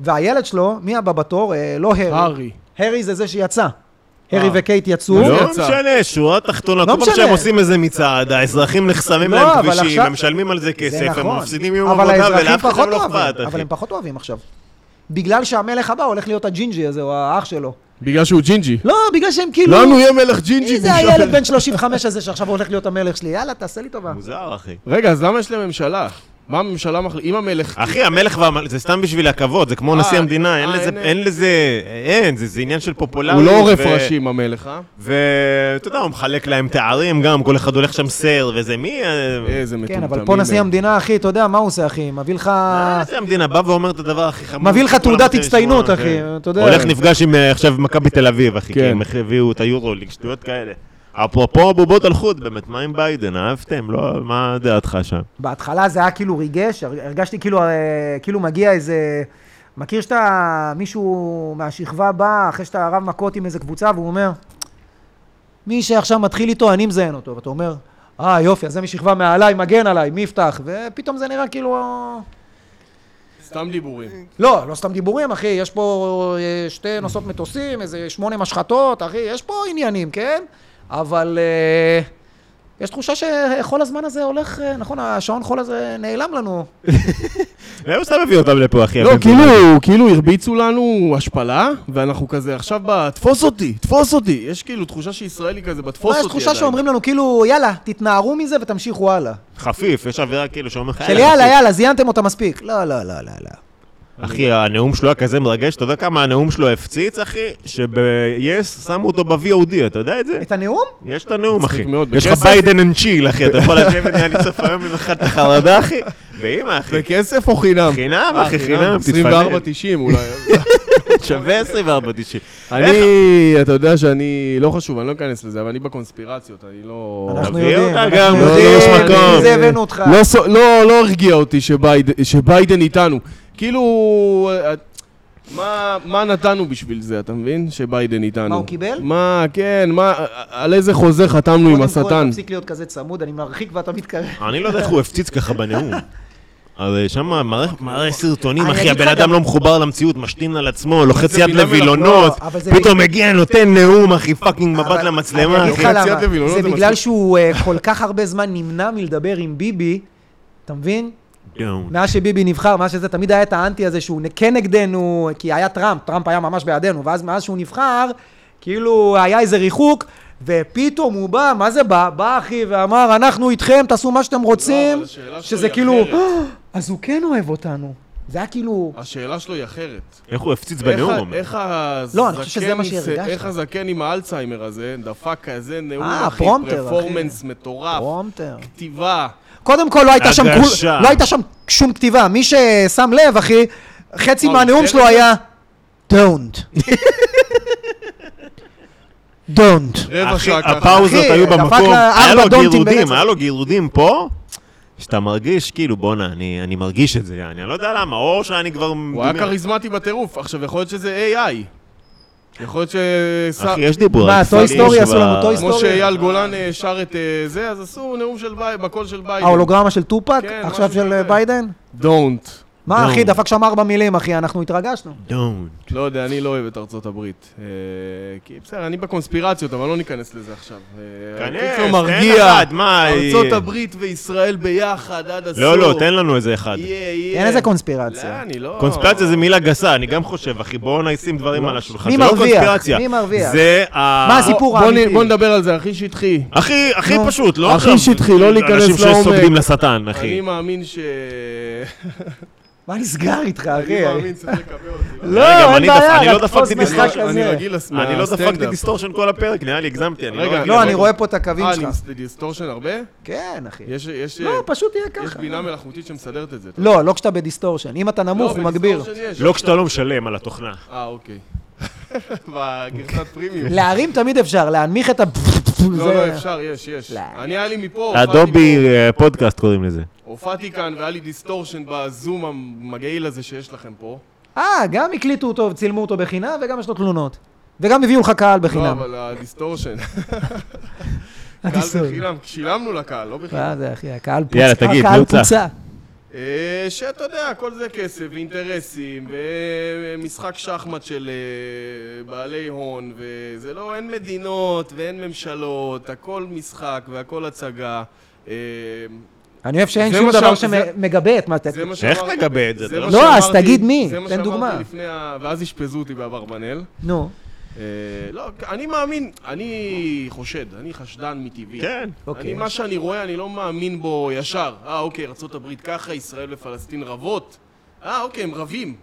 Speaker 1: והילד שלו, מי הבא בתור? אה, לא הרי.
Speaker 3: הארי. אה.
Speaker 1: הרי זה זה שיצא. הרי וקייט יצאו.
Speaker 2: לא
Speaker 3: יצא.
Speaker 2: משנה, שורה תחתונה,
Speaker 1: לא
Speaker 2: כל פעם
Speaker 1: משנה.
Speaker 2: שהם עושים איזה מצעד, האזרחים נחסמים
Speaker 1: לא,
Speaker 2: להם
Speaker 1: אבל
Speaker 2: כבישים,
Speaker 1: עכשיו-
Speaker 2: הם משלמים על זה
Speaker 1: זה
Speaker 2: כסף, הם
Speaker 1: נכון.
Speaker 2: מפסידים יום
Speaker 1: אבל
Speaker 2: עבודה,
Speaker 1: האזרחים
Speaker 2: ולאף אחד
Speaker 1: פחות
Speaker 2: לא
Speaker 1: אוהבים,
Speaker 2: אכפת,
Speaker 1: אבל
Speaker 2: אחי.
Speaker 1: הם פחות אוהבים עכשיו. בגלל שהמלך הבא הולך להיות הג'ינג'י הזה, או האח שלו.
Speaker 3: בגלל שהוא ג'ינג'י.
Speaker 1: לא, בגלל שהם כאילו...
Speaker 3: לנו יהיה מלך ג'ינג'י.
Speaker 1: מי זה
Speaker 3: בושה.
Speaker 1: הילד בן 35 הזה שעכשיו הולך להיות המלך שלי? יאללה, תעשה לי טובה.
Speaker 2: מוזר, אחי.
Speaker 3: רגע, אז למה יש להם ממשלה? מה הממשלה מחליטה? אם המלך...
Speaker 2: אחי, המלך והמלך, זה סתם בשביל הכבוד, זה כמו
Speaker 3: אה,
Speaker 2: נשיא המדינה, אין
Speaker 3: אה,
Speaker 2: לזה,
Speaker 3: אין-
Speaker 2: אין לזה, אין, זה זה עניין של פופולריות.
Speaker 3: הוא לא עורף
Speaker 2: אה, ו-
Speaker 3: ראשים, המלך, אה?
Speaker 2: ואתה יודע, הוא מחלק להם תארים גם, כל אחד הולך שם סייר, וזה מי... אה,
Speaker 3: איזה מטומטמים.
Speaker 1: כן, אבל פה נשיא
Speaker 3: הם.
Speaker 1: המדינה, אחי, אתה יודע, מה הוא עושה, אחי? מביא לך...
Speaker 2: איזה המדינה בא ואומר את הדבר הכי חמור.
Speaker 1: מביא לך
Speaker 2: שכולם
Speaker 1: תעודת
Speaker 2: רוצים לשמוע,
Speaker 1: הצטיינות,
Speaker 2: כן.
Speaker 1: אחי, אתה יודע.
Speaker 2: הולך נפגש עם אה, עכשיו מכבי תל אביב, אחי, כי
Speaker 3: כן.
Speaker 2: הם הביאו את היורוליג, שטויות כאלה. אפרופו הבובות על חוט, באמת, מה עם ביידן? אהבתם? לא, מה דעתך שם?
Speaker 1: בהתחלה זה היה כאילו ריגש, הר- הרגשתי כאילו, אה, כאילו מגיע איזה... מכיר שאתה מישהו מהשכבה בא, אחרי שאתה רב מכות עם איזה קבוצה, והוא אומר, מי שעכשיו מתחיל איתו, אני מזיין אותו. ואתה אומר, אה, יופי, אז זה משכבה מעליי, מגן עליי, מי יפתח? ופתאום זה נראה כאילו...
Speaker 3: סתם דיבורים.
Speaker 1: לא, לא סתם דיבורים, אחי, יש פה אה, שתי נוסעות מטוסים, איזה שמונה משחטות, אחי, יש פה עניינים, כן? אבל אה, יש תחושה שכל הזמן הזה הולך, אה, נכון, השעון חול הזה נעלם לנו.
Speaker 2: הוא סתם הביא אותם לפה, אחי.
Speaker 3: לא,
Speaker 2: הבן
Speaker 3: כאילו, כאילו הרביצו לנו השפלה, ואנחנו כזה עכשיו ב... תפוס אותי, תפוס אותי. יש כאילו תחושה שישראל היא כזה בתפוס
Speaker 1: לא,
Speaker 3: אותי.
Speaker 1: יש תחושה
Speaker 3: עדיין.
Speaker 1: שאומרים לנו, כאילו, יאללה, תתנערו מזה ותמשיכו הלאה.
Speaker 2: חפיף, יש אווירה כאילו שאומר לך...
Speaker 1: של יאללה, יאללה, זיינתם אותה מספיק. לא, לא, לא, לא, לא.
Speaker 2: אחי, הנאום שלו היה כזה מרגש, אתה יודע כמה הנאום שלו הפציץ, אחי? שב-yes שמו אותו ב-VOD, אתה יודע את זה?
Speaker 1: את הנאום?
Speaker 2: יש את הנאום, אחי.
Speaker 3: מצחיק מאוד,
Speaker 2: יש לך
Speaker 3: בכסף?
Speaker 2: ביידן אנד צ'יל, אחי, אתה יכול לשבת, נראה לי סוף היום עם אחד את החרדה, אחי. ואמא, אחי.
Speaker 3: בכסף או חינם?
Speaker 2: חינם,
Speaker 1: אה,
Speaker 2: אחי, חינם, תתפלל.
Speaker 3: 24.90 אולי.
Speaker 2: שווה 24 90.
Speaker 3: אני, אתה יודע שאני, לא חשוב, אני לא אכנס לזה, אבל אני בקונספירציות, אני לא...
Speaker 1: אנחנו
Speaker 2: תביא
Speaker 1: יודעים.
Speaker 2: אותה
Speaker 1: אנחנו
Speaker 2: גם,
Speaker 3: לא, לא,
Speaker 1: יודעים,
Speaker 3: יש מקום.
Speaker 1: מזה הבאנו אותך.
Speaker 3: לא, סו- לא, לא הרגיע אותי שבייד, שביידן איתנו. כאילו, אה, מה, מה נתנו בשביל זה, אתה מבין? שביידן איתנו.
Speaker 1: מה, הוא קיבל?
Speaker 3: מה, כן, מה, על איזה חוזה חתמנו עם
Speaker 1: קודם כל,
Speaker 3: השטן?
Speaker 1: תפסיק להיות כזה צמוד, אני מרחיק ואתה מתקרב.
Speaker 3: אה,
Speaker 2: אני לא יודע איך הוא הפציץ ככה בנאום. אז אה, שם מראה- מראה סרטונים,
Speaker 1: אני
Speaker 2: אחי,
Speaker 1: אגיד לך
Speaker 2: הבן אדם
Speaker 1: גם-
Speaker 2: לא מחובר למציאות, משתין על עצמו, לוחץ יד
Speaker 3: מילה
Speaker 2: לווילונות,
Speaker 1: מלאכותית. לא, אבל זה-
Speaker 2: פתאום מגיע, נותן נאום, אחי, פאקינג מבט
Speaker 1: אבל
Speaker 2: למצלמה,
Speaker 1: אני
Speaker 2: אחי.
Speaker 1: אגיד לך
Speaker 3: יציאת
Speaker 1: למה.
Speaker 3: לווילונות
Speaker 1: זה
Speaker 3: לא זה
Speaker 1: בגלל
Speaker 3: מצחיק.
Speaker 1: שהוא אה, כל כך הרבה זמן נמנע מלדבר עם ביבי, אתה מבין?
Speaker 2: דאון.
Speaker 1: מאז שביבי נבחר, מאז שזה, תמיד היה את האנטי הזה שהוא כן נגדנו, כי היה טראמפ, טראמפ היה ממש בעדנו, ואז מאז שהוא נבחר, כאילו היה איזה ריחוק, ופתאום הוא בא, מה זה בא? בא אחי ואמר, אנחנו איתכם, תעשו מה שאתם רוצים,
Speaker 3: לא, אבל השאלה שלו
Speaker 1: שזה
Speaker 3: היא
Speaker 1: כאילו,
Speaker 3: אחרת.
Speaker 1: "אה, אז הוא כן אוהב אותנו. זה היה כאילו,
Speaker 3: השאלה שלו היא אחרת.
Speaker 2: איך הוא הפציץ
Speaker 3: איך ה-
Speaker 2: בנאום?
Speaker 3: איך הזקן,
Speaker 1: לא, אני חושב שזה מה
Speaker 3: עם ס-
Speaker 1: שהרגשת.
Speaker 3: איך הזקן עם האלצהיימר הזה דפק כזה נאום,
Speaker 1: אה,
Speaker 3: אחי,
Speaker 1: פרומטר, אחי.
Speaker 3: פרפורמנס מטורף,
Speaker 1: פרומטר.
Speaker 3: כתיבה.
Speaker 1: קודם כל, לא הייתה, שם, כל,
Speaker 2: הגשה.
Speaker 1: לא הייתה שם שום כתיבה. מי ששם לב, אחי, חצי
Speaker 3: מה,
Speaker 1: מהנאום
Speaker 3: הוא
Speaker 1: שלו
Speaker 3: דיבר
Speaker 1: היה don't. don't.
Speaker 3: רבע
Speaker 2: אחי,
Speaker 3: שעה ככה.
Speaker 2: הפאוזות
Speaker 1: אחי,
Speaker 2: היו
Speaker 1: דפק
Speaker 2: במקום,
Speaker 1: לה
Speaker 2: היה לו
Speaker 1: ארבע דונטים
Speaker 2: גירודים,
Speaker 1: ברצף.
Speaker 2: היה לו גירודים פה, שאתה מרגיש כאילו, בואנה, אני אני מרגיש את זה, יעני, אני לא יודע למה, או שאני כבר...
Speaker 3: הוא היה
Speaker 2: מדומיין.
Speaker 3: כריזמטי בטירוף. עכשיו, יכול להיות שזה AI. יכול להיות ש...
Speaker 2: אחי, יש דיבור.
Speaker 1: מה,
Speaker 2: על
Speaker 1: טוי
Speaker 2: כפרים
Speaker 1: סטורי
Speaker 2: שבה-
Speaker 1: עשו לנו, טוי
Speaker 3: כמו
Speaker 1: היסטוריה.
Speaker 3: שאייל גולן אה, שר את אה, זה,
Speaker 1: אה, לא
Speaker 3: אז עשו נאום של ביידן, בקול של ביידן.
Speaker 1: ההולוגרמה של טופק,
Speaker 3: כן,
Speaker 1: עכשיו
Speaker 3: משהו
Speaker 1: של
Speaker 3: כזה.
Speaker 1: ביידן?
Speaker 3: Don't.
Speaker 1: מה,
Speaker 2: לא.
Speaker 1: אחי, דפק שם ארבע מילים, אחי, אנחנו התרגשנו.
Speaker 2: Don't.
Speaker 3: לא יודע, אני לא אוהב את ארצות הברית. אה, כי בסדר, אני בקונספירציות, אבל לא ניכנס לזה עכשיו. אה,
Speaker 2: כנס,
Speaker 3: פיצו
Speaker 2: תן
Speaker 3: מרגיע.
Speaker 2: אחד, מה...
Speaker 3: ארצות הברית וישראל ביחד עד הסוף.
Speaker 2: לא, לא, תן לנו איזה אחד.
Speaker 3: יהיה, יהיה.
Speaker 1: אין איזה
Speaker 3: לא,
Speaker 1: קונספירציה.
Speaker 3: אני לא...
Speaker 2: קונספירציה זה מילה גסה, אני גם חושב, אחי, בואו נשים דברים על השולחן.
Speaker 1: מי
Speaker 2: זה אה, לא
Speaker 1: מרוויח?
Speaker 2: קונספירציה.
Speaker 1: מי מרוויח?
Speaker 2: זה ה...
Speaker 1: מה
Speaker 3: בוא-
Speaker 1: הסיפור
Speaker 3: בוא נ-
Speaker 1: האמיתי.
Speaker 3: בוא נדבר על זה, הכי שטחי.
Speaker 2: הכי, הכי
Speaker 1: נו.
Speaker 2: פשוט, לא
Speaker 3: הכי שטחי, לא להיכנס
Speaker 2: אנשים
Speaker 3: לעומק.
Speaker 2: שסוגדים לשטן,
Speaker 3: אני
Speaker 2: אחי.
Speaker 3: מאמין ש...
Speaker 1: מה נסגר איתך,
Speaker 3: אני
Speaker 1: אחי?
Speaker 3: מאמין, צריך לקבל אותי.
Speaker 1: לא,
Speaker 2: רגע,
Speaker 1: אין
Speaker 2: אבל אני דפ-
Speaker 1: בעיה,
Speaker 2: אני לא
Speaker 1: רק
Speaker 2: דפקתי
Speaker 1: תפוס
Speaker 2: דיסטורשן,
Speaker 1: משחק
Speaker 3: אני
Speaker 1: כזה.
Speaker 3: רגיל לס-
Speaker 2: אני לא דפקתי
Speaker 3: מהסטנדאפ.
Speaker 2: דיסטורשן כל הפרק, נראה לי הגזמתי, אני
Speaker 3: רגע,
Speaker 2: לא...
Speaker 1: לא, אני
Speaker 3: בוא-
Speaker 1: רואה פה את הקווים
Speaker 3: אה, אני
Speaker 1: שלך.
Speaker 3: מס- דיסטורשן הרבה?
Speaker 1: כן, אחי.
Speaker 3: יש... יש-
Speaker 1: לא, פשוט יהיה
Speaker 3: יש
Speaker 1: ככה.
Speaker 3: בינה מלאכותית שמסדרת את זה. אתה
Speaker 1: לא, לא כשאתה בדיסטורשן. אם אתה
Speaker 3: לא,
Speaker 1: נמוך, הוא מגביר.
Speaker 3: בדיסטורשן יש.
Speaker 2: לא כשאתה לא משלם על התוכנה.
Speaker 3: אה, אוקיי. בגרסת פרימיום.
Speaker 1: להרים תמיד אפשר, להנמיך את ה...
Speaker 3: לא,
Speaker 1: לא,
Speaker 3: לא,
Speaker 1: זה-
Speaker 3: אפשר, יש, יש.
Speaker 1: לא.
Speaker 3: אני היה לי מפה, הופעתי
Speaker 2: אדובי אה, פודקאסט קוראים לזה.
Speaker 3: פה- הופעתי כאן והיה לי דיסטורשן בזום המגעיל הזה שיש לכם פה.
Speaker 1: אה, גם הקליטו אותו וצילמו אותו בחינם, וגם יש לו תלונות. וגם הביאו לך קהל
Speaker 3: לא,
Speaker 1: בחינם.
Speaker 3: אבל הדיסטורשן.
Speaker 1: הדיסטורשן.
Speaker 3: קהל בחינם, שילמנו לקהל, לא בחינם.
Speaker 1: מה זה, אחי, הקהל פוצה.
Speaker 2: יאללה, תגיד,
Speaker 1: הקהל
Speaker 2: נו, צא.
Speaker 1: פוצה.
Speaker 3: אה, שאתה יודע, כל זה כסף ואינטרסים ומשחק שחמט של אה, בעלי הון וזה לא, אין מדינות ואין ממשלות, הכל משחק והכל הצגה. אה,
Speaker 1: אני אוהב שאין
Speaker 3: זה
Speaker 1: שום
Speaker 3: מה
Speaker 1: דבר
Speaker 3: שם- זה-
Speaker 1: שמגבה את מה...
Speaker 3: זה מה
Speaker 2: איך
Speaker 3: שאמרתי-
Speaker 2: נגבה את זה?
Speaker 3: זה
Speaker 2: אתה
Speaker 3: מה
Speaker 2: לא-
Speaker 1: לא, אז
Speaker 3: שאמרתי-
Speaker 1: תגיד מי,
Speaker 3: זה מה
Speaker 1: תן דוגמה.
Speaker 3: שאמרתי לפני ה- ואז אשפזו אותי באברבנל.
Speaker 1: נו.
Speaker 3: אה, לא, אני מאמין, אני חושד, אני חשדן מטבעי.
Speaker 2: כן.
Speaker 1: אוקיי.
Speaker 3: אני, מה שאני רואה, אני לא מאמין בו ישר. אה, אוקיי, ארה"ב ככה, ישראל ופלסטין רבות. אה, אוקיי, הם רבים.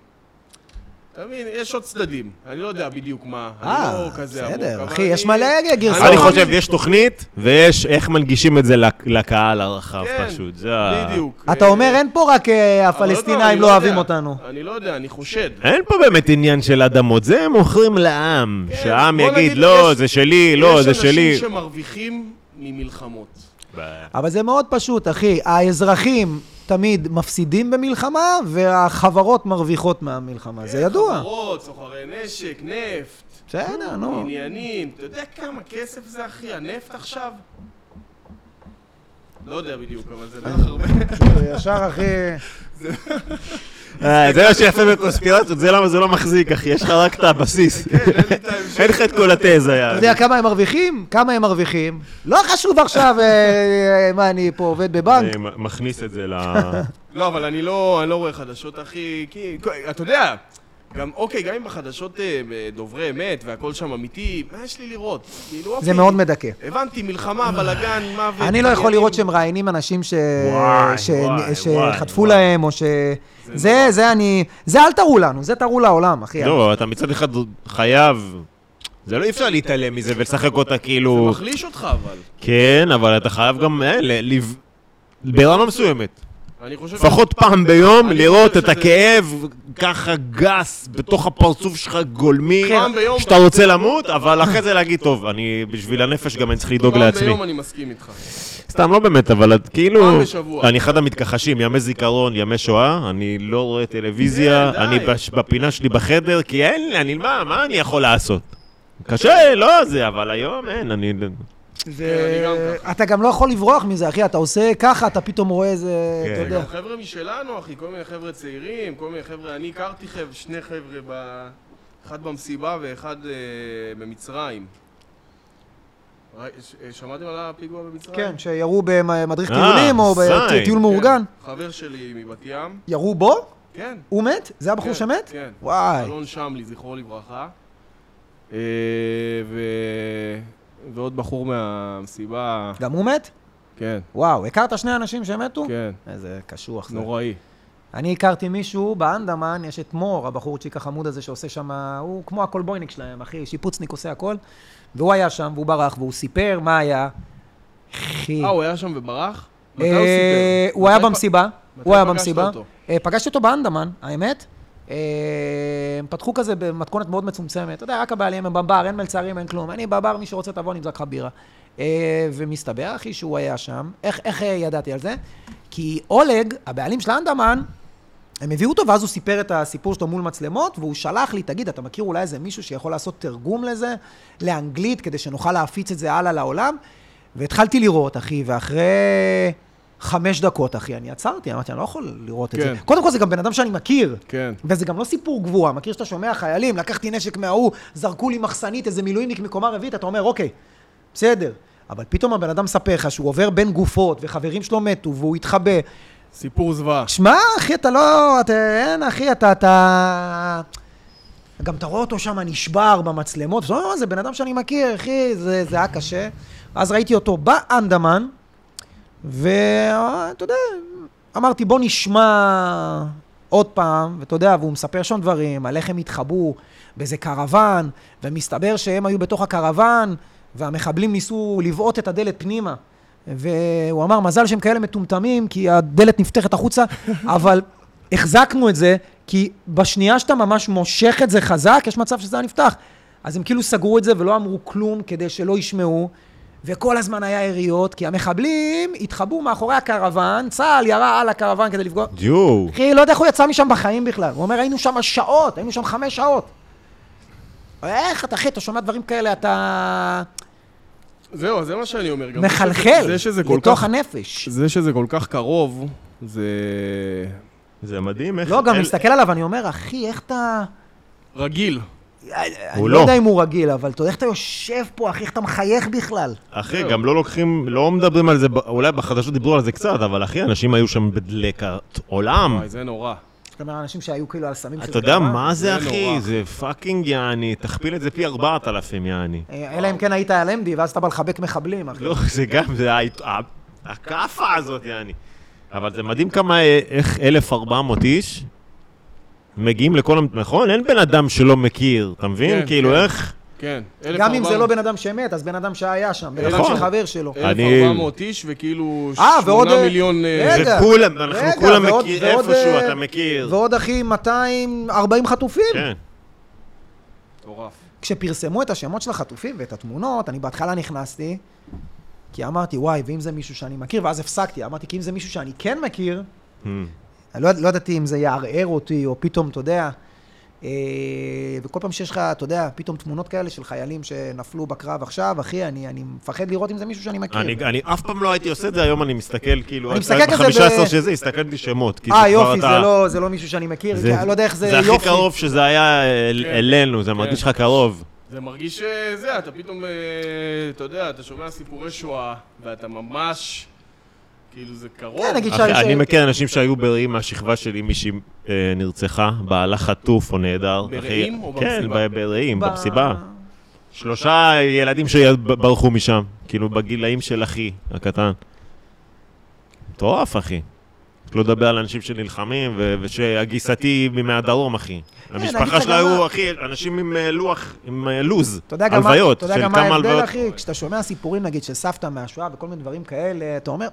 Speaker 3: אתה מבין, יש עוד צדדים. אני לא יודע בדיוק מה. אני
Speaker 1: אה,
Speaker 3: לא כזה עמוק,
Speaker 1: בסדר,
Speaker 3: אבל
Speaker 1: אחי,
Speaker 3: אני-
Speaker 1: יש מלא גרסאות.
Speaker 2: אני
Speaker 3: לא,
Speaker 2: חושב,
Speaker 3: אני-
Speaker 2: יש תוכנית, ויש איך מנגישים את זה לק- לקהל הרחב
Speaker 3: כן,
Speaker 2: פשוט. זה ה-
Speaker 3: בדיוק.
Speaker 1: אתה
Speaker 3: אה,
Speaker 1: אומר, אין פה רק אה,
Speaker 3: אבל עוד פעם,
Speaker 1: הפלסטינאים
Speaker 3: אני
Speaker 1: לא אוהבים
Speaker 3: יודע.
Speaker 1: אותנו.
Speaker 3: אני לא יודע, אני חושד.
Speaker 2: אין פה באמת עניין של אדמות, זה הם מוכרים לעם.
Speaker 3: כן,
Speaker 2: שהעם
Speaker 3: בוא
Speaker 2: יגיד,
Speaker 3: נגיד,
Speaker 2: לא,
Speaker 3: יש-
Speaker 2: זה שלי, לא, זה שלי.
Speaker 3: יש אנשים שמרוויחים ממלחמות.
Speaker 2: בעיה.
Speaker 1: אבל זה מאוד פשוט, אחי. האזרחים תמיד מפסידים במלחמה, והחברות מרוויחות מהמלחמה. זה ידוע.
Speaker 3: אה, חברות, סוחרי נשק, נפט.
Speaker 1: בסדר, נו.
Speaker 3: עניינים, אתה יודע כמה כסף זה אחי, הנפט עכשיו? לא יודע בדיוק, אבל זה בערך הרבה.
Speaker 1: ישר, אחי.
Speaker 2: אה, זה מה שיפה בקונספירציות, זה למה זה לא מחזיק, אחי. יש לך רק את הבסיס.
Speaker 3: כן.
Speaker 2: אין לך את כל התזה,
Speaker 1: אתה
Speaker 2: יאללה.
Speaker 1: יודע כמה הם מרוויחים? כמה הם מרוויחים? לא חשוב עכשיו, אה, אה, מה, אני פה עובד בבנק?
Speaker 2: אני מ- מכניס את זה ל...
Speaker 3: לא, אבל אני לא, אני לא רואה חדשות אחי, כי, אתה יודע, גם, אוקיי, גם אם בחדשות אה, דוברי אמת והכל שם אמיתי, מה יש לי לראות? כאילו, אוקיי,
Speaker 1: זה מאוד מדכא.
Speaker 3: הבנתי, מלחמה, בלאגן, מוות.
Speaker 1: אני לא יכול לראות שמראיינים אנשים ש-
Speaker 2: וואי,
Speaker 1: ש-
Speaker 2: וואי,
Speaker 1: שחטפו
Speaker 2: וואי.
Speaker 1: להם, או ש... זה, זה אני... זה אל תראו לנו, זה תראו לעולם, אחי.
Speaker 2: לא, אתה מצד אחד עוד חייב... זה לא אי אפשר להתעלם מזה ולשחק אותה
Speaker 3: זה
Speaker 2: כאילו...
Speaker 3: מחליש אותך, אבל.
Speaker 2: כן, אבל אתה חייב גם אה, ל- לב- ברמה מסוימת.
Speaker 3: אני חושב...
Speaker 2: לפחות פעם ביום
Speaker 3: אני
Speaker 2: לראות
Speaker 3: חושב
Speaker 2: את
Speaker 3: שזה-
Speaker 2: הכאב ככה גס, בתוך הפרצוף שלך גולמי,
Speaker 3: כן. פעם ביום-
Speaker 2: שאתה רוצה למות, אבל אחרי זה להגיד, טוב, אני בשביל הנפש גם אני צריך לדאוג
Speaker 3: פעם
Speaker 2: לעצמי.
Speaker 3: ביום אני מסכים איתך.
Speaker 2: סתם, לא באמת, אבל את- כאילו...
Speaker 3: פעם בשבוע.
Speaker 2: אני אחד המתכחשים, ימי זיכרון, ימי שואה, אני לא רואה טלוויזיה,
Speaker 3: כן, די, די.
Speaker 2: אני בש- בפינה שלי בחדר, כי אין, לי, אני, מה, מה אני יכול לעשות? קשה, לא זה, אבל היום אין, אני...
Speaker 1: זה...
Speaker 3: כן, אני גם
Speaker 1: אתה גם לא יכול לברוח מזה, אחי, אתה עושה ככה, אתה פתאום רואה איזה...
Speaker 2: כן.
Speaker 1: אתה יודע.
Speaker 3: גם חבר'ה משלנו, אחי, כל מיני חבר'ה צעירים, כל מיני חבר'ה, אני הכרתי חבר, שני חבר'ה, ב... אחד במסיבה ואחד אה, במצרים. ראי- ש- אה, שמעתם על הפיגוע במצרים?
Speaker 1: כן, שירו במדריך
Speaker 2: אה,
Speaker 1: טיולים, או
Speaker 2: זין.
Speaker 1: בטיול
Speaker 2: כן.
Speaker 1: מאורגן.
Speaker 3: חבר שלי מבת ים.
Speaker 1: ירו בו?
Speaker 3: כן.
Speaker 1: הוא מת? זה הבחור
Speaker 3: כן,
Speaker 1: שמת?
Speaker 3: כן.
Speaker 1: וואי.
Speaker 3: אלון שמלי, זכרו לברכה. אה, ו... ועוד בחור מהמסיבה.
Speaker 1: גם הוא מת?
Speaker 3: כן,
Speaker 1: וואו, הכרת שני אנשים שמתו?
Speaker 3: כן.
Speaker 1: איזה קשוח זה.
Speaker 3: נוראי.
Speaker 1: אני הכרתי מישהו באנדמן, יש את מור, הבחורצ'יק החמוד הזה שעושה שם, הוא כמו הכולבויניק שלהם, אחי, שיפוצניק עושה הכל. והוא היה שם, והוא ברח, והוא סיפר מה היה. אחי.
Speaker 3: אה, הוא היה שם וברח? מתי הוא
Speaker 1: אה,
Speaker 3: סיפר?
Speaker 1: הוא היה
Speaker 3: מתי פ-
Speaker 1: במסיבה,
Speaker 3: מתי
Speaker 1: הוא היה
Speaker 3: פגשת
Speaker 1: במסיבה.
Speaker 3: אותו?
Speaker 1: אה, פגשתי אותו באנדמן, האמת. אה, הם פתחו כזה במתכונת מאוד מצומצמת. אתה יודע, רק הבעלים הם בבר, אין מלצרים, אין כלום. אני בבר, מי שרוצה תבוא, נמזג לך בירה. אה, ומסתבר, אחי, שהוא היה שם. איך, איך אה, ידעתי על זה? כי אולג, הבעלים של האנדמן, הם הביאו אותו, ואז הוא סיפר את הסיפור שלו מול מצלמות, והוא שלח לי, תגיד, אתה מכיר אולי איזה מישהו שיכול לעשות תרגום לזה, לאנגלית, כדי שנוכל להפיץ את זה הלאה לעולם? והתחלתי לראות, אחי, ואחרי... חמש דקות, אחי, אני עצרתי, אמרתי, אני לא יכול לראות את זה.
Speaker 3: כן.
Speaker 1: קודם כל, זה גם בן אדם שאני מכיר.
Speaker 3: כן.
Speaker 1: וזה גם לא סיפור גבורה, מכיר שאתה שומע חיילים, לקחתי נשק מההוא, זרקו לי מחסנית, איזה מילואימניק מקומה רביעית, אתה אומר, אוקיי, בסדר. אבל פתאום הבן אדם מספר לך שהוא עובר בין גופות, וחברים שלו מתו, והוא התחבא.
Speaker 3: סיפור זוועה.
Speaker 1: שמע, אחי, אתה לא... אתה, אין, אחי, אתה... אתה... גם אתה רואה אותו שם נשבר במצלמות, אתה אומר, "אה, זה בן אדם שאני מכיר, אחי, זה, זה היה קשה. אז ראיתי אותו באנדמן, ואתה יודע, אמרתי, בוא נשמע עוד פעם, ואתה יודע, והוא מספר שם דברים, על איך הם התחבאו באיזה קרוון, ומסתבר שהם היו בתוך הקרוון, והמחבלים ניסו לבעוט את הדלת פנימה. והוא אמר, מזל שהם כאלה מטומטמים, כי הדלת נפתחת החוצה, אבל החזקנו את זה, כי בשנייה שאתה ממש מושך את זה חזק, יש מצב שזה היה נפתח. אז הם כאילו סגרו את זה ולא אמרו כלום כדי שלא ישמעו, וכל הזמן היה יריות, כי המחבלים התחבאו מאחורי הקרוון, צה"ל ירה על הקרוון כדי לפגוע.
Speaker 2: ג'ו.
Speaker 1: אחי, לא יודע איך הוא יצא משם בחיים בכלל. הוא אומר, היינו שם שעות, היינו שם חמש שעות. איך אתה, אחי, אתה שומע דברים כאלה, אתה
Speaker 3: זהו, זה מה שאני אומר. גם
Speaker 1: מחלחל
Speaker 3: זה שזה כל
Speaker 1: לתוך
Speaker 3: כך-
Speaker 1: הנפש.
Speaker 3: זה שזה כל כך קרוב, זה
Speaker 2: זה מדהים איך...
Speaker 1: לא, גם
Speaker 2: אל-
Speaker 1: מסתכל עליו, אני אומר, אחי, איך אתה...
Speaker 3: רגיל.
Speaker 1: אני לא
Speaker 2: לא.
Speaker 1: יודע אם הוא רגיל, אבל אתה יודע איך אתה יושב פה, אחי, איך אתה מחייך בכלל.
Speaker 2: אחי, גם לא לוקחים, לא מדברים על זה, ב- אולי בחדשות דיברו על זה קצת, אבל אחי, אנשים היו שם בדלקת עולם.
Speaker 3: וואי, זה נורא.
Speaker 1: זאת אומרת, אנשים שהיו כאילו על סמים
Speaker 2: אתה יודע
Speaker 1: גרם.
Speaker 2: מה זה,
Speaker 3: זה נורא.
Speaker 2: אחי? זה פאקינג יעני, תכפיל את זה פי 4,000 יעני.
Speaker 1: אה, אלא אם כן היית על אמדי, ואז אתה בא לחבק מחבלים, אחי.
Speaker 2: לא, זה גם, זה ההת- ה- הכאפה הזאת יעני. אבל זה מדהים כמה, אה, איך 1,400 איש מגיעים לכל... המ- נכון? אין בן אדם שלא מכיר, אתה מבין?
Speaker 3: כן,
Speaker 2: כאילו,
Speaker 3: כן.
Speaker 2: איך...
Speaker 3: כן.
Speaker 1: גם אם
Speaker 3: 1400
Speaker 1: זה לא בן אדם שמת, אז בן אדם שהיה שם, בן אדם
Speaker 2: נכון.
Speaker 1: של חבר שלו.
Speaker 2: אני-
Speaker 3: 1,400 איש וכאילו
Speaker 1: אה, ועוד,
Speaker 3: 8
Speaker 1: אה,
Speaker 3: מיליון... אה,
Speaker 1: רגע,
Speaker 2: זה כולם, אנחנו
Speaker 1: רגע,
Speaker 2: כולם
Speaker 1: ועוד-
Speaker 2: מכיר,
Speaker 1: ועוד,
Speaker 2: איפשהו
Speaker 1: אה,
Speaker 2: אתה מכיר.
Speaker 1: ועוד, אחי, 240 חטופים.
Speaker 2: כן.
Speaker 3: מטורף.
Speaker 1: כשפרסמו את השמות של החטופים ואת התמונות, אני בהתחלה נכנסתי, כי אמרתי, וואי, ואם זה מישהו שאני מכיר, ואז הפסקתי, אמרתי, כי אם זה מישהו שאני כן מכיר,
Speaker 2: Hmm.
Speaker 1: אני לא, לא ידעתי אם זה יערער אותי, או פתאום, אתה יודע, אה, וכל פעם שיש לך, אתה יודע, פתאום תמונות כאלה של חיילים שנפלו בקרב עכשיו, אחי, אני, אני מפחד לראות אם זה מישהו שאני מכיר.
Speaker 2: אני, אני אף פעם לא הייתי עושה את זה, היום אני מסתכל, כאילו,
Speaker 1: כן. אני מסתכל כזה ב-
Speaker 2: ב-15 שזה, הסתכלתי שמות. כי
Speaker 1: אה,
Speaker 2: כבר
Speaker 1: יופי,
Speaker 2: אתה-
Speaker 1: זה, לא, זה לא מישהו שאני מכיר, כי אני לא יודע איך זה,
Speaker 2: זה
Speaker 1: יופי.
Speaker 2: הכי קרוב שזה היה אל,
Speaker 3: כן.
Speaker 2: אלינו, זה מרגיש לך קרוב.
Speaker 3: זה מרגיש אה, זה, אתה פתאום, אה, אתה יודע, אתה שומע סיפורי שואה, ואתה ממש, כאילו זה קרוב.
Speaker 1: כן, נגיד
Speaker 2: אחי,
Speaker 1: שאני...
Speaker 2: אני מכיר אנשים שהיו ברעים מהשכבה שלי, מישהי אה, נרצחה, בעלה חטוף או נעדר. אחי.
Speaker 3: ברעים או
Speaker 2: כן,
Speaker 3: במסיבה?
Speaker 2: ב- ברעים, במסיבה. שלושה ילדים שברחו משם, כאילו בגילאים של אחי הקטן. מטורף, אחי. לא לדבר על אנשים שנלחמים, ו- ושהגיסתי מהדרום, אחי.
Speaker 1: נגיד
Speaker 2: המשפחה
Speaker 1: אה, לך
Speaker 2: שלה
Speaker 1: גם
Speaker 2: היו,
Speaker 1: מה-
Speaker 2: אחי, אנשים עם אה, לוח, עם אה, לוז,
Speaker 1: אתה יודע גם מה,
Speaker 2: הלוויות,
Speaker 1: אתה יודע
Speaker 2: של
Speaker 1: גם מה
Speaker 2: כמה
Speaker 1: ההבדל,
Speaker 2: הלוויות.
Speaker 1: אחי? כשאתה שומע סיפורים, נגיד, של סבתא מהשואה וכל מיני דברים כאלה, אתה אומר,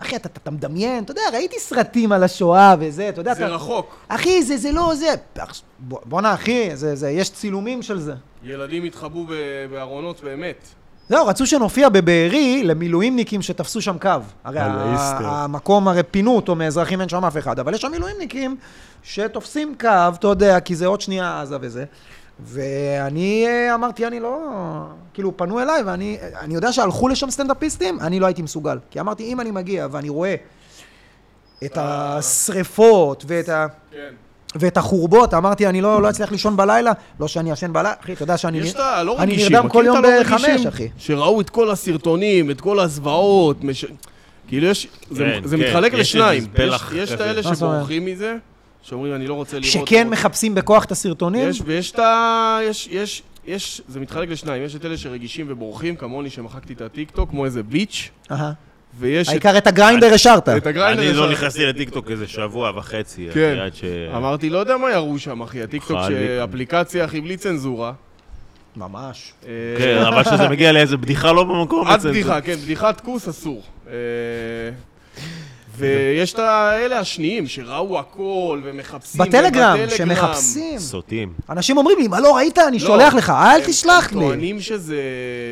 Speaker 1: אחי, אתה, אתה, אתה מדמיין, אתה יודע, ראיתי סרטים על השואה וזה, אתה יודע,
Speaker 3: זה
Speaker 1: אתה...
Speaker 3: רחוק.
Speaker 1: אחי, זה, זה לא זה. אח- בוא- בואנה, אחי, זה, זה, יש צילומים של זה.
Speaker 3: ילדים התחבאו ב- בארונות באמת.
Speaker 1: זהו, לא, רצו שנופיע בבארי למילואימניקים שתפסו שם קו. הרי
Speaker 2: על
Speaker 1: ה-
Speaker 2: האיסטר.
Speaker 1: המקום, הרי פינו אותו מאזרחים, אין שם אף אחד, אבל יש שם מילואימניקים שתופסים קו, אתה יודע, כי זה עוד שנייה עזה וזה. ואני אה, אמרתי, אני לא... כאילו, פנו אליי, ואני אני יודע שהלכו לשם סטנדאפיסטים, אני לא הייתי מסוגל. כי אמרתי, אם אני מגיע ואני רואה את השריפות ואת ה...
Speaker 3: כן.
Speaker 1: ואת החורבות, אמרתי, אני לא, לא אצליח לישון בלילה, לא שאני ישן בלילה, אחי, אתה יודע שאני...
Speaker 3: יש את הלא
Speaker 1: אני
Speaker 3: רגישים,
Speaker 1: נרדם כל
Speaker 3: מכיר
Speaker 1: יום
Speaker 3: את הלא
Speaker 1: בחמש,
Speaker 3: רגישים?
Speaker 1: אחי.
Speaker 3: שראו את כל הסרטונים, את כל הזוועות, מש... כאילו יש, זה,
Speaker 2: כן,
Speaker 3: זה
Speaker 2: כן,
Speaker 3: מתחלק
Speaker 2: יש
Speaker 3: לשניים.
Speaker 2: איזה פלח
Speaker 3: יש, יש את
Speaker 2: כזה.
Speaker 3: האלה
Speaker 1: מה זאת אומרת?
Speaker 3: שבורחים מזה, שאומרים אני לא רוצה לראות. לא
Speaker 1: שכן
Speaker 3: רוצה."
Speaker 1: מחפשים בכוח את הסרטונים?
Speaker 3: יש, ויש את ה... יש, יש, יש, זה מתחלק לשניים. יש את אלה שרגישים ובורחים, כמוני שמחקתי את הטיקטוק, כמו איזה ביץ',
Speaker 1: אהה.
Speaker 3: ויש את,
Speaker 1: העיקר את הגריינדר השארת.
Speaker 3: את הגריינדר.
Speaker 2: אני
Speaker 3: ישר.
Speaker 2: לא נכנסתי לטיקטוק איזה שבוע וחצי, אחי,
Speaker 3: כן.
Speaker 2: עד ש...
Speaker 3: אמרתי, לא יודע מה ירו שם, אחי, הטיקטוק,
Speaker 2: חלילה.
Speaker 3: שאפליקציה, אחי, בלי צנזורה.
Speaker 1: ממש.
Speaker 3: אה,
Speaker 2: כן, אבל שזה מגיע לאיזה בדיחה לא במקום.
Speaker 3: עד
Speaker 2: אצל-
Speaker 3: בדיחה, כן, בדיחת כוס אסור. אה, ויש את האלה השניים שראו הכל ומחפשים.
Speaker 1: בטלגרם,
Speaker 3: ובטלגרם.
Speaker 1: שמחפשים.
Speaker 2: סוטים.
Speaker 1: אנשים אומרים לי, מה לא ראית? אני
Speaker 3: לא.
Speaker 1: שולח לך, אל
Speaker 3: הם-
Speaker 1: תשלח
Speaker 3: הם
Speaker 1: לי.
Speaker 3: טוענים שזה...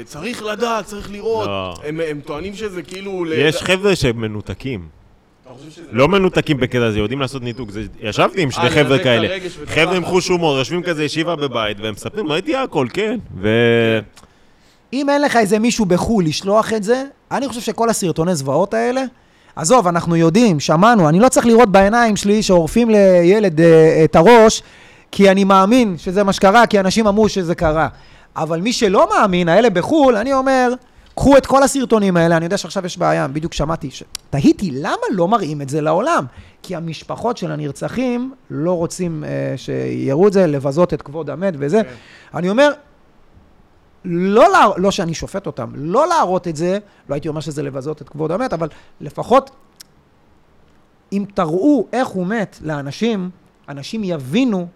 Speaker 3: צריך לדעת, צריך לראות.
Speaker 2: לא.
Speaker 3: הם- הם טוענים שזה כאילו... ל-
Speaker 2: יש חבר'ה שמנותקים.
Speaker 3: אתה חושב שזה-
Speaker 2: לא מנותקים בקטע הזה, יודעים לעשות ניתוק. זה- ישבתי עם שני
Speaker 3: אה, לנתק
Speaker 2: חבר'ה
Speaker 3: את
Speaker 2: כאלה.
Speaker 3: הרגש ואת
Speaker 2: חבר'ה עם
Speaker 3: הלחץ.
Speaker 2: חוש הומור, יושבים כזה ישיבה בבית, והם מספרים, ראיתי הכל, כן. ו...
Speaker 1: אם אין לך איזה מישהו בחו"ל לשלוח את זה, אני חושב שכל הסרטוני זוועות האלה, עזוב, אנחנו יודעים, שמענו, אני לא צריך לראות בעיניים שלי שעורפים לילד אה, את הראש, כי אני מאמין שזה מה שקרה, כי אנשים אמרו שזה קרה. אבל מי שלא מאמין, האלה בחו"ל, אני אומר, קחו את כל הסרטונים האלה, אני יודע שעכשיו יש בעיה, בדיוק שמעתי, ש... תהיתי, למה לא מראים את זה לעולם? כי המשפחות של הנרצחים לא רוצים אה, שיראו את זה, לבזות את כבוד המת וזה. אני אומר, לא, לה... לא שאני שופט אותם, לא להראות את זה, לא הייתי אומר שזה לבזות את כבוד המת, אבל לפחות אם תראו איך הוא מת לאנשים, אנשים יבינו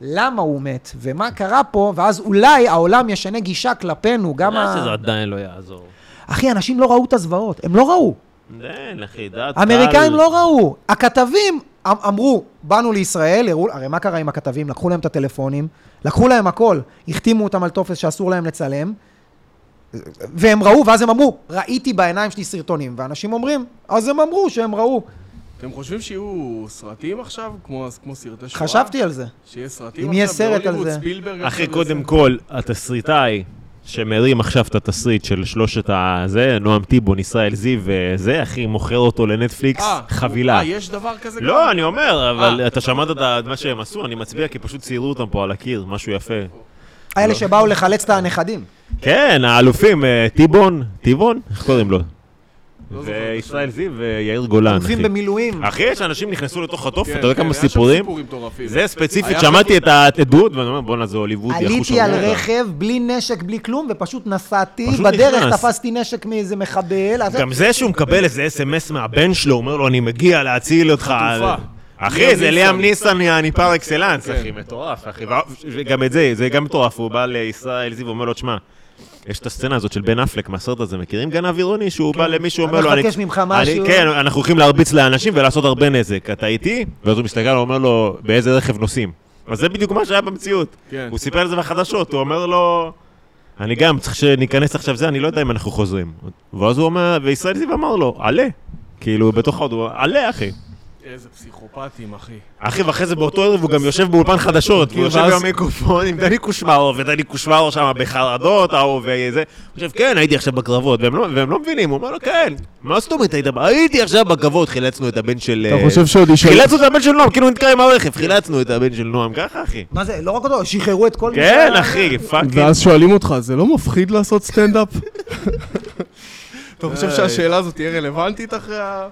Speaker 1: למה הוא מת ומה קרה פה, ואז אולי העולם ישנה גישה כלפינו, גם
Speaker 2: אתה יודע
Speaker 1: ה...
Speaker 2: שזה עדיין לא יעזור.
Speaker 1: אחי, אנשים לא ראו את הזוועות, הם לא ראו.
Speaker 2: אין, אחי, דעת קהל.
Speaker 1: האמריקאים לא ראו. הכתבים אמ- אמרו, באנו לישראל, הראו, הרי מה קרה עם הכתבים? לקחו להם את הטלפונים, לקחו להם הכל, החתימו אותם על טופס שאסור להם לצלם, והם ראו, ואז הם אמרו, ראיתי בעיניים שלי סרטונים. ואנשים אומרים, אז הם אמרו שהם ראו.
Speaker 3: אתם חושבים שיהיו סרטים עכשיו? כמו, כמו סרטי שואה?
Speaker 1: חשבתי על זה.
Speaker 2: לא.
Speaker 3: שיהיה סרטים
Speaker 1: אם יהיה סרט על
Speaker 3: בהוליווד,
Speaker 1: זה.
Speaker 3: ספילברג
Speaker 2: אחי,
Speaker 3: עכשיו
Speaker 2: קודם
Speaker 3: וזה?
Speaker 2: כל, התסריטאי שמרים עכשיו את התסריט של שלושת ה... זה, נועם טיבון, ישראל זיו וזה, אחי, מוכר אותו לנטפליקס,
Speaker 3: אה,
Speaker 2: חבילה.
Speaker 3: אה, יש דבר כזה גם?
Speaker 2: לא, אני אומר, אבל
Speaker 3: אה.
Speaker 2: אתה שמעת את ה- את מה שהם עשו, אני מצביע כי פשוט ציירו אותם פה על הקיר, משהו יפה.
Speaker 1: האלה שבאו לחלץ את הנכדים.
Speaker 2: כן, האלופים, אה, טיבון, טיבון, איך קוראים לו?
Speaker 3: לא זוכר.
Speaker 2: וישראל זיו ויאיר גולן, אחי.
Speaker 1: הולכים במילואים.
Speaker 2: אחי, יש אנשים נכנסו לתוך התופת,
Speaker 3: כן,
Speaker 2: אתה יודע
Speaker 3: כן,
Speaker 2: כמה
Speaker 3: היה שם
Speaker 2: סיפורים?
Speaker 3: סיפורים מטורפים.
Speaker 2: זה ספציפית,
Speaker 3: היה
Speaker 2: שמעתי את העדות, ואני אומר, בואנה, זה הוליוודי, איך הוא
Speaker 1: עליתי
Speaker 2: שומע
Speaker 1: על
Speaker 2: אותה?"
Speaker 1: רכב, בלי נשק, בלי כלום, ופשוט נסעתי.
Speaker 2: פשוט
Speaker 1: בדרך
Speaker 2: נכנס.
Speaker 1: תפסתי נשק מאיזה מחבל. אז-
Speaker 2: גם זה שהוא מקבל איזה אס.אם.אס מהבן שלו, אומר לו, אני מגיע להציל אותך.
Speaker 3: חטופה.
Speaker 2: אחי,
Speaker 3: ליאם
Speaker 2: זה
Speaker 3: ניסן.
Speaker 2: ליאם ניסן, אני פר אקסלנס,
Speaker 3: כן.
Speaker 2: אחי, מטורף, אחי. וגם את זה, זה גם מטורף, הוא בא לישראל זיו, אומר לו, תשמע, יש את הסצנה הזאת של בן אפלק מהסרט הזה, מכירים? גנב עירוני, שהוא בא למישהו, אומר
Speaker 1: אני
Speaker 2: לו,
Speaker 1: מבקש ממך משהו."
Speaker 2: אני- כן, אנחנו הולכים להרביץ לאנשים ולעשות הרבה נזק, אתה איתי? ואז הוא מסתכל, הוא אומר לו, באיזה רכב נוסעים? אז זה בדיוק מה שהיה במציאות.
Speaker 3: כן.
Speaker 2: הוא סיפר את זה בחדשות, הוא אומר לו... אני גם צריך שניכנס עכשיו זה, אני לא יודע אם אנחנו חוזרים. ואז הוא אומר, וישראל זיו אמר לו, עלה. כאילו, בתוך ההודו, עלה, אחי.
Speaker 3: איזה פסיכופטים, אחי.
Speaker 2: אחי, ואחרי זה באותו ערב הוא גם יושב באולפן חדשות, והוא יושב
Speaker 3: ואז-
Speaker 2: במיקרופון עם דני קושמרו, ודני קושמרו שם בחרדות, ההוא וזה. הוא חושב, כן, הייתי עכשיו בקרבות, והם לא- והם לא מבינים, הוא אומר לו, כן. מה זאת אומרת היית? ב- הייתי עכשיו בקרבות, חילצנו את הבן של...
Speaker 3: אתה
Speaker 2: אה,
Speaker 3: חושב שעוד ישאלו...
Speaker 2: חילצנו את הבן של נועם, כאילו הוא נתקע עם הרכב, חילצנו את הבן של נועם, ככה, אחי.
Speaker 1: מה זה, לא רק אותו, שחררו את כל... מי
Speaker 2: כן,
Speaker 1: שהיה-
Speaker 2: אחי, פאקינג.
Speaker 3: ואז שואלים אותך, זה לא מפחיד לעשות סטנדאפ? אתה חושב שהשאלה הזאת תהיה רלוונטית אחרי ה...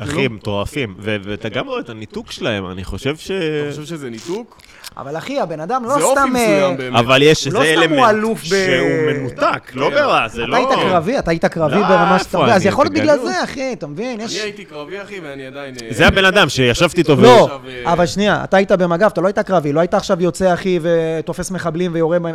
Speaker 2: אחי, מטורפים. ו- ואתה גם רואה את הניתוק שלהם, אני חושב ש...
Speaker 3: אתה חושב שזה ניתוק?
Speaker 1: אבל אחי, הבן אדם
Speaker 3: זה
Speaker 1: לא סתם...
Speaker 3: אופי
Speaker 1: אה,
Speaker 3: מסוים באמת.
Speaker 2: אבל יש איזה
Speaker 1: לא סתם הוא
Speaker 2: אלמנט
Speaker 1: אלוף ב- כן.
Speaker 2: שהוא מנותק, לא ברע, זה
Speaker 1: אתה
Speaker 2: לא...
Speaker 1: היית קרבי, אתה היית קרבי
Speaker 2: לא,
Speaker 1: ברמה שאתה
Speaker 2: איפה
Speaker 1: מבין, אז
Speaker 2: אני?
Speaker 1: יכול להיות בגלל
Speaker 2: בגדול.
Speaker 1: זה, אחי, אתה מבין?
Speaker 3: אני
Speaker 1: יש...
Speaker 3: הייתי קרבי, אחי, ואני עדיין... אה,
Speaker 2: זה הבן אדם שישבתי איתו ו...
Speaker 1: לא,
Speaker 3: עכשיו, אה,
Speaker 1: אבל שנייה, אתה היית במג"ב, אתה לא היית קרבי, לא היית עכשיו יוצא, אחי, ותופס מחבלים ויורה... בהם.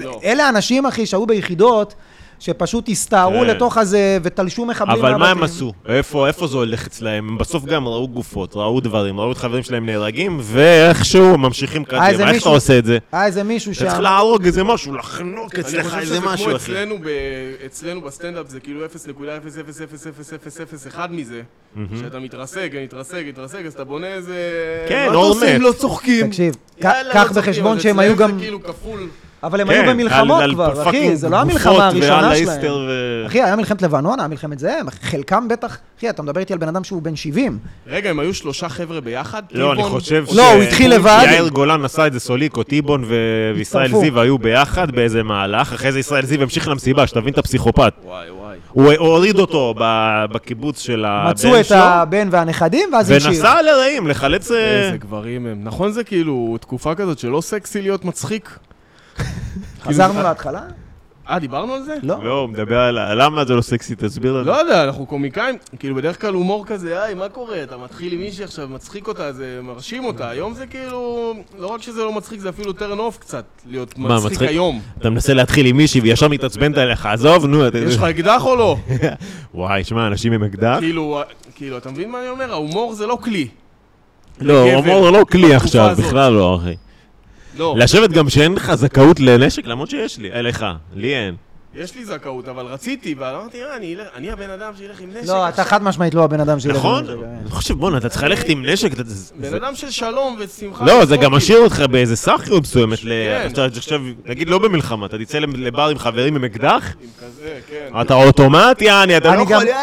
Speaker 3: לא.
Speaker 1: אלה אנשים, אחי, שהיו ביחידות, שפשוט הסתערו
Speaker 2: כן.
Speaker 1: לתוך הזה ותלשו מחבלים.
Speaker 2: אבל מה הם
Speaker 1: מהבתים.
Speaker 2: עשו? איפה איפה זה הולך אצלהם? הם בסוף גם ראו גופות, ראו דברים, ראו את חברים שלהם נהרגים, ואיכשהו הם ממשיכים
Speaker 1: אה, איזה
Speaker 2: קדימה. איך אתה
Speaker 1: מישהו-
Speaker 2: עושה את זה?
Speaker 1: היה איזה מישהו
Speaker 2: אתה צריך
Speaker 1: שם...
Speaker 2: להרוג איזה משהו, לחנוק אצלך איזה
Speaker 3: אני חושב שזה
Speaker 2: משהו,
Speaker 3: כמו
Speaker 2: אחי.
Speaker 3: אצלנו, ב- אצלנו בסטנדאפ זה כאילו 0.0000001 מזה. שאתה מתרסק, מתרסק, מתרסק, אז אתה בונה איזה...
Speaker 2: כן,
Speaker 3: מה
Speaker 2: אור
Speaker 3: אתה עושה אם
Speaker 2: מת.
Speaker 3: לא צוחקים?
Speaker 1: תקשיב, ק-
Speaker 3: יאללה, לא
Speaker 1: קח
Speaker 3: צוחקים,
Speaker 1: בחשבון
Speaker 3: אז
Speaker 1: שהם
Speaker 3: אצלם
Speaker 1: היו
Speaker 3: זה
Speaker 1: גם...
Speaker 3: כאילו כפול.
Speaker 1: אבל הם
Speaker 2: כן,
Speaker 1: היו
Speaker 2: על-
Speaker 1: במלחמות
Speaker 2: על
Speaker 1: כבר, אחי,
Speaker 2: פאקינג
Speaker 1: זה לא
Speaker 2: גופות
Speaker 1: המלחמה
Speaker 2: ועל
Speaker 1: הראשונה
Speaker 2: האיסטר
Speaker 1: שלהם.
Speaker 2: ו-
Speaker 1: אחי, היה מלחמת לבנון, היה מלחמת זה, חלקם בטח... אחי, אתה מדבר איתי על בן אדם שהוא בן 70.
Speaker 3: רגע, הם היו שלושה חבר'ה ביחד?
Speaker 2: לא, אני
Speaker 3: טיבון?
Speaker 2: חושב ש...
Speaker 1: לא, הוא התחיל לבד.
Speaker 2: יאיר גולן עשה את זה סוליקו, טיבון ו- וישראל
Speaker 1: הצטרפו.
Speaker 2: זיו היו ביחד באיזה מהלך, אחרי זה ישראל זיו המשיך למסיבה, שתבין את הפסיכופת.
Speaker 3: וואי, וואי.
Speaker 2: הוא הוריד אותו ב- בקיבוץ של הבן שלו,
Speaker 1: מצאו את הבן והנכדים, ואז המשיך.
Speaker 2: ונסע לרעים לחלץ... אה,
Speaker 3: איזה גברים הם. נכון זה כאילו תקופה כזאת שלא סקסי להיות מצחיק? כאילו,
Speaker 1: חזרנו להתחלה?
Speaker 3: אה, דיברנו על זה?
Speaker 1: לא.
Speaker 2: כאילו, לא, הוא מדבר על... ה- למה זה לא סקסי? תסביר
Speaker 3: לא
Speaker 2: לנו.
Speaker 3: יודע, אנחנו קומיקאים, כאילו בדרך כלל הומור כזה, היי, מה קורה? אתה מתחיל עם מישהי עכשיו, מצחיק אותה, זה מרשים אותה. היום זה כאילו, לא רק שזה לא מצחיק, זה אפילו turn off קצת, להיות
Speaker 2: מה,
Speaker 3: מצחיק
Speaker 2: מצחיק?
Speaker 3: היום.
Speaker 2: אתה מנסה להתחיל עם מישהי וישר מתעצבנת עליך, עזוב, נו. אתה-
Speaker 3: יש לך אקדח או לא?
Speaker 2: וואי, שמע, אנשים עם אקדח?
Speaker 3: כאילו, אה, כאילו, אתה מבין מה אני אומר? ההומור זה לא כלי.
Speaker 2: לא,
Speaker 3: לגבר,
Speaker 2: הוא אומר לא כלי
Speaker 3: בתקופה
Speaker 2: עכשיו,
Speaker 3: הזאת.
Speaker 2: בכלל לא, אחי.
Speaker 3: לא.
Speaker 2: לשבת גם שאין לך זכאות לנשק, למרות שיש לי, אה, לך, לי אין.
Speaker 5: יש לי זכאות, אבל רציתי, ואמרתי, "אה, אני אלך- אני הבן אדם שילך עם נשק.
Speaker 1: לא, אתה
Speaker 5: עכשיו."
Speaker 1: חד משמעית לא הבן אדם שילך.
Speaker 2: נכון?
Speaker 1: עם נשק.
Speaker 2: אני חושב, בואנה, אתה צריך ללכת עם נשק. אתה- זה-
Speaker 5: בן
Speaker 2: זה-
Speaker 5: אדם של שלום ושמחה.
Speaker 2: לא, זה גם
Speaker 5: וצחוקים.
Speaker 2: משאיר אותך באיזה סחריות מסוימת. ל-
Speaker 5: כן.
Speaker 2: אתה עכשיו, נגיד לא במלחמה, אתה תצא לבר עם חברים עם אקדח,
Speaker 5: עם כזה, כן.
Speaker 3: אה,
Speaker 2: אתה אוטומט, יעני, אתה
Speaker 1: אני
Speaker 2: לא
Speaker 1: גם-
Speaker 2: יכול, יאללה!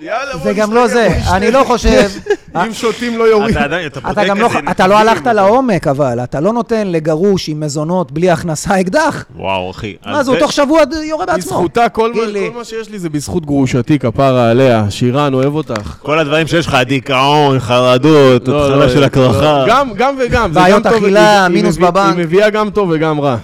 Speaker 5: יאללה,
Speaker 1: זה
Speaker 5: בוא
Speaker 1: גם
Speaker 5: נסתכל,
Speaker 1: לא
Speaker 5: בוא
Speaker 1: זה,
Speaker 5: נשתה.
Speaker 1: אני לא חושב,
Speaker 3: אם שותים לא יורים.
Speaker 2: אתה עדיין, אתה
Speaker 1: אתה
Speaker 2: בודק
Speaker 1: גם לא,
Speaker 2: כזה,
Speaker 1: אתה לא הלכת לעומק אבל, אתה לא נותן לגרוש עם מזונות בלי הכנסה אקדח.
Speaker 2: וואו, אחי.
Speaker 1: מה
Speaker 2: אז
Speaker 1: זה, הוא תוך שבוע יורה בעצמו.
Speaker 3: בזכותה, כל מה-
Speaker 1: גילי.
Speaker 3: כל מה שיש לי זה בזכות גרושתי, כפרה עליה. שירן, אוהב אותך.
Speaker 2: כל הדברים שיש לך, דיכאון, חרדות,
Speaker 3: לא,
Speaker 2: התחלה
Speaker 3: לא,
Speaker 2: של
Speaker 3: לא.
Speaker 2: הקרחה.
Speaker 3: גם, גם וגם. זה
Speaker 1: בעיות
Speaker 3: גם טוב,
Speaker 1: אכילה,
Speaker 3: היא- היא
Speaker 1: מינוס
Speaker 3: מביא-
Speaker 1: בבנק.
Speaker 3: היא מביאה גם טוב וגם רע.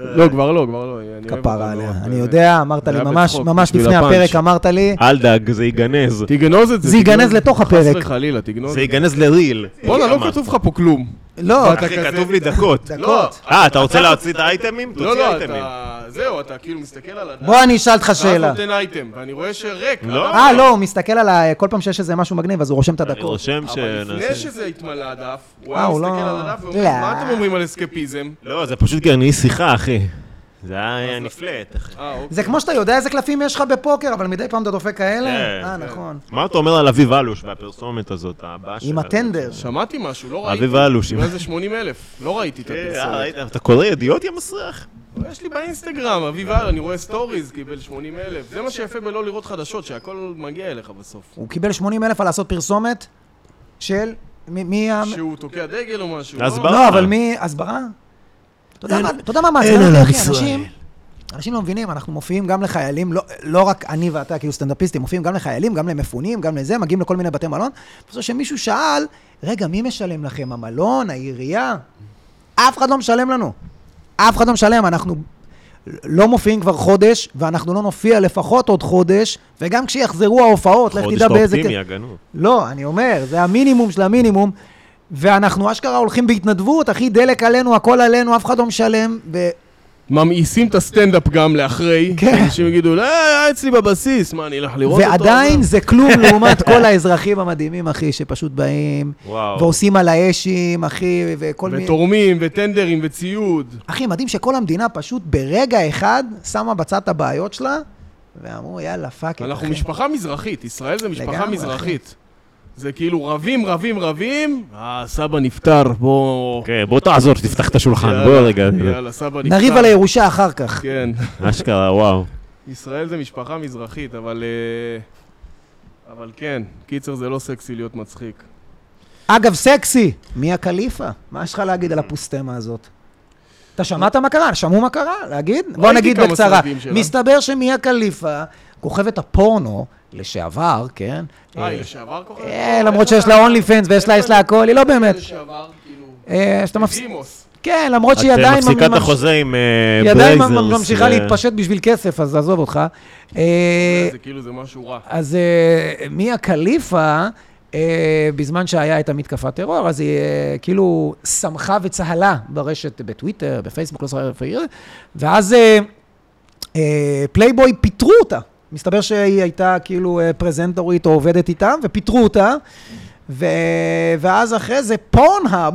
Speaker 3: לא, כבר לא, כבר לא. אני אוהב אותה
Speaker 1: כפרה
Speaker 3: מאוד, אה.
Speaker 1: עליה.
Speaker 3: באמת.
Speaker 2: לא
Speaker 1: אני יודע, אמרת
Speaker 3: זה
Speaker 1: לי
Speaker 3: היה
Speaker 1: ממש,
Speaker 3: בצחוק,
Speaker 1: ממש
Speaker 3: בשביל
Speaker 1: לפני
Speaker 3: הפאנץ'.
Speaker 1: הפרק, אמרת לי,
Speaker 2: אל דאג, זה ייגנז.
Speaker 3: תגנוז את זה.
Speaker 1: זה ייגנז
Speaker 3: תגנוז.
Speaker 1: לתוך
Speaker 3: חס
Speaker 1: הפרק.
Speaker 3: וחלילה, תגנוז.
Speaker 2: זה ייגנז לריל.
Speaker 3: בואנה, לא
Speaker 2: כמה?
Speaker 3: כתוב לך פה כלום.
Speaker 1: לא,
Speaker 2: אחי, כתוב לי דקות.
Speaker 5: לא,
Speaker 1: דקות.
Speaker 2: אה, אתה רוצה להוציא את האייטמים?
Speaker 5: לא,
Speaker 2: תוציא
Speaker 5: לא,
Speaker 2: אייטמים.
Speaker 5: אתה... זהו, אתה כאילו מסתכל על הדף.
Speaker 1: בוא אני אשאל אותך שאלה.
Speaker 5: ואז נותן אייטם, ואני רואה שריק.
Speaker 2: לא.
Speaker 5: הדף-
Speaker 1: אה, לא, הוא מסתכל על ה... כל פעם שיש איזה משהו מגניב, אז הוא רושם את
Speaker 2: אני
Speaker 1: הדקות.
Speaker 2: רושם ש...
Speaker 5: אבל לפני שזה התמלא הדף, הוא
Speaker 1: אה,
Speaker 5: היה
Speaker 1: הוא
Speaker 5: מסתכל
Speaker 1: לא-
Speaker 5: על הדף ואומר,
Speaker 1: לא.
Speaker 5: מה אתם אומרים על אסקפיזם?
Speaker 2: לא, זה פשוט גרני שיחה, אחי. זה היה נפלט, אחי.
Speaker 5: אה, אוקיי.
Speaker 1: זה כמו שאתה יודע איזה קלפים יש לך בפוקר, אבל מדי פעם אתה דופק כאלה?
Speaker 2: כן.
Speaker 1: אה, נכון.
Speaker 2: מה אתה אומר על אביב אלוש והפרסומת הזאת, הבאה שלה?
Speaker 1: עם הטנדר.
Speaker 5: שמעתי משהו, לא ראיתי.
Speaker 2: אביב אלוש,
Speaker 5: אולי זה 80 אלף, לא ראיתי את
Speaker 2: אה, אה,
Speaker 5: הפרסומת. אה,
Speaker 2: ראית? אתה קורא ידיעות, יא מסריח?
Speaker 5: יש לי באינסטגרם, אביב אלוש, אני רואה סטוריז, קיבל 80 אלף. זה מה שיפה בלא לראות חדשות, שהכל מגיע אליך בסוף.
Speaker 1: הוא קיבל 80 אלף על לעשות פרסומת של... מ- מי ה...
Speaker 5: שהוא תוקע דגל או משהו.
Speaker 2: אז
Speaker 5: לא?
Speaker 2: בא-
Speaker 1: לא, אבל מי... הסברה? אתה יודע מה- אתה יודע מה מעצבן אותי, אחי? אנשים- אנשים לא מבינים, אנחנו מופיעים גם לחיילים, לא- לא רק אני ואתה כאילו סטנדאפיסטים, מופיעים גם לחיילים, גם למפונים, גם לזה, מגיעים לכל מיני בתי מלון. בסופו שמישהו שאל, רגע, מי משלם לכם? המלון? העירייה? אף אחד לא משלם לנו. אף אחד לא משלם, אנחנו לא מופיעים כבר חודש, ואנחנו לא נופיע לפחות עוד חודש, וגם כשיחזרו ההופעות, לך
Speaker 2: חודש
Speaker 1: תדע באיזה...
Speaker 2: באופטימי, הגנוב.
Speaker 1: לא, אני אומר, זה המינימום של המינימום. ואנחנו אשכרה הולכים בהתנדבות, אחי, דלק עלינו, הכל עלינו, אף אחד לא משלם. ו...
Speaker 3: ממאיסים את הסטנדאפ גם לאחרי.
Speaker 1: כן.
Speaker 3: אנשים
Speaker 5: "אה,
Speaker 3: יגידו, לא, היה אצלי בבסיס, מה, אני אלך לראות אותו?
Speaker 1: ועדיין זה כלום לעומת כל האזרחים המדהימים, אחי, שפשוט באים,
Speaker 2: וואו.
Speaker 1: ועושים על האשים, אחי, וכל מיני...
Speaker 3: ותורמים, וטנדרים, וציוד.
Speaker 1: אחי, מדהים שכל המדינה פשוט ברגע אחד שמה בצד את הבעיות שלה, ואמרו, יאללה, פאק את,
Speaker 3: אנחנו
Speaker 1: אחי.
Speaker 3: משפחה מזרחית, ישראל זה
Speaker 1: כן, אוקיי. לגמרי,
Speaker 3: משפחה
Speaker 1: אחי.
Speaker 3: מזרחית. זה כאילו רבים, רבים, רבים, אה, סבא נפטר, בוא...
Speaker 2: אוקיי, בוא תעזור, תפתח את השולחן, בוא
Speaker 3: יאללה,
Speaker 2: רגע.
Speaker 3: יאללה, סבא נפטר.
Speaker 1: נריב על הירושה אחר כך.
Speaker 3: כן.
Speaker 2: אשכרה, וואו.
Speaker 3: ישראל זה משפחה מזרחית, אבל... אה, אבל כן, קיצר זה לא סקסי להיות מצחיק.
Speaker 1: אגב, סקסי, מי הקליפה? מה יש לך להגיד
Speaker 3: Hmm.
Speaker 1: על הפוסטמה הזאת? אתה שמעת מה קרה? שמעו מה קרה? להגיד? בוא
Speaker 3: ראיתי
Speaker 1: נגיד
Speaker 3: כמה
Speaker 1: בקצרה.
Speaker 3: סרטים שלה.
Speaker 1: מסתבר שמיה קליפה, כוכבת הפורנו, לשעבר, כן?
Speaker 5: אה, היא לשעבר כוכב?
Speaker 1: אה, למרות שיש לה אונלי פנס ויש לה, יש לה הכל, היא לא באמת.
Speaker 5: לשעבר, כאילו...
Speaker 1: אה, שאתה מפס...
Speaker 5: דימוס.
Speaker 1: כן, למרות שהיא
Speaker 2: את
Speaker 1: עדיין...
Speaker 2: אה, מפסיקה את
Speaker 1: ממש-
Speaker 2: החוזה עם אה,
Speaker 1: היא עדיין
Speaker 2: ברייזרס.
Speaker 1: ממשיכה
Speaker 2: אה,
Speaker 1: להתפשט בשביל כסף, אז עזוב אותך. אה,
Speaker 5: זה כאילו זה משהו רע.
Speaker 1: אז אה, מיה קליפה, אה, בזמן שהיה את המתקפת טרור, אז היא אה, כאילו שמחה וצהלה ברשת, ברשת, בפייסבוק, לא זוכר איפה היא, ואז אה, אה, פלייבוי פיטרו אותה. מסתבר שהיא הייתה כאילו אה, פרזנטורית או עובדת איתם, ופיטרו אותה. ו... ואז אחרי זה פורנהאב,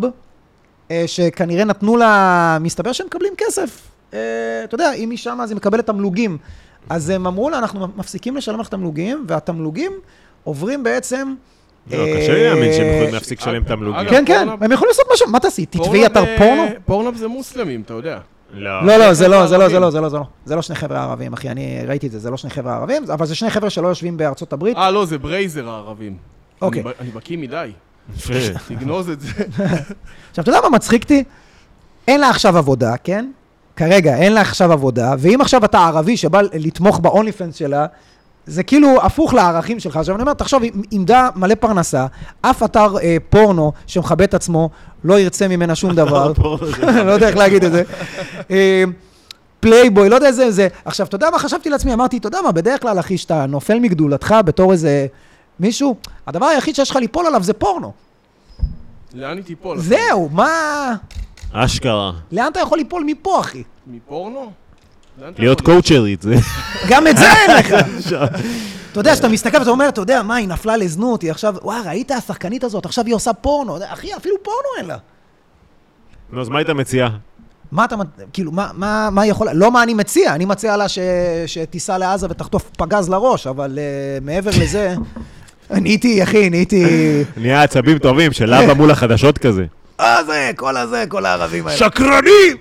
Speaker 1: אה, שכנראה נתנו לה, מסתבר שהם מקבלים כסף. אה, אתה יודע, אם היא שמה אז היא מקבלת תמלוגים. אז הם אמרו לה, אנחנו מפסיקים לשלם לך תמלוגים, והתמלוגים עוברים בעצם...
Speaker 2: לא, קשה לי להאמין שהם יכולים
Speaker 1: אה,
Speaker 2: להפסיק לשלם תמלוגים.
Speaker 1: כן, כן,
Speaker 3: פורנהאב-
Speaker 1: הם יכולים לעשות משהו, מה תעשי? תתבעי אתר פורנו?
Speaker 3: פורנהאב, אה, פורנהאב זה מוסלמים, אתה יודע.
Speaker 2: לא.
Speaker 1: לא, לא,
Speaker 3: שני
Speaker 1: זה לא,
Speaker 3: חבר'ה
Speaker 1: זה לא, זה
Speaker 3: ערבים.
Speaker 1: לא, זה לא, זה לא. זה לא שני חבר'ה ערבים, אחי, אני ראיתי את זה, זה לא שני חבר'ה ערבים, אבל זה שני חבר'ה שלא יושבים בארצות הברית.
Speaker 3: אה, לא, זה ברייזר הערבים.
Speaker 1: אוקיי.
Speaker 3: אני ב- אני בקיא מדי,
Speaker 1: לא.
Speaker 2: אה,
Speaker 3: תגנוז את זה.
Speaker 1: עכשיו, אתה יודע מה מצחיק אותי? אין לה עכשיו עבודה, כן? כרגע, אין לה עכשיו עבודה, ואם עכשיו אתה ערבי שבא לתמוך ב-only fans שלה, זה כאילו הפוך לערכים שלך. עכשיו אני אומר, תחשוב, היא עמדה מלא פרנסה, אף אתר אה, פורנו שמכבד את עצמו, לא ירצה ממנה שום דבר.
Speaker 2: פורנו זה-
Speaker 1: לא יודע איך להגיד את זה. אה, פלייבוי, לא יודע איזה זה. עכשיו, אתה יודע מה חשבתי לעצמי? אמרתי, אתה יודע מה, בדרך כלל, אחי, שאתה נופל מגדולתך בתור איזה מישהו, הדבר היחיד שיש לך ליפול עליו זה פורנו.
Speaker 3: לאן היא תיפול?
Speaker 1: זהו, מה...
Speaker 2: אשכרה.
Speaker 1: לאן אתה יכול ליפול מפה, אחי?
Speaker 3: מפורנו? לאן אתה
Speaker 2: להיות
Speaker 3: יכול-
Speaker 2: קואוצ'רית, זה...
Speaker 1: גם את זה אין לך. אתה יודע, כשאתה מסתכל ואתה אומר, אתה יודע, מה, היא נפלה לזנות, היא עכשיו, וואי, ראית השחקנית הזאת, עכשיו היא עושה פורנו. אחי, אפילו פורנו אין לה.
Speaker 2: נו, אז מה היית מציעה?
Speaker 1: מה אתה, כאילו, מה, מה, מה יכול, לא מה אני מציע, אני מציע לה ש, שתיסע לעזה ותחטוף פגז לראש, אבל uh, מעבר לזה, נהייתי, אחי, נהייתי...
Speaker 2: נהיה עצבים טובים של אבא מול החדשות כזה.
Speaker 1: אה, זה, כל הזה, כל הערבים האלה.
Speaker 2: שקרנים!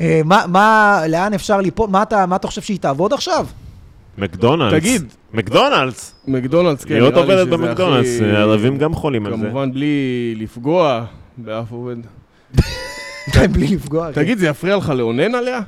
Speaker 1: אה, מה, מה, לאן אפשר ליפול? מה אתה, מה אתה חושב שהיא תעבוד עכשיו?
Speaker 2: מקדונלדס.
Speaker 3: תגיד.
Speaker 2: מקדונלדס.
Speaker 3: מקדונלדס, כן,
Speaker 2: להיות
Speaker 3: נראה לי
Speaker 2: עובדת
Speaker 3: שזה
Speaker 2: במקדונלדס,
Speaker 3: הכי-
Speaker 2: ערבים גם חולים על זה.
Speaker 3: כמובן בלי לפגוע באף עובד.
Speaker 1: בלי לפגוע. אחי.
Speaker 3: תגיד, זה יפריע לך לאונן עליה?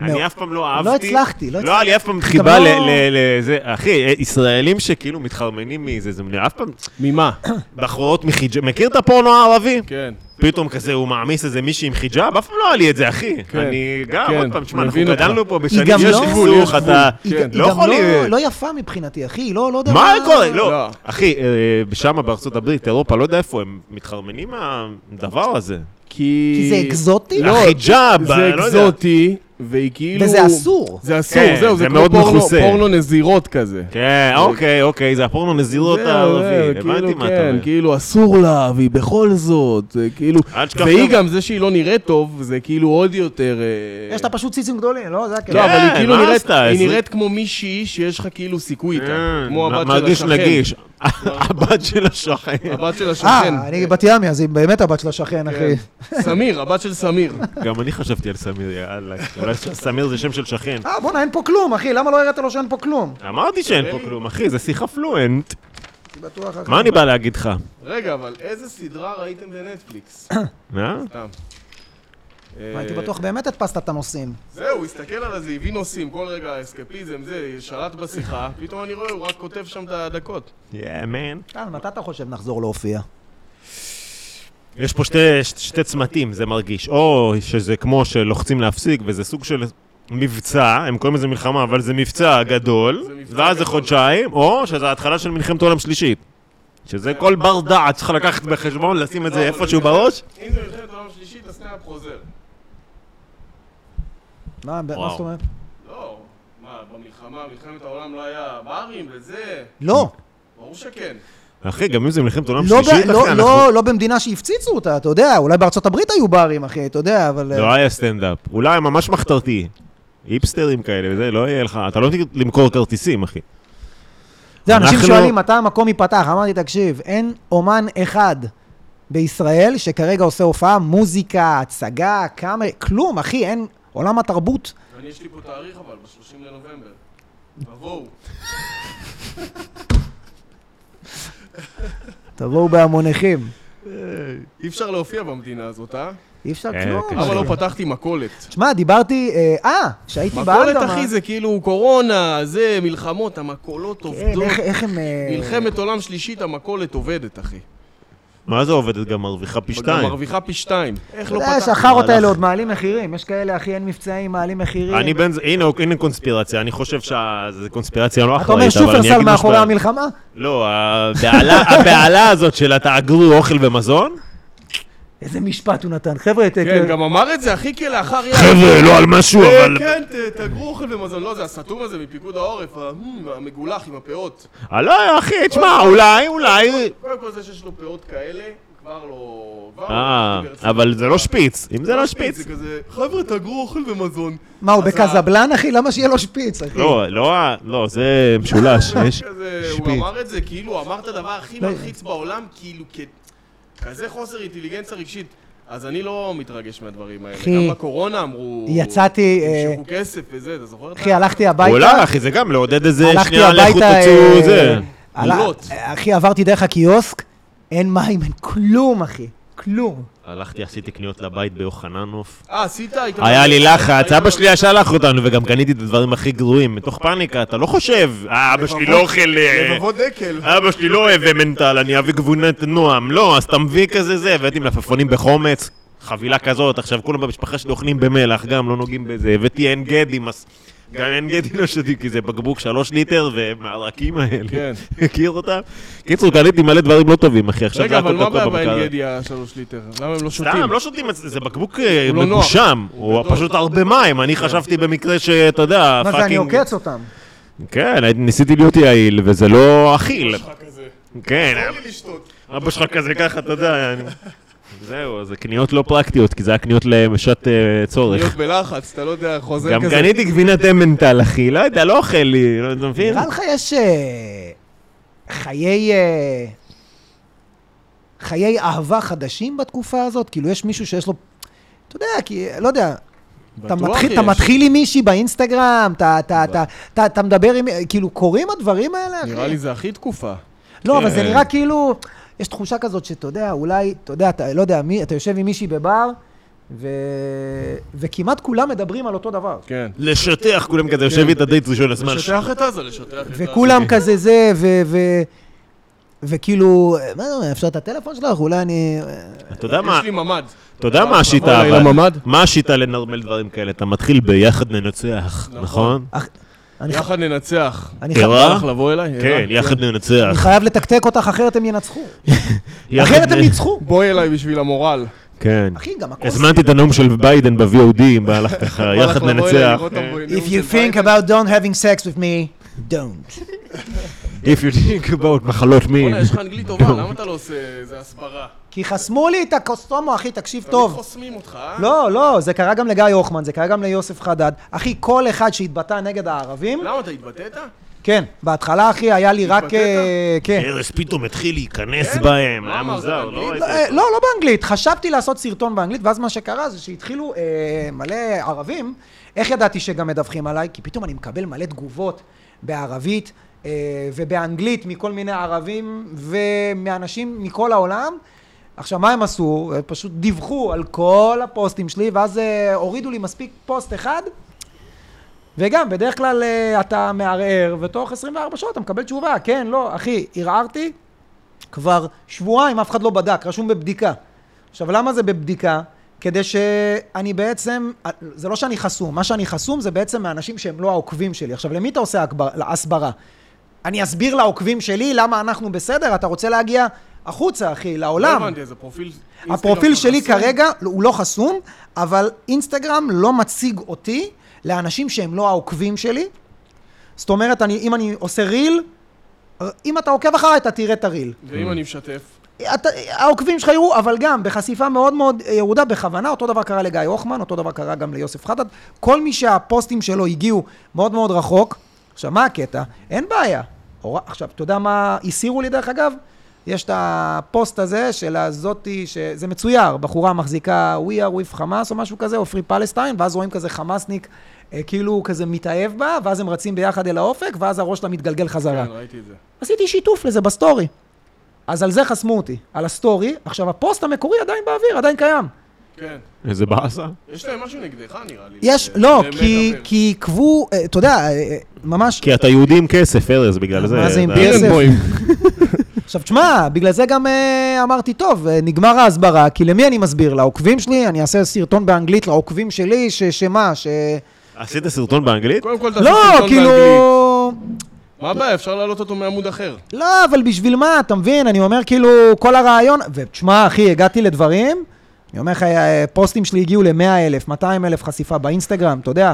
Speaker 2: אני אף פעם לא אהבתי.
Speaker 1: לא הצלחתי, לא
Speaker 2: לא
Speaker 1: הצלחתי.
Speaker 2: היה לי אף פעם חיבה
Speaker 1: לא-
Speaker 2: ל- ל- לזה. אחי, אה, ישראלים שכאילו מתחרמנים מזה, זה אף פעם...
Speaker 3: ממה?
Speaker 2: בחורות מחיג'אב, מכיר את הפורנו הערבי?
Speaker 3: כן.
Speaker 2: פתאום כזה הוא מעמיס איזה מישהי עם חיג'אב? אף פעם לא היה לי את זה, אחי.
Speaker 3: כן,
Speaker 2: אני גם,
Speaker 3: כן,
Speaker 2: עוד פעם, תשמע,
Speaker 3: אני
Speaker 2: אנחנו
Speaker 3: מבין אותך.
Speaker 2: גדלנו פה בשנים
Speaker 1: גם
Speaker 2: של
Speaker 1: לא-
Speaker 2: סכסוך,
Speaker 3: יש
Speaker 2: אתה...
Speaker 3: גבול,
Speaker 1: היא
Speaker 3: כן.
Speaker 1: היא
Speaker 2: לא
Speaker 1: גם
Speaker 2: יכול להיות.
Speaker 1: לא יפה מבחינתי, אחי, היא לא, לא יודע
Speaker 2: מה קורה?
Speaker 3: לא.
Speaker 2: לא. אחי, שם בארצות הברית, אירופה, לא יודע איפה, הם מתחרמנים מהדבר הזה.
Speaker 3: כי...
Speaker 1: כי זה אקזוטי?
Speaker 3: לא,
Speaker 2: החיג'אב,
Speaker 3: זה
Speaker 2: אני לא יודע.
Speaker 3: אקזוטי, והיא כאילו...
Speaker 1: וזה אסור.
Speaker 3: זה אסור,
Speaker 2: כן,
Speaker 3: זהו,
Speaker 2: זה
Speaker 3: זה
Speaker 2: מאוד
Speaker 3: כמו פורנו-
Speaker 2: מכוסה.
Speaker 3: פורנו נזירות כזה.
Speaker 2: כן, אוקיי, אוקיי, זה הפורנו נזירות
Speaker 3: זהו,
Speaker 2: הערבי.
Speaker 3: זהו, כאילו,
Speaker 2: הבנתי מה אתה
Speaker 3: כן,
Speaker 2: אומר.
Speaker 3: כאילו אסור לה, והיא בכל זאת, זה כאילו...
Speaker 2: אל תשכח
Speaker 3: והיא
Speaker 2: גם-
Speaker 3: גם, זה שהיא לא נראית טוב, זה כאילו עוד יותר... אה,
Speaker 1: יש לה פשוט ציצים גדולים, לא? זה
Speaker 3: לא,
Speaker 1: הכלל.
Speaker 2: כן,
Speaker 3: אבל היא כאילו
Speaker 2: מה
Speaker 3: נראית,
Speaker 2: עשתה?
Speaker 3: היא
Speaker 2: עשרים-
Speaker 3: נראית כמו מישהי שיש לך כאילו סיכוי איתה.
Speaker 2: כן,
Speaker 3: כמו
Speaker 2: מ-
Speaker 3: הבת של
Speaker 2: מרגיש
Speaker 3: השכן. לא.
Speaker 2: נגיש. הבת של השכן.
Speaker 3: הבת של השכן.
Speaker 1: אה, אני בת ימי, אז היא באמת הבת של השכן, אחי.
Speaker 3: כן. סמיר, הבת של סמיר.
Speaker 2: גם אני חשבתי על סמיר, יאללה. אולי סמיר זה שם של שכן.
Speaker 1: אה, בואנה, אין פה כלום, אחי, למה לא הראת לו שאין פה כלום?
Speaker 2: אמרתי שאין פה כלום, אחי, זה שיחה פלואנט.
Speaker 1: אני בטוח, אחי.
Speaker 2: מה אני בא להגיד לך?
Speaker 3: רגע, אבל איזה סדרה ראיתם בנטפליקס?
Speaker 2: אה?
Speaker 3: סתם.
Speaker 1: מה, הייתי
Speaker 3: אה,
Speaker 1: בטוח באמת הדפסת את הנושאים.
Speaker 3: זהו, הוא הסתכל על זה, הביא נושאים, כל רגע אסקפיזם, זה, שלט בשיחה, פתאום אני רואה, הוא רק כותב שם את הדקות.
Speaker 2: Yeah, man.
Speaker 1: טל, מתי אתה חושב נחזור להופיע?
Speaker 2: יש פה שתי, ש- שתי צמתים, זה מרגיש. או שזה כמו שלוחצים להפסיק, וזה סוג של מבצע, הם קוראים לזה מלחמה, אבל זה מבצע גדול,
Speaker 3: זה מבצע
Speaker 2: ואז זה
Speaker 3: גדול.
Speaker 2: חודשיים, או שזה ההתחלה של מלחמת העולם שלישית. שזה כל בר דעת צריך לקחת בחשבון, לשים את זה
Speaker 3: לא,
Speaker 2: איפשהו
Speaker 3: אבל-
Speaker 2: בראש.
Speaker 3: אם זה מלחמת העולם השלישית, הסטנאפ חוזר.
Speaker 1: מה, ב- מה
Speaker 2: וואו.
Speaker 1: זאת אומרת?
Speaker 3: לא, מה, במלחמה, מלחמת העולם לא היה ברים וזה,
Speaker 1: לא,
Speaker 3: ברור שכן.
Speaker 2: אחי, גם אם זה מלחמת העולם
Speaker 1: לא, ב-
Speaker 2: שלישית,
Speaker 1: לא,
Speaker 2: אחי, אנחנו...
Speaker 1: לא, לא במדינה שהפציצו אותה, אתה יודע, אולי בארצות הברית היו ברים, אחי, אתה יודע, אבל... אה,
Speaker 2: לא היה סטנדאפ. אולי ממש מחתרתי. היפסטרים כאלה וזה, לא יהיה לך... אתה לא תגיד למכור כרטיסים, אחי.
Speaker 1: זה, אנשים
Speaker 2: אנחנו-
Speaker 1: שואלים מתי המקום ייפתח, אמרתי, תקשיב, אין אומן אחד בישראל שכרגע עושה הופעה, מוזיקה, הצגה, קאמר, כלום, אחי, אין עולם התרבות.
Speaker 3: אני, יש לי פה תאריך אבל, ב-30 לנובמבר. תבואו.
Speaker 1: תבואו בהמוניכם.
Speaker 3: אי אפשר להופיע במדינה הזאת, אה?
Speaker 1: אי אפשר
Speaker 2: אה,
Speaker 1: כלום.
Speaker 2: קשה.
Speaker 1: אחי.
Speaker 3: אבל לא פתחתי מכולת.
Speaker 1: שמע, דיברתי, אה, אה, שהייתי באנדמן.
Speaker 3: מכולת, אחי, זה כאילו קורונה, זה מלחמות, המכולות
Speaker 1: כן,
Speaker 3: עובדות.
Speaker 1: איך- איך הם... אה,
Speaker 3: מלחמת עולם שלישית, המכולת עובדת, אחי.
Speaker 2: מה זה עובדת? גם מרוויחה פי
Speaker 3: גם
Speaker 2: שתיים.
Speaker 3: מרוויחה פי שתיים. איך
Speaker 1: אתה
Speaker 3: לא
Speaker 1: יודע,
Speaker 3: פתחתי?
Speaker 1: שהחארות האלה
Speaker 2: מהלך.
Speaker 1: עוד מעלים מחירים. יש כאלה, אחי, אין מבצעים, מעלים מחירים.
Speaker 2: אני בן זה, הנה, הנה קונספירציה, אני חושב שזו קונספירציה לא
Speaker 1: אתה אומר
Speaker 2: אחראית, אבל אני אגיד
Speaker 1: שופרסל מאחורי
Speaker 2: משהו-
Speaker 1: המלחמה?
Speaker 2: לא, הבהלה- הבהלה הזאת של תאגרו אוכל ומזון?
Speaker 1: איזה משפט הוא נתן. חבר'ה, ת-
Speaker 3: כן, גם אמר את זה, אחי, כלאחר יד.
Speaker 2: חבר'ה, לא על משהו,
Speaker 3: אה,
Speaker 2: אבל...
Speaker 3: כן, ת- תאגרו אוכל ומזון. לא, זה הסתום הזה מפיקוד העורף, ה- מ, המגולח עם הפאות.
Speaker 2: אה, לא, אחי, תשמע, אולי, אולי...
Speaker 3: קודם כל זה שיש לו פאות כאלה, כבר לא... כבר
Speaker 2: אה,
Speaker 3: לא-
Speaker 2: אבל זה לא שפיץ. אם זה לא שפיץ...
Speaker 3: זה כזה, חבר'ה, תאגרו אוכל ומזון.
Speaker 1: מה, הוא
Speaker 3: אז
Speaker 1: בקזבלן, אחי? למה שיהיה לו שפיץ, אחי?
Speaker 2: לא, לא, ה- לא, זה משולש. יש-
Speaker 3: כזה, הוא
Speaker 2: שפיץ.
Speaker 3: אמר את זה, כאילו, הוא אמר את הדבר הכי
Speaker 1: לא,
Speaker 3: מלחיץ בעולם, כאילו, כ- כזה חוסר אינטליגנציה רגשית. אז אני לא מתרגש מהדברים האלה.
Speaker 1: אחי,
Speaker 3: גם בקורונה אמרו...
Speaker 1: יצאתי, אה,
Speaker 3: תמשכו כסף וזה, אתה זוכר? את
Speaker 1: אחי, הלכתי הביתה.
Speaker 2: אולי, אחי, זה גם לעודד איזה
Speaker 1: הלכתי
Speaker 2: שנייה, לכו
Speaker 1: הביתה...
Speaker 2: תוציאו
Speaker 1: אה,
Speaker 2: זה.
Speaker 1: עלה-
Speaker 3: גבולות.
Speaker 1: אחי, עברתי דרך הקיוסק, אין מים, אין כלום, אחי. כלום.
Speaker 2: הלכתי, עשיתי קניות לבית ביוחננוף.
Speaker 3: אה, עשית? היית-
Speaker 2: היה לי לחץ,
Speaker 3: היית-
Speaker 2: אבא שלי היה שלח אותנו, וגם קניתי את הדברים הכי גרועים. מתוך פאניקה, אתה לא חושב, "אה, אבא שלי לא אוכל... אה,
Speaker 3: לבבות דקל.
Speaker 2: אבא שלי לא אוהב מנטל, אני אביא גבונת נועם. לא, אז אתה מביא כזה זה, הבאתי מלפפונים בחומץ, חבילה כזאת, עכשיו כולם במשפחה שלי אוכלים במלח, גם לא נוגעים בזה. הבאתי עין גדי, מס... גם עין גדי לא שותים, כי זה בקבוק שלוש ליטר, ומהרקים האלה.
Speaker 3: כן.
Speaker 2: מכיר אותם? קיצור, קניתי מלא דברים לא טובים, אחי, עכשיו
Speaker 3: רגע,
Speaker 2: זה הכל
Speaker 3: אבל מה
Speaker 2: תקוע
Speaker 3: הבעיה בעין
Speaker 2: במקרה.
Speaker 3: גדי השלוש ליטר? למה הם לא שותים?
Speaker 2: סתם, לא שותים, זה זה בקבוק אה,
Speaker 3: הוא לא נוח.
Speaker 2: מגושם, הוא
Speaker 3: גדול.
Speaker 2: פשוט הרבה מים, אני חשבתי במקרה שאתה יודע,
Speaker 1: מה זה, אני עוקץ אותם.
Speaker 2: כן, ניסיתי להיות יעיל, וזה לא אכיל.
Speaker 3: כזה.
Speaker 2: כן,
Speaker 3: לשתות.
Speaker 2: אבא שלך כזה ככה, אתה יודע, אני- זהו, זה קניות לא פרקטיות, כי זה היה קניות לשעת אה,
Speaker 3: להיות
Speaker 2: צורך.
Speaker 3: בלחץ, אתה לא יודע, חוזר
Speaker 2: גם
Speaker 3: כזה.
Speaker 2: קניתי גבינת אמנטל, אחי, לא יודע, לא אוכל לי, לא- אתה מבין?
Speaker 1: נראה לך יש אה, חיי... אה, חיי אהבה חדשים בתקופה הזאת? כאילו, יש מישהו שיש לו... אתה יודע, כי... לא יודע. אתה
Speaker 3: בטוח
Speaker 1: מתחיל, אתה
Speaker 3: יש.
Speaker 1: מתחיל עם מישהי באינסטגרם, אתה, אתה, אתה, אתה, אתה מדבר עם... כאילו, קורים הדברים האלה, אחי?
Speaker 3: נראה לי זה הכי תקופה.
Speaker 1: לא, אבל זה
Speaker 3: אה,
Speaker 2: כן.
Speaker 1: נראה כאילו, יש תחושה כזאת שאתה יודע, אולי, אתה יודע, אתה לא יודע, מי, אתה יושב עם מישהי בבר, ו... וכמעט כולם מדברים על אותו דבר.
Speaker 3: כן.
Speaker 2: לשטח, כולם כזה, יושב איתה דייט ראשון, אז מה?
Speaker 5: לשטח את עזה, לשטח את עזה.
Speaker 1: וכולם
Speaker 3: כן.
Speaker 1: כזה זה, ו... ו... וכאילו, מה זה אומר, אפשר את הטלפון שלך? אולי אני... אה,
Speaker 2: אתה יודע מה,
Speaker 5: יש לי ממ"ד.
Speaker 2: אתה יודע מה השיטה,
Speaker 3: אולי
Speaker 2: אבל?
Speaker 3: לממ"ד?
Speaker 2: מה השיטה לנרמל דברים כאלה? אתה מתחיל ביחד ננצח, נכון?
Speaker 1: אני, ח...
Speaker 3: יחד ננצח.
Speaker 1: אני, ח...
Speaker 2: ערה?
Speaker 3: הלך לבוא אליי?
Speaker 2: כן,
Speaker 3: ערה?
Speaker 2: יחד
Speaker 1: אני
Speaker 2: ננצח.
Speaker 1: חייב לתקתק אותך, אחרת הם ינצחו.
Speaker 2: יחד
Speaker 1: אחרת
Speaker 3: אה,
Speaker 1: הם
Speaker 2: נ-
Speaker 1: ניצחו.
Speaker 3: בואי אליי בשביל המורל.
Speaker 2: כן.
Speaker 1: אחי, אוקיי. גם הכוס...
Speaker 2: הזמנתי את הנאום של ביידן ב-VOD, אם בא לך ככה,
Speaker 3: בא לך
Speaker 2: יחד
Speaker 3: לבוא אליי
Speaker 2: ננצח.
Speaker 3: לראות אותו בנאום
Speaker 1: אה, If you
Speaker 3: של
Speaker 1: think
Speaker 3: ביידן?
Speaker 1: about don't having sex with me, don't.
Speaker 2: If you think about מחלות מין.
Speaker 5: בוא'נה, יש לך אנגלית טובה, למה אתה לא עושה איזה הסברה?
Speaker 1: כי חסמו לי את הקוסטומו, אחי, תקשיב
Speaker 5: תמיד
Speaker 1: טוב.
Speaker 5: חוסמים אותך, אה?
Speaker 1: לא, לא, זה קרה גם לגיא הוחמן, זה קרה גם ליוסף חדד. אחי, כל אחד שהתבטא נגד הערבים,
Speaker 3: לא.
Speaker 5: למה אתה התבטאת?
Speaker 1: כן, בהתחלה, אחי, היה לי רק...
Speaker 5: התבטאת?
Speaker 1: אה, כן.
Speaker 2: ארז פתאום התחיל
Speaker 3: כן.
Speaker 2: להיכנס בהם,
Speaker 5: מה
Speaker 2: היה
Speaker 5: אמרת,
Speaker 2: מוזר, לא
Speaker 5: באנגלית?
Speaker 2: ראיתי.
Speaker 1: אה, לא, לא באנגלית, חשבתי לעשות סרטון באנגלית, ואז מה שקרה זה שהתחילו אה, מלא ערבים, איך ידעתי שגם מדווחים עליי? כי פתאום אני מקבל מלא תגובות בערבית אה, ובאנגלית מכל מיני ערבים ומאנשים מכל העולם. עכשיו, מה הם עשו? אה, פשוט דיווחו על כל הפוסטים שלי, ואז אה, הורידו לי מספיק פוסט אחד. וגם, בדרך כלל אה, אתה מערער, ותוך 24 שעות אתה מקבל תשובה, כן, לא, אחי, ערערתי, כבר שבועיים אף אחד לא בדק, רשום בבדיקה. עכשיו, למה זה בבדיקה? כדי שאני בעצם, זה לא שאני חסום, מה שאני חסום זה בעצם מאנשים שהם לא העוקבים שלי. עכשיו, למי אתה עושה הגבר- הסברה? אני אסביר לעוקבים שלי למה אנחנו בסדר, אתה רוצה להגיע החוצה, אחי,
Speaker 5: לא
Speaker 1: לעולם.
Speaker 5: הבנתי, איזה פרופיל... אינסטגרם
Speaker 1: הפרופיל
Speaker 5: שלך
Speaker 1: שלי
Speaker 5: חסום?
Speaker 1: כרגע, לא, הוא לא חסום, אבל אינסטגרם לא מציג אותי לאנשים שהם לא העוקבים שלי. זאת אומרת, אני, אם אני עושה ריל, אם אתה עוקב אחריי, אתה תראה את הריל.
Speaker 5: ואם אני משתף?
Speaker 1: אתה, העוקבים שלך יראו, אבל גם בחשיפה מאוד מאוד ירודה בכוונה, אותו דבר קרה לגיא הוחמן, אותו דבר קרה גם ליוסף חדד. כל מי שהפוסטים שלו הגיעו מאוד מאוד רחוק, עכשיו מה הקטע? אין בעיה. הור- עכשיו, אתה יודע מה הסירו לי דרך אגב? יש את הפוסט הזה של הזאתי, שזה מצויר, בחורה מחזיקה We are with חמאס או משהו כזה, או Free Palestine, ואז רואים כזה חמאסניק, אה, כאילו הוא כזה מתאהב בה, ואז הם רצים ביחד אל האופק, ואז הראש שלה מתגלגל חזרה.
Speaker 3: כן, ראיתי את זה.
Speaker 1: עשיתי שיתוף לזה בסטורי. אז על זה חסמו אותי, על הסטורי. עכשיו, הפוסט המקורי עדיין באוויר, עדיין קיים.
Speaker 5: כן.
Speaker 2: איזה באסה.
Speaker 5: יש להם משהו נגדך, נראה לי.
Speaker 1: יש,
Speaker 5: זה-
Speaker 1: לא,
Speaker 5: באמת
Speaker 1: כי-
Speaker 5: אחר.
Speaker 1: כי עיכבו, אה, אתה יודע, אה, אה, ממש...
Speaker 2: כי אתה יהודי עם כסף, ארז, בגלל זה.
Speaker 1: מה זה עם
Speaker 2: אתה-
Speaker 1: כסף?
Speaker 3: בירנבוים.
Speaker 1: עכשיו, תשמע, בגלל זה גם אה, אמרתי, טוב, אה, נגמר ההסברה, כי למי אני מסביר? לעוקבים שלי? אני אעשה סרטון באנגלית לעוקבים שלי, ש- שמה, ש...
Speaker 2: עשית סרטון באנגלית?
Speaker 3: קודם כל תעשו
Speaker 1: לא,
Speaker 3: סרטון
Speaker 1: כאילו...
Speaker 3: באנגלית. מה הבעיה? אפשר להעלות אותו מעמוד אחר.
Speaker 1: לא, אבל בשביל מה, אתה מבין? אני אומר, כאילו, כל הרעיון... ותשמע, אחי, הגעתי לדברים, אני אומר לך, אה, פוסטים שלי הגיעו ל-100 אלף, 200 אלף חשיפה באינסטגרם, אתה יודע.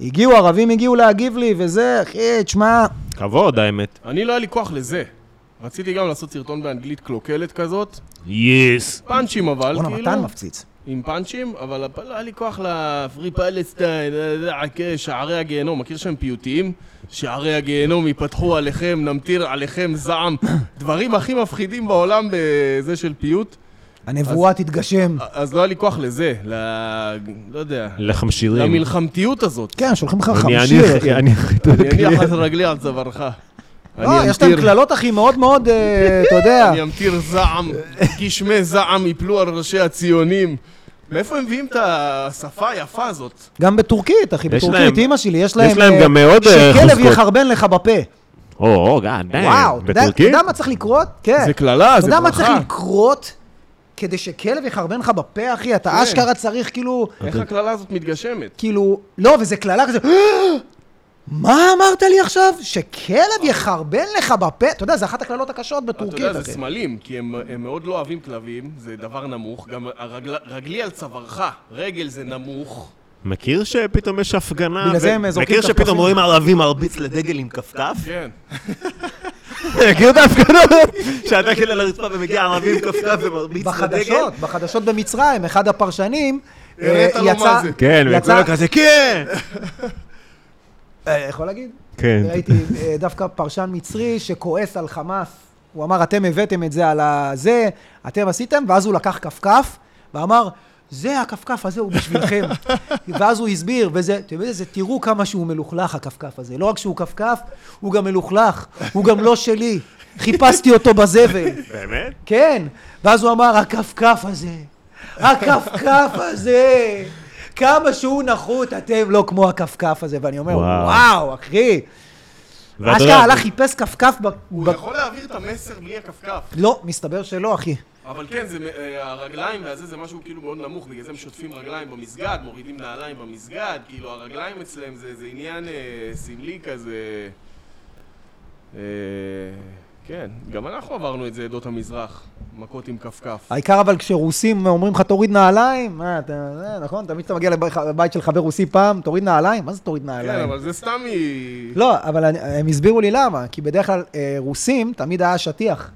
Speaker 1: הגיעו, ערבים הגיעו להגיב לי, וזה, אחי, תשמע...
Speaker 2: כבוד, האמת.
Speaker 3: אני לא היה לי כוח לזה. רציתי גם לעשות סרטון באנגלית קלוקלת כזאת,
Speaker 2: יס.
Speaker 3: פאנצ'ים אבל,
Speaker 1: בואנה,
Speaker 3: כאילו,
Speaker 1: מתן מפציץ.
Speaker 3: עם פאנצ'ים, אבל הפ- לא היה לי כוח לפרי פלסטיין, אה, עקה, כן, שערי הגיהנום, מכיר שהם פיוטיים? שערי הגיהנום ייפתחו עליכם, נמטיר עליכם זעם, דברים הכי מפחידים בעולם בזה של פיוט,
Speaker 1: הנבואה תתגשם.
Speaker 3: אז לא היה לי כוח לזה, ל... לא יודע,
Speaker 2: לחמשירים.
Speaker 3: למלחמתיות הזאת.
Speaker 1: כן, שולחים לך
Speaker 2: אני
Speaker 1: חמישי,
Speaker 2: אניח-
Speaker 1: אחי.
Speaker 2: אני אניח את
Speaker 3: אני אניח
Speaker 2: הקליעה.
Speaker 3: את רגלי על צווארך. אני
Speaker 1: לא, יש
Speaker 3: אמטיר-
Speaker 1: להם קללות, אחי, מאוד מאוד, אה, אתה יודע.
Speaker 3: אני אמטיר זעם, גשמי זעם יפלו על ראשי הציונים. מאיפה הם מביאים את השפה היפה הזאת?
Speaker 1: גם בטורקית, אחי,
Speaker 2: יש
Speaker 1: בטורקית,
Speaker 2: להם-
Speaker 1: אימא שלי, יש להם...
Speaker 2: יש להם
Speaker 1: אה,
Speaker 2: גם מאוד אה,
Speaker 1: שכלב
Speaker 2: חוזקות.
Speaker 1: יחרבן לך בפה.
Speaker 2: או, גאד, די.
Speaker 1: וואו, אתה יודע- אתה
Speaker 2: בטורקית?
Speaker 1: יודע מה צריך לקרות? כן.
Speaker 3: זה קללה,
Speaker 1: אתה
Speaker 3: זה
Speaker 1: יודע מה צריך
Speaker 3: ברכה.
Speaker 1: לקרות כדי שכלב יחרבן לך בפה, אחי?
Speaker 5: כן.
Speaker 1: אתה אשכרה צריך כאילו,
Speaker 3: איך הקללה הזאת מתגשמת?
Speaker 1: כאילו, לא, וזה קללה כזה, מה אמרת לי עכשיו? שכלב יחרבן לך בפה? אתה יודע, זה אחת הקללות הקשות
Speaker 3: אתה
Speaker 1: בטורקית,
Speaker 3: יודע, זה
Speaker 1: אחי.
Speaker 3: סמלים, כי הם הם מאוד לא אוהבים כלבים, זה דבר נמוך. גם הרגל- רגלי על צווארך, רגל זה נמוך.
Speaker 2: מכיר שפתאום יש הפגנה?
Speaker 1: בגלל זה
Speaker 2: ו-
Speaker 1: הם זורקים
Speaker 2: מכיר
Speaker 1: כפכפים?
Speaker 2: שפתאום רואים ערבי מרביץ לדגל עם כפכף?
Speaker 3: כן.
Speaker 1: מכיר את ההפגנות?
Speaker 2: שאתה כאילו על הרצפה ומגיע ערבי עם כפכף ומרביץ לדגל.
Speaker 1: בחדשות, בחדשות במצרים, אחד הפרשנים אה,
Speaker 5: הראית לו
Speaker 1: יצא...
Speaker 5: מה זה.
Speaker 2: כן,
Speaker 1: יצא-
Speaker 2: וכולם כזה, כן!
Speaker 1: אה, יכול להגיד?
Speaker 2: כן.
Speaker 1: ראיתי אה, דווקא פרשן מצרי שכועס על חמאס. הוא אמר, אתם הבאתם את זה על הזה, אתם עשיתם, ואז הוא לקח כפכף, ואמר, זה הכפכף הזה הוא בשבילכם. ואז הוא הסביר, וזה, אתם יודעים, זה, תראו כמה שהוא מלוכלך, הכפכף הזה. לא רק שהוא כפכף, הוא גם מלוכלך, הוא גם לא שלי. חיפשתי אותו בזבל.
Speaker 2: באמת?
Speaker 1: כן. ואז הוא אמר, הכפכף הזה, הכפכף הזה, כמה שהוא נחות, אתם לא כמו הכפכף הזה. ואני אומר,
Speaker 2: וואו.
Speaker 1: וואו, אחי.
Speaker 2: ואתה יודע,
Speaker 1: אשכרה הלך, חיפש כפכף ב...
Speaker 5: הוא
Speaker 1: ב-
Speaker 5: יכול להעביר את המסר בלי הכפכף.
Speaker 1: לא, מסתבר שלא, אחי.
Speaker 5: אבל כן, זה, אה, הרגליים והזה זה משהו כאילו מאוד נמוך, בגלל זה הם שוטפים רגליים במסגד, מורידים נעליים במסגד, כאילו הרגליים אצלם זה, זה עניין אה, סמלי כזה. אה, כן, גם אנחנו עברנו את זה עדות המזרח, מכות עם כפכף.
Speaker 3: אה,
Speaker 1: העיקר אבל כשרוסים אומרים לך תוריד נעליים, מה, אתה, זה, נכון? תמיד כשאתה מגיע לבית- לבית של חבר רוסי פעם, תוריד נעליים? מה זה תוריד
Speaker 3: אה,
Speaker 5: כן,
Speaker 1: נעליים?
Speaker 5: אבל זה סתם היא...
Speaker 1: לא, אבל אני- הם הסבירו לי למה, כי בדרך כלל אה, רוסים תמיד היה שטיח.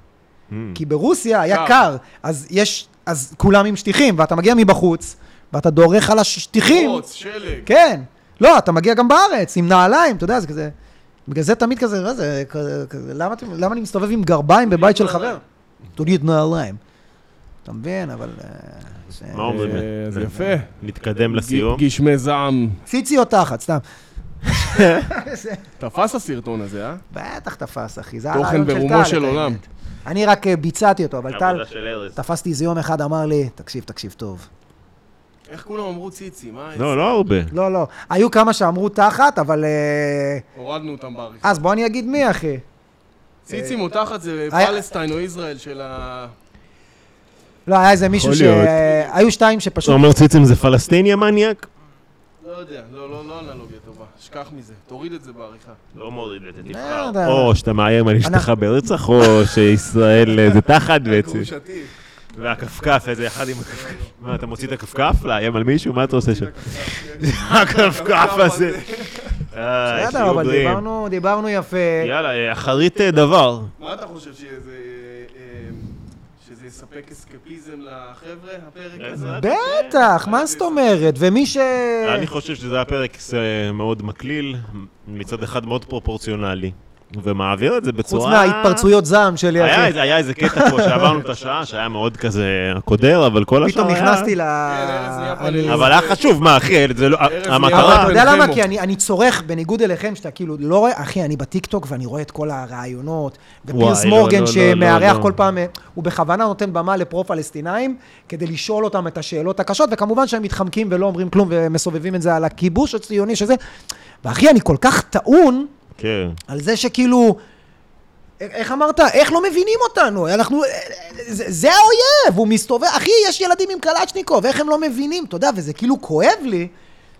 Speaker 1: כי ברוסיה היה
Speaker 5: קר.
Speaker 1: קר, אז יש, אז כולם עם שטיחים, ואתה מגיע מבחוץ, ואתה דורך על השטיחים.
Speaker 5: רוץ, שלג.
Speaker 1: כן. לא, אתה מגיע גם בארץ, עם נעליים, אתה יודע, זה כזה... בגלל זה תמיד כזה, מה זה, כזה, כזה למה, אתם, למה אני מסתובב עם גרביים בבית של חבר?
Speaker 5: נעליים.
Speaker 1: תוריד נעליים. אתה מבין, אבל... אה, זה-
Speaker 2: מה אומרים?
Speaker 3: אה, זה יפה.
Speaker 2: נתקדם לסיום.
Speaker 3: גשמי זעם.
Speaker 1: ציצי או תחת, סתם. זה-
Speaker 3: תפס הסרטון הזה, אה?
Speaker 1: בטח תפס, אחי. זה
Speaker 3: תוכן
Speaker 1: הרעיון של
Speaker 3: ברומו
Speaker 1: טל,
Speaker 3: של
Speaker 1: את האמת.
Speaker 3: עולם.
Speaker 1: אני רק אה, ביצעתי אותו, אבל טל,
Speaker 2: עבודה של ארז.
Speaker 1: תפסתי איזה יום אחד, אמר לי, תקשיב, תקשיב טוב.
Speaker 5: איך כולם אמרו ציצי? מה,
Speaker 2: לא, לא הרבה.
Speaker 1: לא, לא. היו כמה שאמרו תחת, אבל... אה,
Speaker 5: הורדנו אותם בעריכה.
Speaker 3: אה,
Speaker 1: אז בוא אני אגיד מי, אחי.
Speaker 5: ציצי מותחת זה
Speaker 1: היה-
Speaker 5: פלסטיין או ישראל של ה...
Speaker 1: לא, היה איזה מישהו ש...
Speaker 2: יכול להיות.
Speaker 1: היו שתיים שפשוט...
Speaker 2: עומר ציצים זה פלסטיני המניאק?
Speaker 5: לא יודע, לא, לא, לא אנלוגיה טובה. שכח מזה, תוריד את זה בעריכה.
Speaker 2: לא מוריד את זה,
Speaker 1: תבחר.
Speaker 2: תבחר. או שאתה מאיים על אשתך
Speaker 1: אנחנו-
Speaker 2: ברצח, או שישראל אה, זה תחת בעצם.
Speaker 5: גרושתי.
Speaker 2: והכפכף, איזה אחד עם הכפכף. מה, אתה מוציא את הכפכף? לאיים על מישהו? מה אתה עושה שם? הכפכף הזה. אה, יש לי
Speaker 1: בסדר, אבל
Speaker 2: עוברים.
Speaker 1: דיברנו, דיברנו יפה.
Speaker 2: יאללה, אה, אחרית אה, דבר.
Speaker 5: מה אתה חושב שזה... אה, שזה יספק אסקפיזם לחבר'ה, הפרק הזה?
Speaker 1: בטח, מה זאת אומרת? ומי ש...
Speaker 2: אני חושב שזה היה פרק אה, מאוד מקליל, מצד אחד מאוד פרופורציונלי, ומעביר את זה
Speaker 1: חוץ
Speaker 2: בצורה...
Speaker 1: מההתפרצויות זעם שלי,
Speaker 2: היה
Speaker 1: אחי.
Speaker 2: איזה- היה איזה קטע פה שעברנו את השעה, שהיה מאוד כזה קודר, אבל כל השאר
Speaker 1: פתאום
Speaker 2: היה...
Speaker 1: נכנסתי ל...
Speaker 2: כן,
Speaker 5: ארז נהיה פה
Speaker 1: אני-
Speaker 5: ל-
Speaker 2: אבל היה חשוב, מה אחי, זה לא...
Speaker 5: ארז נהיה
Speaker 1: אבל
Speaker 2: המטרה...
Speaker 1: אתה יודע
Speaker 5: בן
Speaker 1: למה?
Speaker 5: חמו.
Speaker 1: כי אני, אני צורך, בניגוד אליכם, שאתה כאילו לא רואה, אחי, אני בטיקטוק ואני רואה את כל הרעיונות, ופירס
Speaker 2: וואי, לא,
Speaker 1: מורגן
Speaker 2: לא, לא,
Speaker 1: שמארח
Speaker 2: לא, לא.
Speaker 1: כל פעם, אה, הוא בכוונה נותן במה לפרו-פלסטינאים, כדי לשאול אותם את השאלות הקשות, וכמובן שהם מתחמקים ולא אומרים כלום, ומסובבים את זה על הכיבוש הציוני שזה. ואחי, אני כל כך טעון
Speaker 2: כן.
Speaker 1: על זה שכאילו... א- איך אמרת? איך לא מבינים אותנו? אנחנו... זה, זה האויב, הוא מסתובב... אחי, יש ילדים עם קלצ'ניקוב, איך הם לא מבינים? אתה יודע, וזה כאילו כואב לי,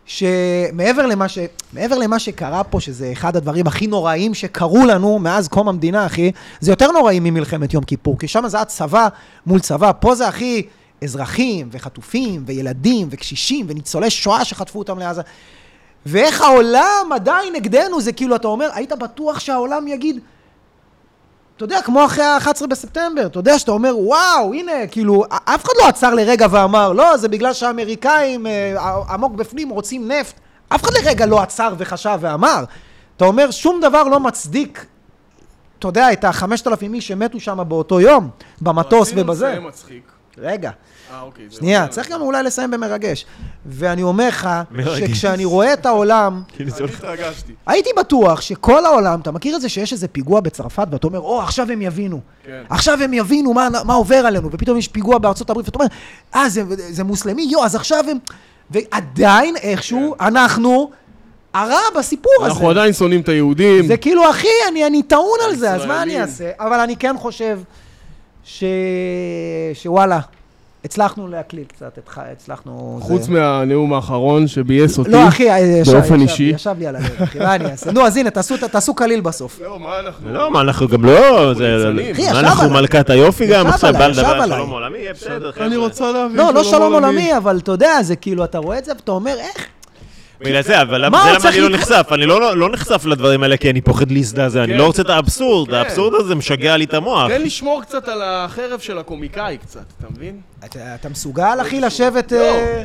Speaker 1: שמעבר למה, ש... מעבר למה שקרה פה, שזה אחד הדברים הכי נוראים שקרו לנו מאז קום המדינה, אחי, זה יותר נוראי ממלחמת יום כיפור, כי שם זה היה צבא מול צבא, פה זה הכי אזרחים וחטופים וילדים וקשישים וניצולי שואה שחטפו אותם לעזה. ואיך העולם עדיין נגדנו, זה כאילו, אתה אומר, היית בטוח שהעולם יגיד, אתה יודע, כמו אחרי ה-11 בספטמבר, אתה יודע שאתה אומר, וואו, הנה, כאילו, א- אף אחד לא עצר לרגע ואמר, לא, זה בגלל שהאמריקאים אה, ע- עמוק בפנים רוצים נפט. אף אחד לרגע לא עצר וחשב ואמר. אתה אומר, שום דבר לא מצדיק, אתה יודע, את החמשת אלפים איש שמתו שם באותו יום, במטוס
Speaker 5: רצינו
Speaker 1: ובזה.
Speaker 5: לסיים מצחיק.
Speaker 1: רגע.
Speaker 5: אה, אוקיי. זה
Speaker 1: שנייה,
Speaker 5: בסדר.
Speaker 1: צריך גם אולי לסיים במרגש. ואני אומר לך,
Speaker 2: מרגש.
Speaker 1: שכשאני רואה את העולם,
Speaker 2: כאילו זה
Speaker 5: אני
Speaker 2: הולך...
Speaker 5: התרגשתי.
Speaker 1: הייתי בטוח שכל העולם, אתה מכיר את זה שיש איזה פיגוע בצרפת, ואתה אומר, או, עכשיו הם יבינו.
Speaker 5: כן.
Speaker 1: עכשיו הם יבינו מה, מה עובר עלינו, ופתאום יש פיגוע בארצות הברית, ואתה אומר, אה, זה, זה מוסלמי, יו, אז עכשיו הם... ועדיין איכשהו אנחנו הרע בסיפור הזה.
Speaker 3: כן. אנחנו עדיין שונאים את היהודים.
Speaker 1: זה כאילו, אחי, אני, אני טעון על זה, אז מה אני
Speaker 5: הישראלים.
Speaker 1: אעשה? אבל אני כן חושב ש... שוואלה, הצלחנו להקליל קצת את ח... הצלחנו...
Speaker 3: חוץ
Speaker 1: זה...
Speaker 3: מהנאום האחרון שביאס אותי.
Speaker 1: לא, אחי, ישב,
Speaker 3: באופן
Speaker 1: ישב,
Speaker 3: אישי.
Speaker 1: ישב לי על הלב, אחי, מה אני אעשה? נו, אז הנה, תעשו- תעשו קליל בסוף.
Speaker 5: לא, מה אנחנו...
Speaker 2: לא, מה, אנחנו גם לא... זה-
Speaker 5: ניצנים.
Speaker 1: אחי, ישב
Speaker 2: מה, אנחנו
Speaker 1: עליי.
Speaker 2: מלכת היופי גם?
Speaker 1: ישב
Speaker 2: עכשיו
Speaker 1: עליי,
Speaker 2: בא
Speaker 1: ישב
Speaker 2: לדבר על
Speaker 1: עליי.
Speaker 2: שלום עולמי? יהיה בסדר, חבר'ה.
Speaker 3: לא, אני רוצה להבין.
Speaker 1: לא, לא שלום עולמי, אבל אתה יודע, זה כאילו, אתה רואה את זה ואתה אומר, איך?
Speaker 2: בגלל זה, אבל למה
Speaker 1: מה
Speaker 2: זה
Speaker 1: עוד
Speaker 2: למה
Speaker 1: צריך
Speaker 2: אני לא
Speaker 1: לקרות?
Speaker 2: נחשף? אני לא לא נחשף לדברים האלה כי אני פוחד להזדעזע, אני
Speaker 3: כן.
Speaker 2: לא רוצה את האבסורד, האבסורד הזה משגע לי את המוח.
Speaker 3: תן לשמור קצת על החרב של הקומיקאי קצת, אתה מבין?
Speaker 1: אתה אתה מסוגל, אחי, לשבת...
Speaker 3: לא.
Speaker 1: אה,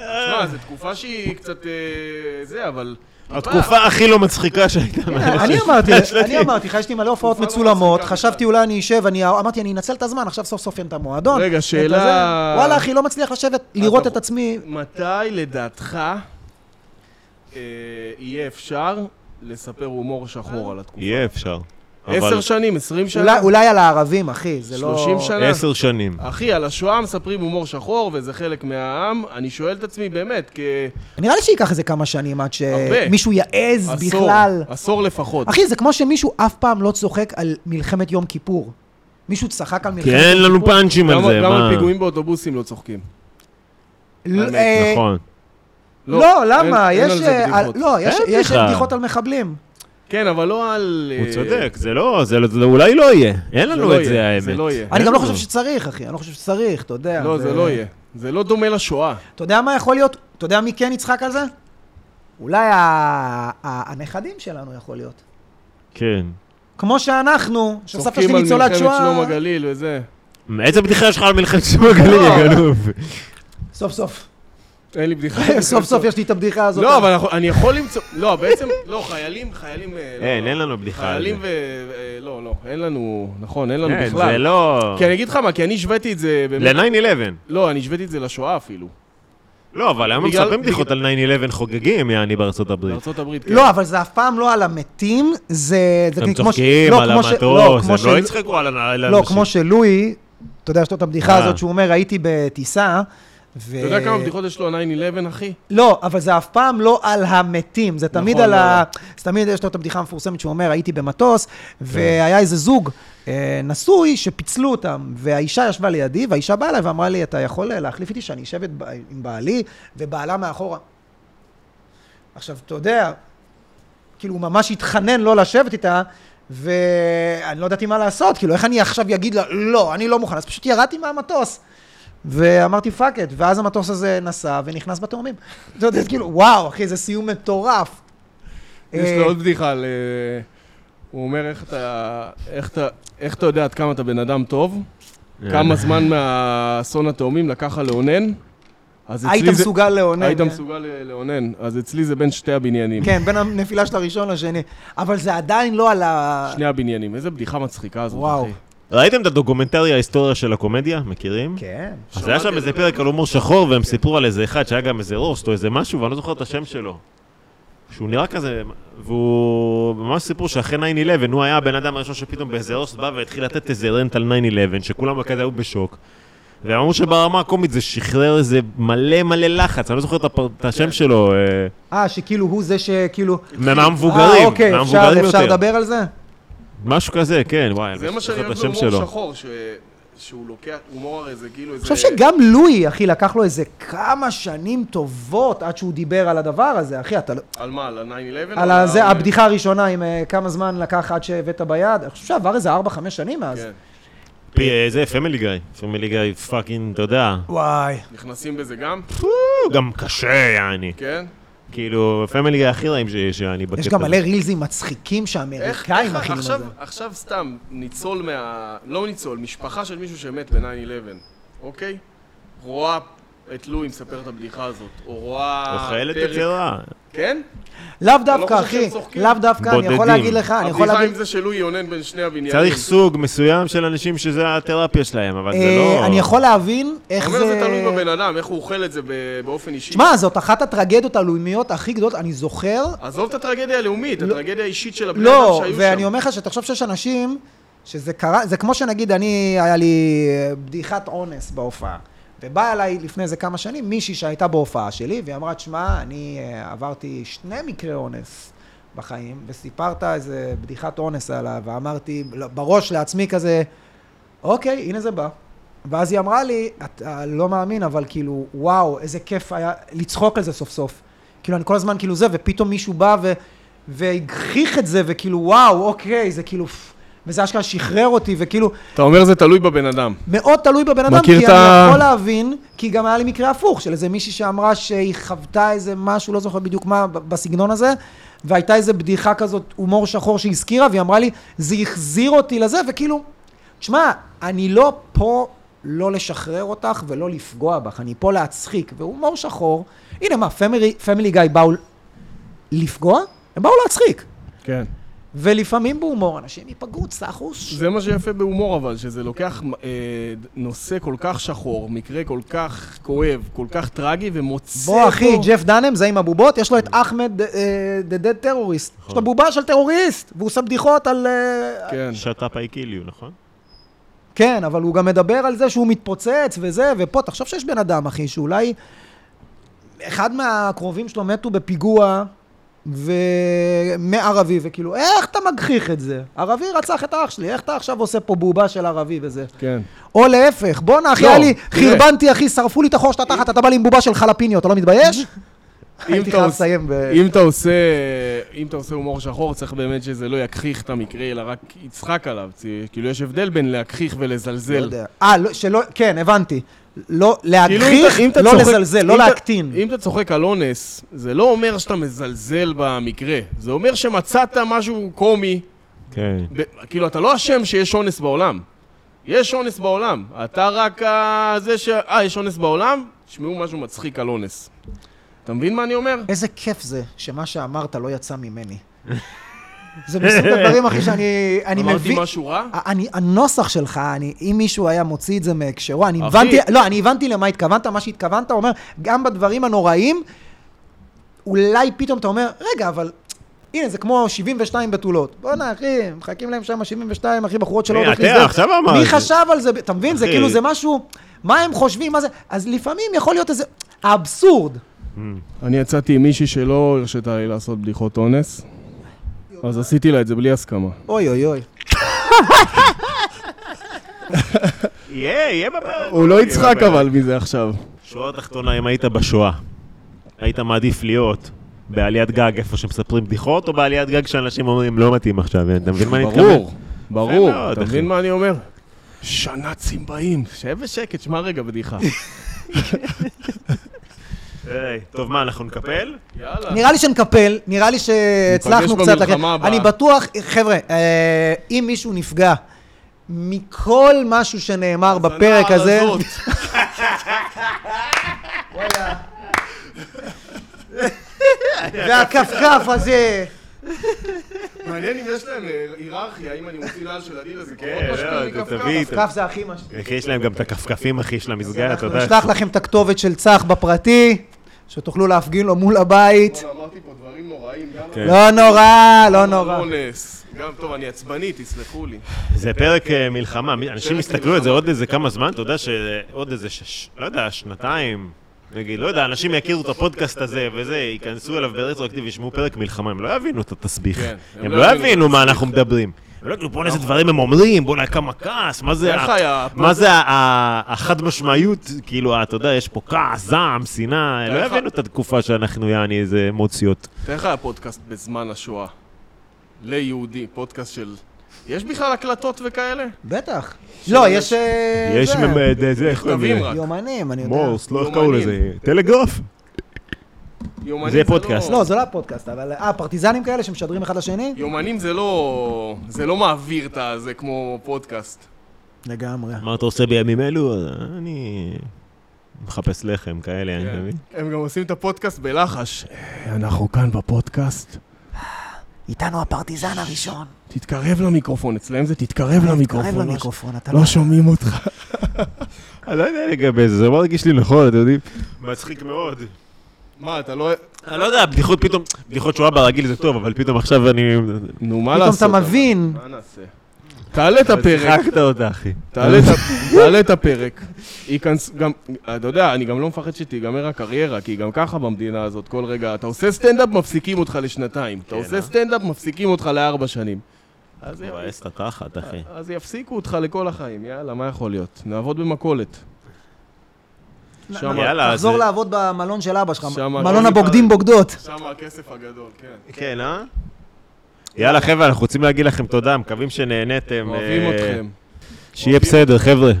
Speaker 3: תשמע, זו תקופה שהיא קצת... אה, זה, אבל...
Speaker 2: התקופה הכי לא מצחיקה שהייתה
Speaker 1: כן,
Speaker 2: מאז
Speaker 1: אני
Speaker 2: ש-
Speaker 1: אמרתי, אני
Speaker 2: שלי.
Speaker 1: אמרתי לך, יש לי מלא הופעות
Speaker 3: תקופה לא
Speaker 1: מצולמות,
Speaker 3: מצחיקה
Speaker 1: חשבתי אולי אני אשב, אני אמרתי, אני אנצל את הזמן, עכשיו סוף סוף אין את המועדון.
Speaker 3: רגע,
Speaker 1: אין את
Speaker 3: שאלה-
Speaker 1: הזה. וואלה, אחי, לא מצליח לשבת, לראות את עצמי.
Speaker 3: מתי לדעתך אה, יהיה אפשר לספר הומור שחור על התקופה?
Speaker 2: יהיה אפשר. אבל
Speaker 3: עשר שנים, עשרים שנה,
Speaker 1: אולי- אולי על הערבים, אחי, זה לא...
Speaker 3: שלושים שנה.
Speaker 2: עשר שנים.
Speaker 3: אחי, על השואה מספרים הומור שחור, וזה חלק מהעם. אני שואל את עצמי, באמת, כעשור,
Speaker 1: נראה לי שייקח איזה כמה שנים עד
Speaker 3: הרבה.
Speaker 1: שמישהו יעז בכלל.
Speaker 3: עשור לפחות.
Speaker 1: אחי, זה כמו שמישהו אף פעם לא צוחק על מלחמת יום כיפור. מישהו צחק על מלחמת
Speaker 2: כי
Speaker 1: יום
Speaker 2: אין
Speaker 1: כיפור.
Speaker 2: לנו פאנצ'ים על
Speaker 3: גם
Speaker 2: זה,
Speaker 3: גם
Speaker 2: מה?
Speaker 3: על פיגועים באוטובוסים לא צוחקים.
Speaker 1: לא,
Speaker 3: האמת,
Speaker 1: אה,
Speaker 2: נכון.
Speaker 1: לא,
Speaker 3: אין-
Speaker 1: למה?
Speaker 3: אין
Speaker 1: יש...
Speaker 3: על זה
Speaker 1: אה, על-
Speaker 3: בדיחות.
Speaker 1: לא, יש
Speaker 2: אין
Speaker 1: יש
Speaker 2: בדיחה.
Speaker 1: בדיחות על מחבלים.
Speaker 3: כן, אבל לא על...
Speaker 2: הוא
Speaker 3: אה,
Speaker 2: צודק, זה לא, זה לא- זה אולי לא יהיה. אין
Speaker 3: זה
Speaker 2: לנו
Speaker 3: לא
Speaker 2: את זה,
Speaker 3: יהיה, זה
Speaker 2: האמת. אה,
Speaker 3: לא יהיה.
Speaker 1: אני גם לא
Speaker 2: לנו.
Speaker 1: חושב שצריך, אחי, אני לא חושב שצריך, אתה יודע.
Speaker 3: לא, זה לא יהיה. זה לא דומה לשואה.
Speaker 1: אתה יודע מה יכול להיות? אתה יודע מי כן יצחק על זה? אולי ה- ה- הנכדים שלנו יכול להיות.
Speaker 2: כן.
Speaker 1: כמו שאנחנו, שסבתא
Speaker 3: צוחקים
Speaker 1: שלי
Speaker 3: על
Speaker 1: ניצולת
Speaker 3: מלחמת שלום
Speaker 1: שואה,
Speaker 3: הגליל וזה.
Speaker 2: איזה בדיחה יש לך על מלחמת שלום הגליל,
Speaker 1: לא.
Speaker 2: גנוב?
Speaker 1: סוף סוף.
Speaker 3: אין לי בדיחה.
Speaker 1: סוף סוף יש לי את הבדיחה הזאת.
Speaker 3: לא, אבל אנחנו- אני יכול למצוא... לא, בעצם... לא, חיילים, חיילים... אה, לא,
Speaker 2: אין,
Speaker 3: לא.
Speaker 2: אין לנו בדיחה על זה.
Speaker 3: חיילים ו... אה, לא, לא, אין לנו... נכון, אין לנו
Speaker 2: אין,
Speaker 3: בכלל.
Speaker 2: זה לא...
Speaker 3: כי אני אגיד לך מה, כי אני השוויתי את זה... באמת-
Speaker 2: ל-9-11.
Speaker 3: לא, אני השוויתי את זה לשואה אפילו.
Speaker 2: לא, אבל היום
Speaker 3: בגלל-
Speaker 2: מספרים בדיחות על 9-11 חוגגים, יעני, בארצות הברית.
Speaker 3: בארצות הברית, כן.
Speaker 1: לא, אבל זה אף פעם לא על המתים, זה... זה
Speaker 2: הם
Speaker 1: כמו ש-
Speaker 2: צוחקים
Speaker 1: לא,
Speaker 2: על
Speaker 1: כמו ש- לא,
Speaker 2: המטוס,
Speaker 1: כמו
Speaker 2: הם
Speaker 1: של-
Speaker 2: לא יצחקו על ה- על
Speaker 1: לא,
Speaker 2: האנשים.
Speaker 1: כמו שלואי, אתה יודע, יש לו את הבדיחה
Speaker 2: אה.
Speaker 1: הזאת שהוא אומר, הייתי בטיסה, ו...
Speaker 3: אתה יודע כמה בדיחות יש לו על 9-11, אחי?
Speaker 1: לא, אבל זה אף פעם לא על המתים, זה תמיד
Speaker 3: נכון,
Speaker 1: על
Speaker 3: לא, כן.
Speaker 1: ה... זה תמיד יש לו את הבדיחה המפורסמת שהוא אומר, הייתי במטוס, והיה איזה זוג אה, נשוי שפיצלו אותם, והאישה ישבה לידי, והאישה באה אליי ואמרה לי, אתה יכול להחליף איתי שאני יושבת ב- עם בעלי, ובעלה מאחורה. עכשיו, אתה יודע, כאילו, הוא ממש התחנן לא לשבת איתה, ואני לא ידעתי מה לעשות, כאילו, איך אני עכשיו אגיד לה, לא, אני לא מוכן, אז פשוט ירדתי מהמטוס. ואמרתי פאק את, ואז המטוס הזה נסע ונכנס בתאומים. אתה יודע, כאילו, וואו, אחי, זה סיום מטורף.
Speaker 3: יש
Speaker 1: אה,
Speaker 3: לו עוד בדיחה על... אה, הוא אומר, "איך אתה- איך אתה- איך אתה יודע עד כמה אתה בן אדם טוב?
Speaker 2: אה.
Speaker 3: כמה זמן מהאסון התאומים לקח לך לאונן? אז אצלי
Speaker 1: היית
Speaker 3: זה-
Speaker 1: מסוגל לאונן.
Speaker 3: היית
Speaker 1: כן.
Speaker 3: מסוגל ל- לאונן, אז אצלי זה בין שתי הבניינים.
Speaker 1: כן, בין הנפילה של הראשון לשני. אבל זה עדיין לא על ה...
Speaker 3: שני הבניינים, איזה בדיחה מצחיקה הזאת,
Speaker 1: וואו.
Speaker 3: אחי.
Speaker 2: ראיתם את הדוקומנטרי ההיסטוריה של הקומדיה? מכירים?
Speaker 1: כן.
Speaker 2: אז היה שם איזה פרק על הומור שחור, והם סיפרו על איזה אחד שהיה גם איזה רוסט או איזה משהו, ואני לא זוכר את השם שלו. שהוא נראה כזה, והוא ממש סיפור שאחרי 9-11, הוא היה הבן אדם הראשון שפתאום באיזה רוסט בא והתחיל לתת איזה רנט על 9-11, שכולם כזה היו בשוק. והם אמרו שברמה הקומית זה שחרר איזה מלא מלא לחץ, אני לא זוכר את הפר- את השם שלו, אה,
Speaker 1: כן. אה, שכאילו הוא זה שכאילו... אה,
Speaker 2: מהמבוגרים,
Speaker 1: אוקיי, אפשר,
Speaker 2: מהמבוגרים
Speaker 1: אפשר
Speaker 2: יותר.
Speaker 1: לדבר על זה?
Speaker 2: משהו כזה, כן, וואי,
Speaker 3: זה
Speaker 2: אני
Speaker 3: מה
Speaker 2: לא
Speaker 3: שאני
Speaker 2: זוכר את
Speaker 3: אוהב
Speaker 2: השם
Speaker 3: בהומור
Speaker 2: שלו.
Speaker 3: שחור, ש- שהוא לוקח, הומור הרי זה כאילו איזה...
Speaker 1: אני חושב שגם לואי, אחי, לקח לו איזה כמה שנים טובות עד שהוא דיבר על הדבר הזה, אחי, אתה לא...
Speaker 3: על מה, על ה-9-11?
Speaker 1: על הזה, הבדיחה הראשונה עם אה, כמה זמן לקח עד שהבאת ביד, אני חושב שעבר איזה 4-5 שנים מאז.
Speaker 3: כן,
Speaker 2: פי- אה, זה פמילי גיא, פמילי גיא פאקינג, אתה יודע.
Speaker 1: וואי.
Speaker 3: נכנסים בזה גם?
Speaker 2: הוא גם קשה, יעני.
Speaker 3: כן.
Speaker 2: כאילו, פמילי גיא הכי רעים שיש, אני בקטע.
Speaker 1: יש גם
Speaker 2: הזה.
Speaker 1: מלא רילזים מצחיקים
Speaker 3: איך,
Speaker 1: שהאמריקאים
Speaker 3: איך,
Speaker 1: מכינים את
Speaker 3: עכשיו,
Speaker 1: זה.
Speaker 3: עכשיו סתם, ניצול מה... לא ניצול, משפחה של מישהו שמת ב-9-11, אוקיי? רואה את לואי מספר את הבדיחה הזאת, או רואה...
Speaker 2: אוכלת
Speaker 3: פרק-
Speaker 2: את זה רע.
Speaker 3: כן?
Speaker 1: לאו
Speaker 3: לא
Speaker 1: דווקא,
Speaker 3: חושב שהם
Speaker 1: אחי,
Speaker 3: צוחקים?
Speaker 1: לאו דווקא, אני יכול
Speaker 2: בודדים.
Speaker 1: להגיד לך, אה, אני יכול
Speaker 3: הבדיחה
Speaker 1: להגיד...
Speaker 3: עם זה שלואי יונן בין שני הבניינים.
Speaker 2: צריך סוג מסוים של אנשים שזה התרפיה שלהם, אבל זה
Speaker 1: אה,
Speaker 2: לא...
Speaker 1: אני יכול להבין איך
Speaker 3: אומר, זה
Speaker 1: זה...
Speaker 3: תלוי בבן אדם, איך הוא אוכל את זה ב- באופן אישי.
Speaker 1: שמע, זאת אחת הטרגדיות הלאומיות הכי גדולות, אני זוכר.
Speaker 3: עזוב את הטרגדיה הלאומית, הטרגדיה האישית של הבני אדם
Speaker 1: לא,
Speaker 3: שהיו שם.
Speaker 1: ואני אומר לך שתחשוב שיש אנשים שזה קרה, זה כמו שנגיד, אני, היה לי אה, בדיחת אונס בהופעה. ובאה אליי לפני איזה כמה שנים מישהי שהייתה בהופעה שלי, והיא אמרה, תשמע, אני אה, עברתי שני מקרי אונס בחיים, וסיפרת איזה בדיחת אונס עליו, ואמרתי לא, בראש לעצמי כזה, אוקיי, הנה זה בא. ואז היא אמרה לי, אתה לא מאמין, אבל כאילו, וואו, איזה כיף היה לצחוק על זה סוף סוף. כאילו, אני כל הזמן כאילו זה, ופתאום מישהו בא ו... והגחיך את זה, וכאילו, וואו, אוקיי, זה כאילו... פ- וזה אשכרה שחרר אותי, וכאילו,
Speaker 3: אתה אומר זה תלוי בבן אדם.
Speaker 1: מאוד תלוי בבן אדם,
Speaker 3: מכיר
Speaker 1: כי
Speaker 3: את ה-
Speaker 1: אני יכול להבין, כי גם היה לי מקרה הפוך, של איזה מישהי שאמרה שהיא חוותה איזה משהו, לא זוכר בדיוק מה, ב- בסגנון הזה, והייתה איזה בדיחה כזאת, הומור שחור שהיא הזכירה, והיא אמרה לי, זה החזיר אותי לזה, וכאילו, תשמע, אני לא פה לא לשחרר אותך ולא לפגוע בך, אני פה להצחיק, והומור שחור, הנה מה, פמילי, פמילי גיא באו לפגוע? הם באו להצחיק.
Speaker 3: כן.
Speaker 1: ולפעמים בהומור אנשים ייפגעו, תסלחו.
Speaker 3: זה מה שיפה בהומור אבל, שזה לוקח אה, נושא כל כך שחור, מקרה כל כך כואב, כל כך טרגי, ומוצא
Speaker 1: בוא אחי, ג'ף דנם זה עם הבובות, יש לו את אחמד אה, דה דד טרוריסט. יש לו בובה של טרוריסט, והוא עושה בדיחות על... אה,
Speaker 3: נכון. כן.
Speaker 2: שת"פ I kill you, נכון?
Speaker 1: כן, אבל הוא גם מדבר על זה שהוא מתפוצץ וזה, ופה, תחשוב שיש בן אדם, אחי, שאולי אחד מהקרובים שלו מתו בפיגוע ו... מערבי, וכאילו, איך אתה מגחיך את זה? ערבי רצח את האח שלי, איך אתה עכשיו עושה פה בובה של ערבי וזה?
Speaker 3: כן.
Speaker 1: או להפך, בואנה אחי,
Speaker 3: לא,
Speaker 1: היה לי,
Speaker 3: תראה.
Speaker 1: חרבנתי אחי, שרפו לי את החור שאתה תחת, אתה בא לי עם בובה של חלפיניו, אתה לא מתבייש? הייתי
Speaker 3: אתה
Speaker 1: חייב
Speaker 3: עוש-
Speaker 1: לסיים ב...
Speaker 3: אם אתה עושה, אם אתה עושה הומור שחור, צריך באמת שזה לא יכחיך את המקרה, אלא רק יצחק עליו. צי- כאילו, יש הבדל בין להכחיך
Speaker 1: לא
Speaker 3: ולזלזל.
Speaker 1: יודע. אה, לא- שלא, כן, הבנתי. לא,
Speaker 3: כאילו, אם
Speaker 1: להגחיך,
Speaker 3: אתה- אם אתה
Speaker 1: לא
Speaker 3: צוחק-
Speaker 1: לזלזל,
Speaker 3: אם
Speaker 1: לא
Speaker 3: אתה-
Speaker 1: להקטין.
Speaker 3: אם אתה צוחק על אונס, זה לא אומר שאתה מזלזל במקרה. זה אומר שמצאת משהו קומי.
Speaker 2: כן.
Speaker 3: ב- כאילו, אתה לא אשם שיש אונס בעולם. יש אונס בעולם. אתה רק ה- זה ש... אה, יש אונס בעולם? תשמעו משהו מצחיק על אונס. אתה מבין מה אני אומר?
Speaker 1: איזה כיף זה שמה שאמרת לא יצא ממני. זה מסוג הדברים, אחי, שאני אני
Speaker 3: אמרתי
Speaker 1: מבין.
Speaker 3: משהו רע?
Speaker 1: אני, הנוסח שלך, אני, אם מישהו היה מוציא את זה מהקשרו, אני
Speaker 3: אחי.
Speaker 1: הבנתי, לא, אני הבנתי למה התכוונת, מה שהתכוונת, אומר, גם בדברים הנוראים, אולי פתאום אתה אומר, רגע, אבל, הנה, זה כמו 72 בתולות. בואנה, אחי, מחכים להם שם 72, אחי, בחורות שלא
Speaker 2: אה,
Speaker 1: יודעות
Speaker 2: אתה
Speaker 1: להזדהות.
Speaker 2: עכשיו אמרת.
Speaker 1: מי חשב על זה? אתה מבין? זה
Speaker 2: אחי.
Speaker 1: כאילו, זה משהו, מה הם חושבים, מה זה? אז לפעמים יכול להיות איזה, האבסורד.
Speaker 3: אני יצאתי עם מישהי שלא הרשתה לי לעשות בדיחות אונס, אז עשיתי לה את זה בלי הסכמה.
Speaker 1: אוי אוי אוי.
Speaker 2: יהיה, יהיה בפרק.
Speaker 3: הוא לא
Speaker 2: יהיה
Speaker 3: יצחק
Speaker 2: בפרק.
Speaker 3: אבל מזה עכשיו.
Speaker 2: שורה תחתונה, אם היית בשואה, היית מעדיף להיות בעליית גג איפה שמספרים בדיחות, או בעליית גג שאנשים אומרים לא מתאים עכשיו, אתה מבין מה אני מתכוון?
Speaker 3: ברור, ברור.
Speaker 2: מאוד,
Speaker 3: אתה
Speaker 2: אחי.
Speaker 3: מבין מה אני אומר? שנ"צים באים. שב בשקט, שמע רגע בדיחה.
Speaker 2: היי, טוב, מה, אנחנו נקפל?
Speaker 3: יאללה.
Speaker 1: נראה לי שנקפל, נראה לי שהצלחנו
Speaker 3: ניפגש
Speaker 1: קצת...
Speaker 3: במלחמה
Speaker 1: לקחת-
Speaker 3: הבאה.
Speaker 1: אני בטוח, חבר'ה, אה, אם מישהו נפגע מכל משהו שנאמר בפרק
Speaker 3: הזנה
Speaker 1: הזה...
Speaker 3: הזאת.
Speaker 1: והכפכף הזה...
Speaker 3: מעניין אם יש להם אה, היררכיה, אם אני מוציא לעל של הדיל הזה,
Speaker 2: כן,
Speaker 3: פחות משפיע
Speaker 2: לא, אתה
Speaker 3: מכפכף.
Speaker 2: תביא את
Speaker 1: כף זה הכי משהו.
Speaker 3: כן.
Speaker 2: אחי, יש להם גם את הכפכפים, אחי, של המסגרת, כן, אתה
Speaker 1: אנחנו
Speaker 2: יודע.
Speaker 1: נשלח לכם את הכתובת של צח בפרטי, שתוכלו להפגין לו מול הבית.
Speaker 3: וואלה, אמרתי פה דברים נוראים, גם
Speaker 2: כן.
Speaker 1: לא נורא, לא נורא.
Speaker 3: אונס. גם טוב, אני עצבני, תסלחו לי.
Speaker 2: זה פרק אה, מלחמה, מי- אנשים יסתכלו על זה עוד איזה כמה זמן, אתה יודע שעוד איזה, שש- לא יודע, שנתיים, נגיד, לא יודע, אנשים יכירו את הפודקאסט הזה וזה, ייכנסו אליו ברטרואקטיב, ישמעו פרק מלחמה, הם לא יבינו את התסביך.
Speaker 3: כן,
Speaker 2: הם לא יבינו מה אנחנו מדברים. הם לא יגידו, בואנה איזה דברים הם אומרים, בואנה כמה כעס, מה זה
Speaker 3: איך
Speaker 2: ה-
Speaker 3: היה?
Speaker 2: מה זה ה- ה- החד משמעיות, כאילו, אתה יודע, יש פה כעס, זעם, שנאה, לא
Speaker 3: איך ה-
Speaker 2: יבינו את התקופה שאנחנו, יעני, איזה אמוציות.
Speaker 3: תאר לך היה פודקאסט בזמן השואה. ליהודי, פודקאסט של... יש בכלל הקלטות וכאלה?
Speaker 1: בטח. לא, יש... אה,
Speaker 2: יש
Speaker 1: זה,
Speaker 2: ממד, זה, איך קוראים
Speaker 3: מכתבים
Speaker 2: לזה?
Speaker 3: רק.
Speaker 1: יומנים, אני יודע.
Speaker 2: מורס, לא איך קראו לזה? טלגרף?
Speaker 3: יומנים
Speaker 2: זה פודקאסט.
Speaker 1: לא, זה לא הפודקאסט, אבל... אה, פרטיזנים כאלה שמשדרים אחד לשני?
Speaker 3: יומנים זה לא... זה לא מעביר את הזה כמו פודקאסט.
Speaker 1: לגמרי.
Speaker 2: מה אתה עושה בימים אלו? אני מחפש לחם כאלה,
Speaker 3: כן.
Speaker 2: אני מבין.
Speaker 3: הם גם עושים את הפודקאסט בלחש. "אה, אנחנו כאן בפודקאסט.
Speaker 1: איתנו הפרטיזן הראשון.
Speaker 3: תתקרב למיקרופון, אצלהם זה תתקרב למיקרופון.
Speaker 1: קרב
Speaker 3: לא-
Speaker 1: למיקרופון, אתה לא...
Speaker 3: לא שומעים אותך.
Speaker 2: אני לא יודע לגבי זה, זה לא מרגיש לי נכון, אתם יודעים? מצחיק מאוד.
Speaker 3: מה, אתה לא...
Speaker 2: אני לא יודע, בדיחות פתאום, בדיחות שואה ברגיל זה טוב, אבל פתאום עכשיו אני...
Speaker 3: נו, מה
Speaker 1: פתאום
Speaker 3: לעשות?
Speaker 1: אתה
Speaker 3: אבל?
Speaker 1: מבין.
Speaker 3: מה נעשה? תעלה את הפרק.
Speaker 2: שיחקת אותה, אחי.
Speaker 3: תעלה את ה- תעלה את הפרק, ייכנס, גם, אתה יודע, אני גם לא מפחד שתיגמר הקריירה, כי גם ככה במדינה הזאת, כל רגע, אתה עושה סטנדאפ, מפסיקים אותך לשנתיים. אתה עושה סטנדאפ, מפסיקים אותך לארבע שנים. אז י-
Speaker 2: מבאס את התחת, אחי.
Speaker 3: אז יפסיקו אותך לכל החיים, יאללה, מה יכול להיות? נעבוד במכולת. שמה,
Speaker 2: יאללה, אז...
Speaker 1: תחזור לעבוד במלון של אבא שלך,
Speaker 3: שמה-
Speaker 1: מלון הבוגדים בוגדות.
Speaker 3: שמה הכסף הגדול, כן.
Speaker 2: כן, אה? יאללה, חבר'ה, אנחנו רוצים להגיד לכם תודה, מקווים שנהניתם.
Speaker 3: אוהבים
Speaker 2: אה,
Speaker 3: אתכם.
Speaker 2: שיהיה בסדר, חבר'ה.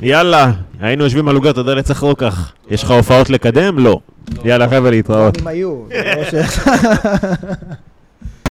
Speaker 2: יאללה, היינו יושבים על עוגה, תודה לצח רוקח. לא. יש לך הופעות לקדם? לא. יאללה, חבר'ה, להתראות.
Speaker 1: אם היו, זה לא ש...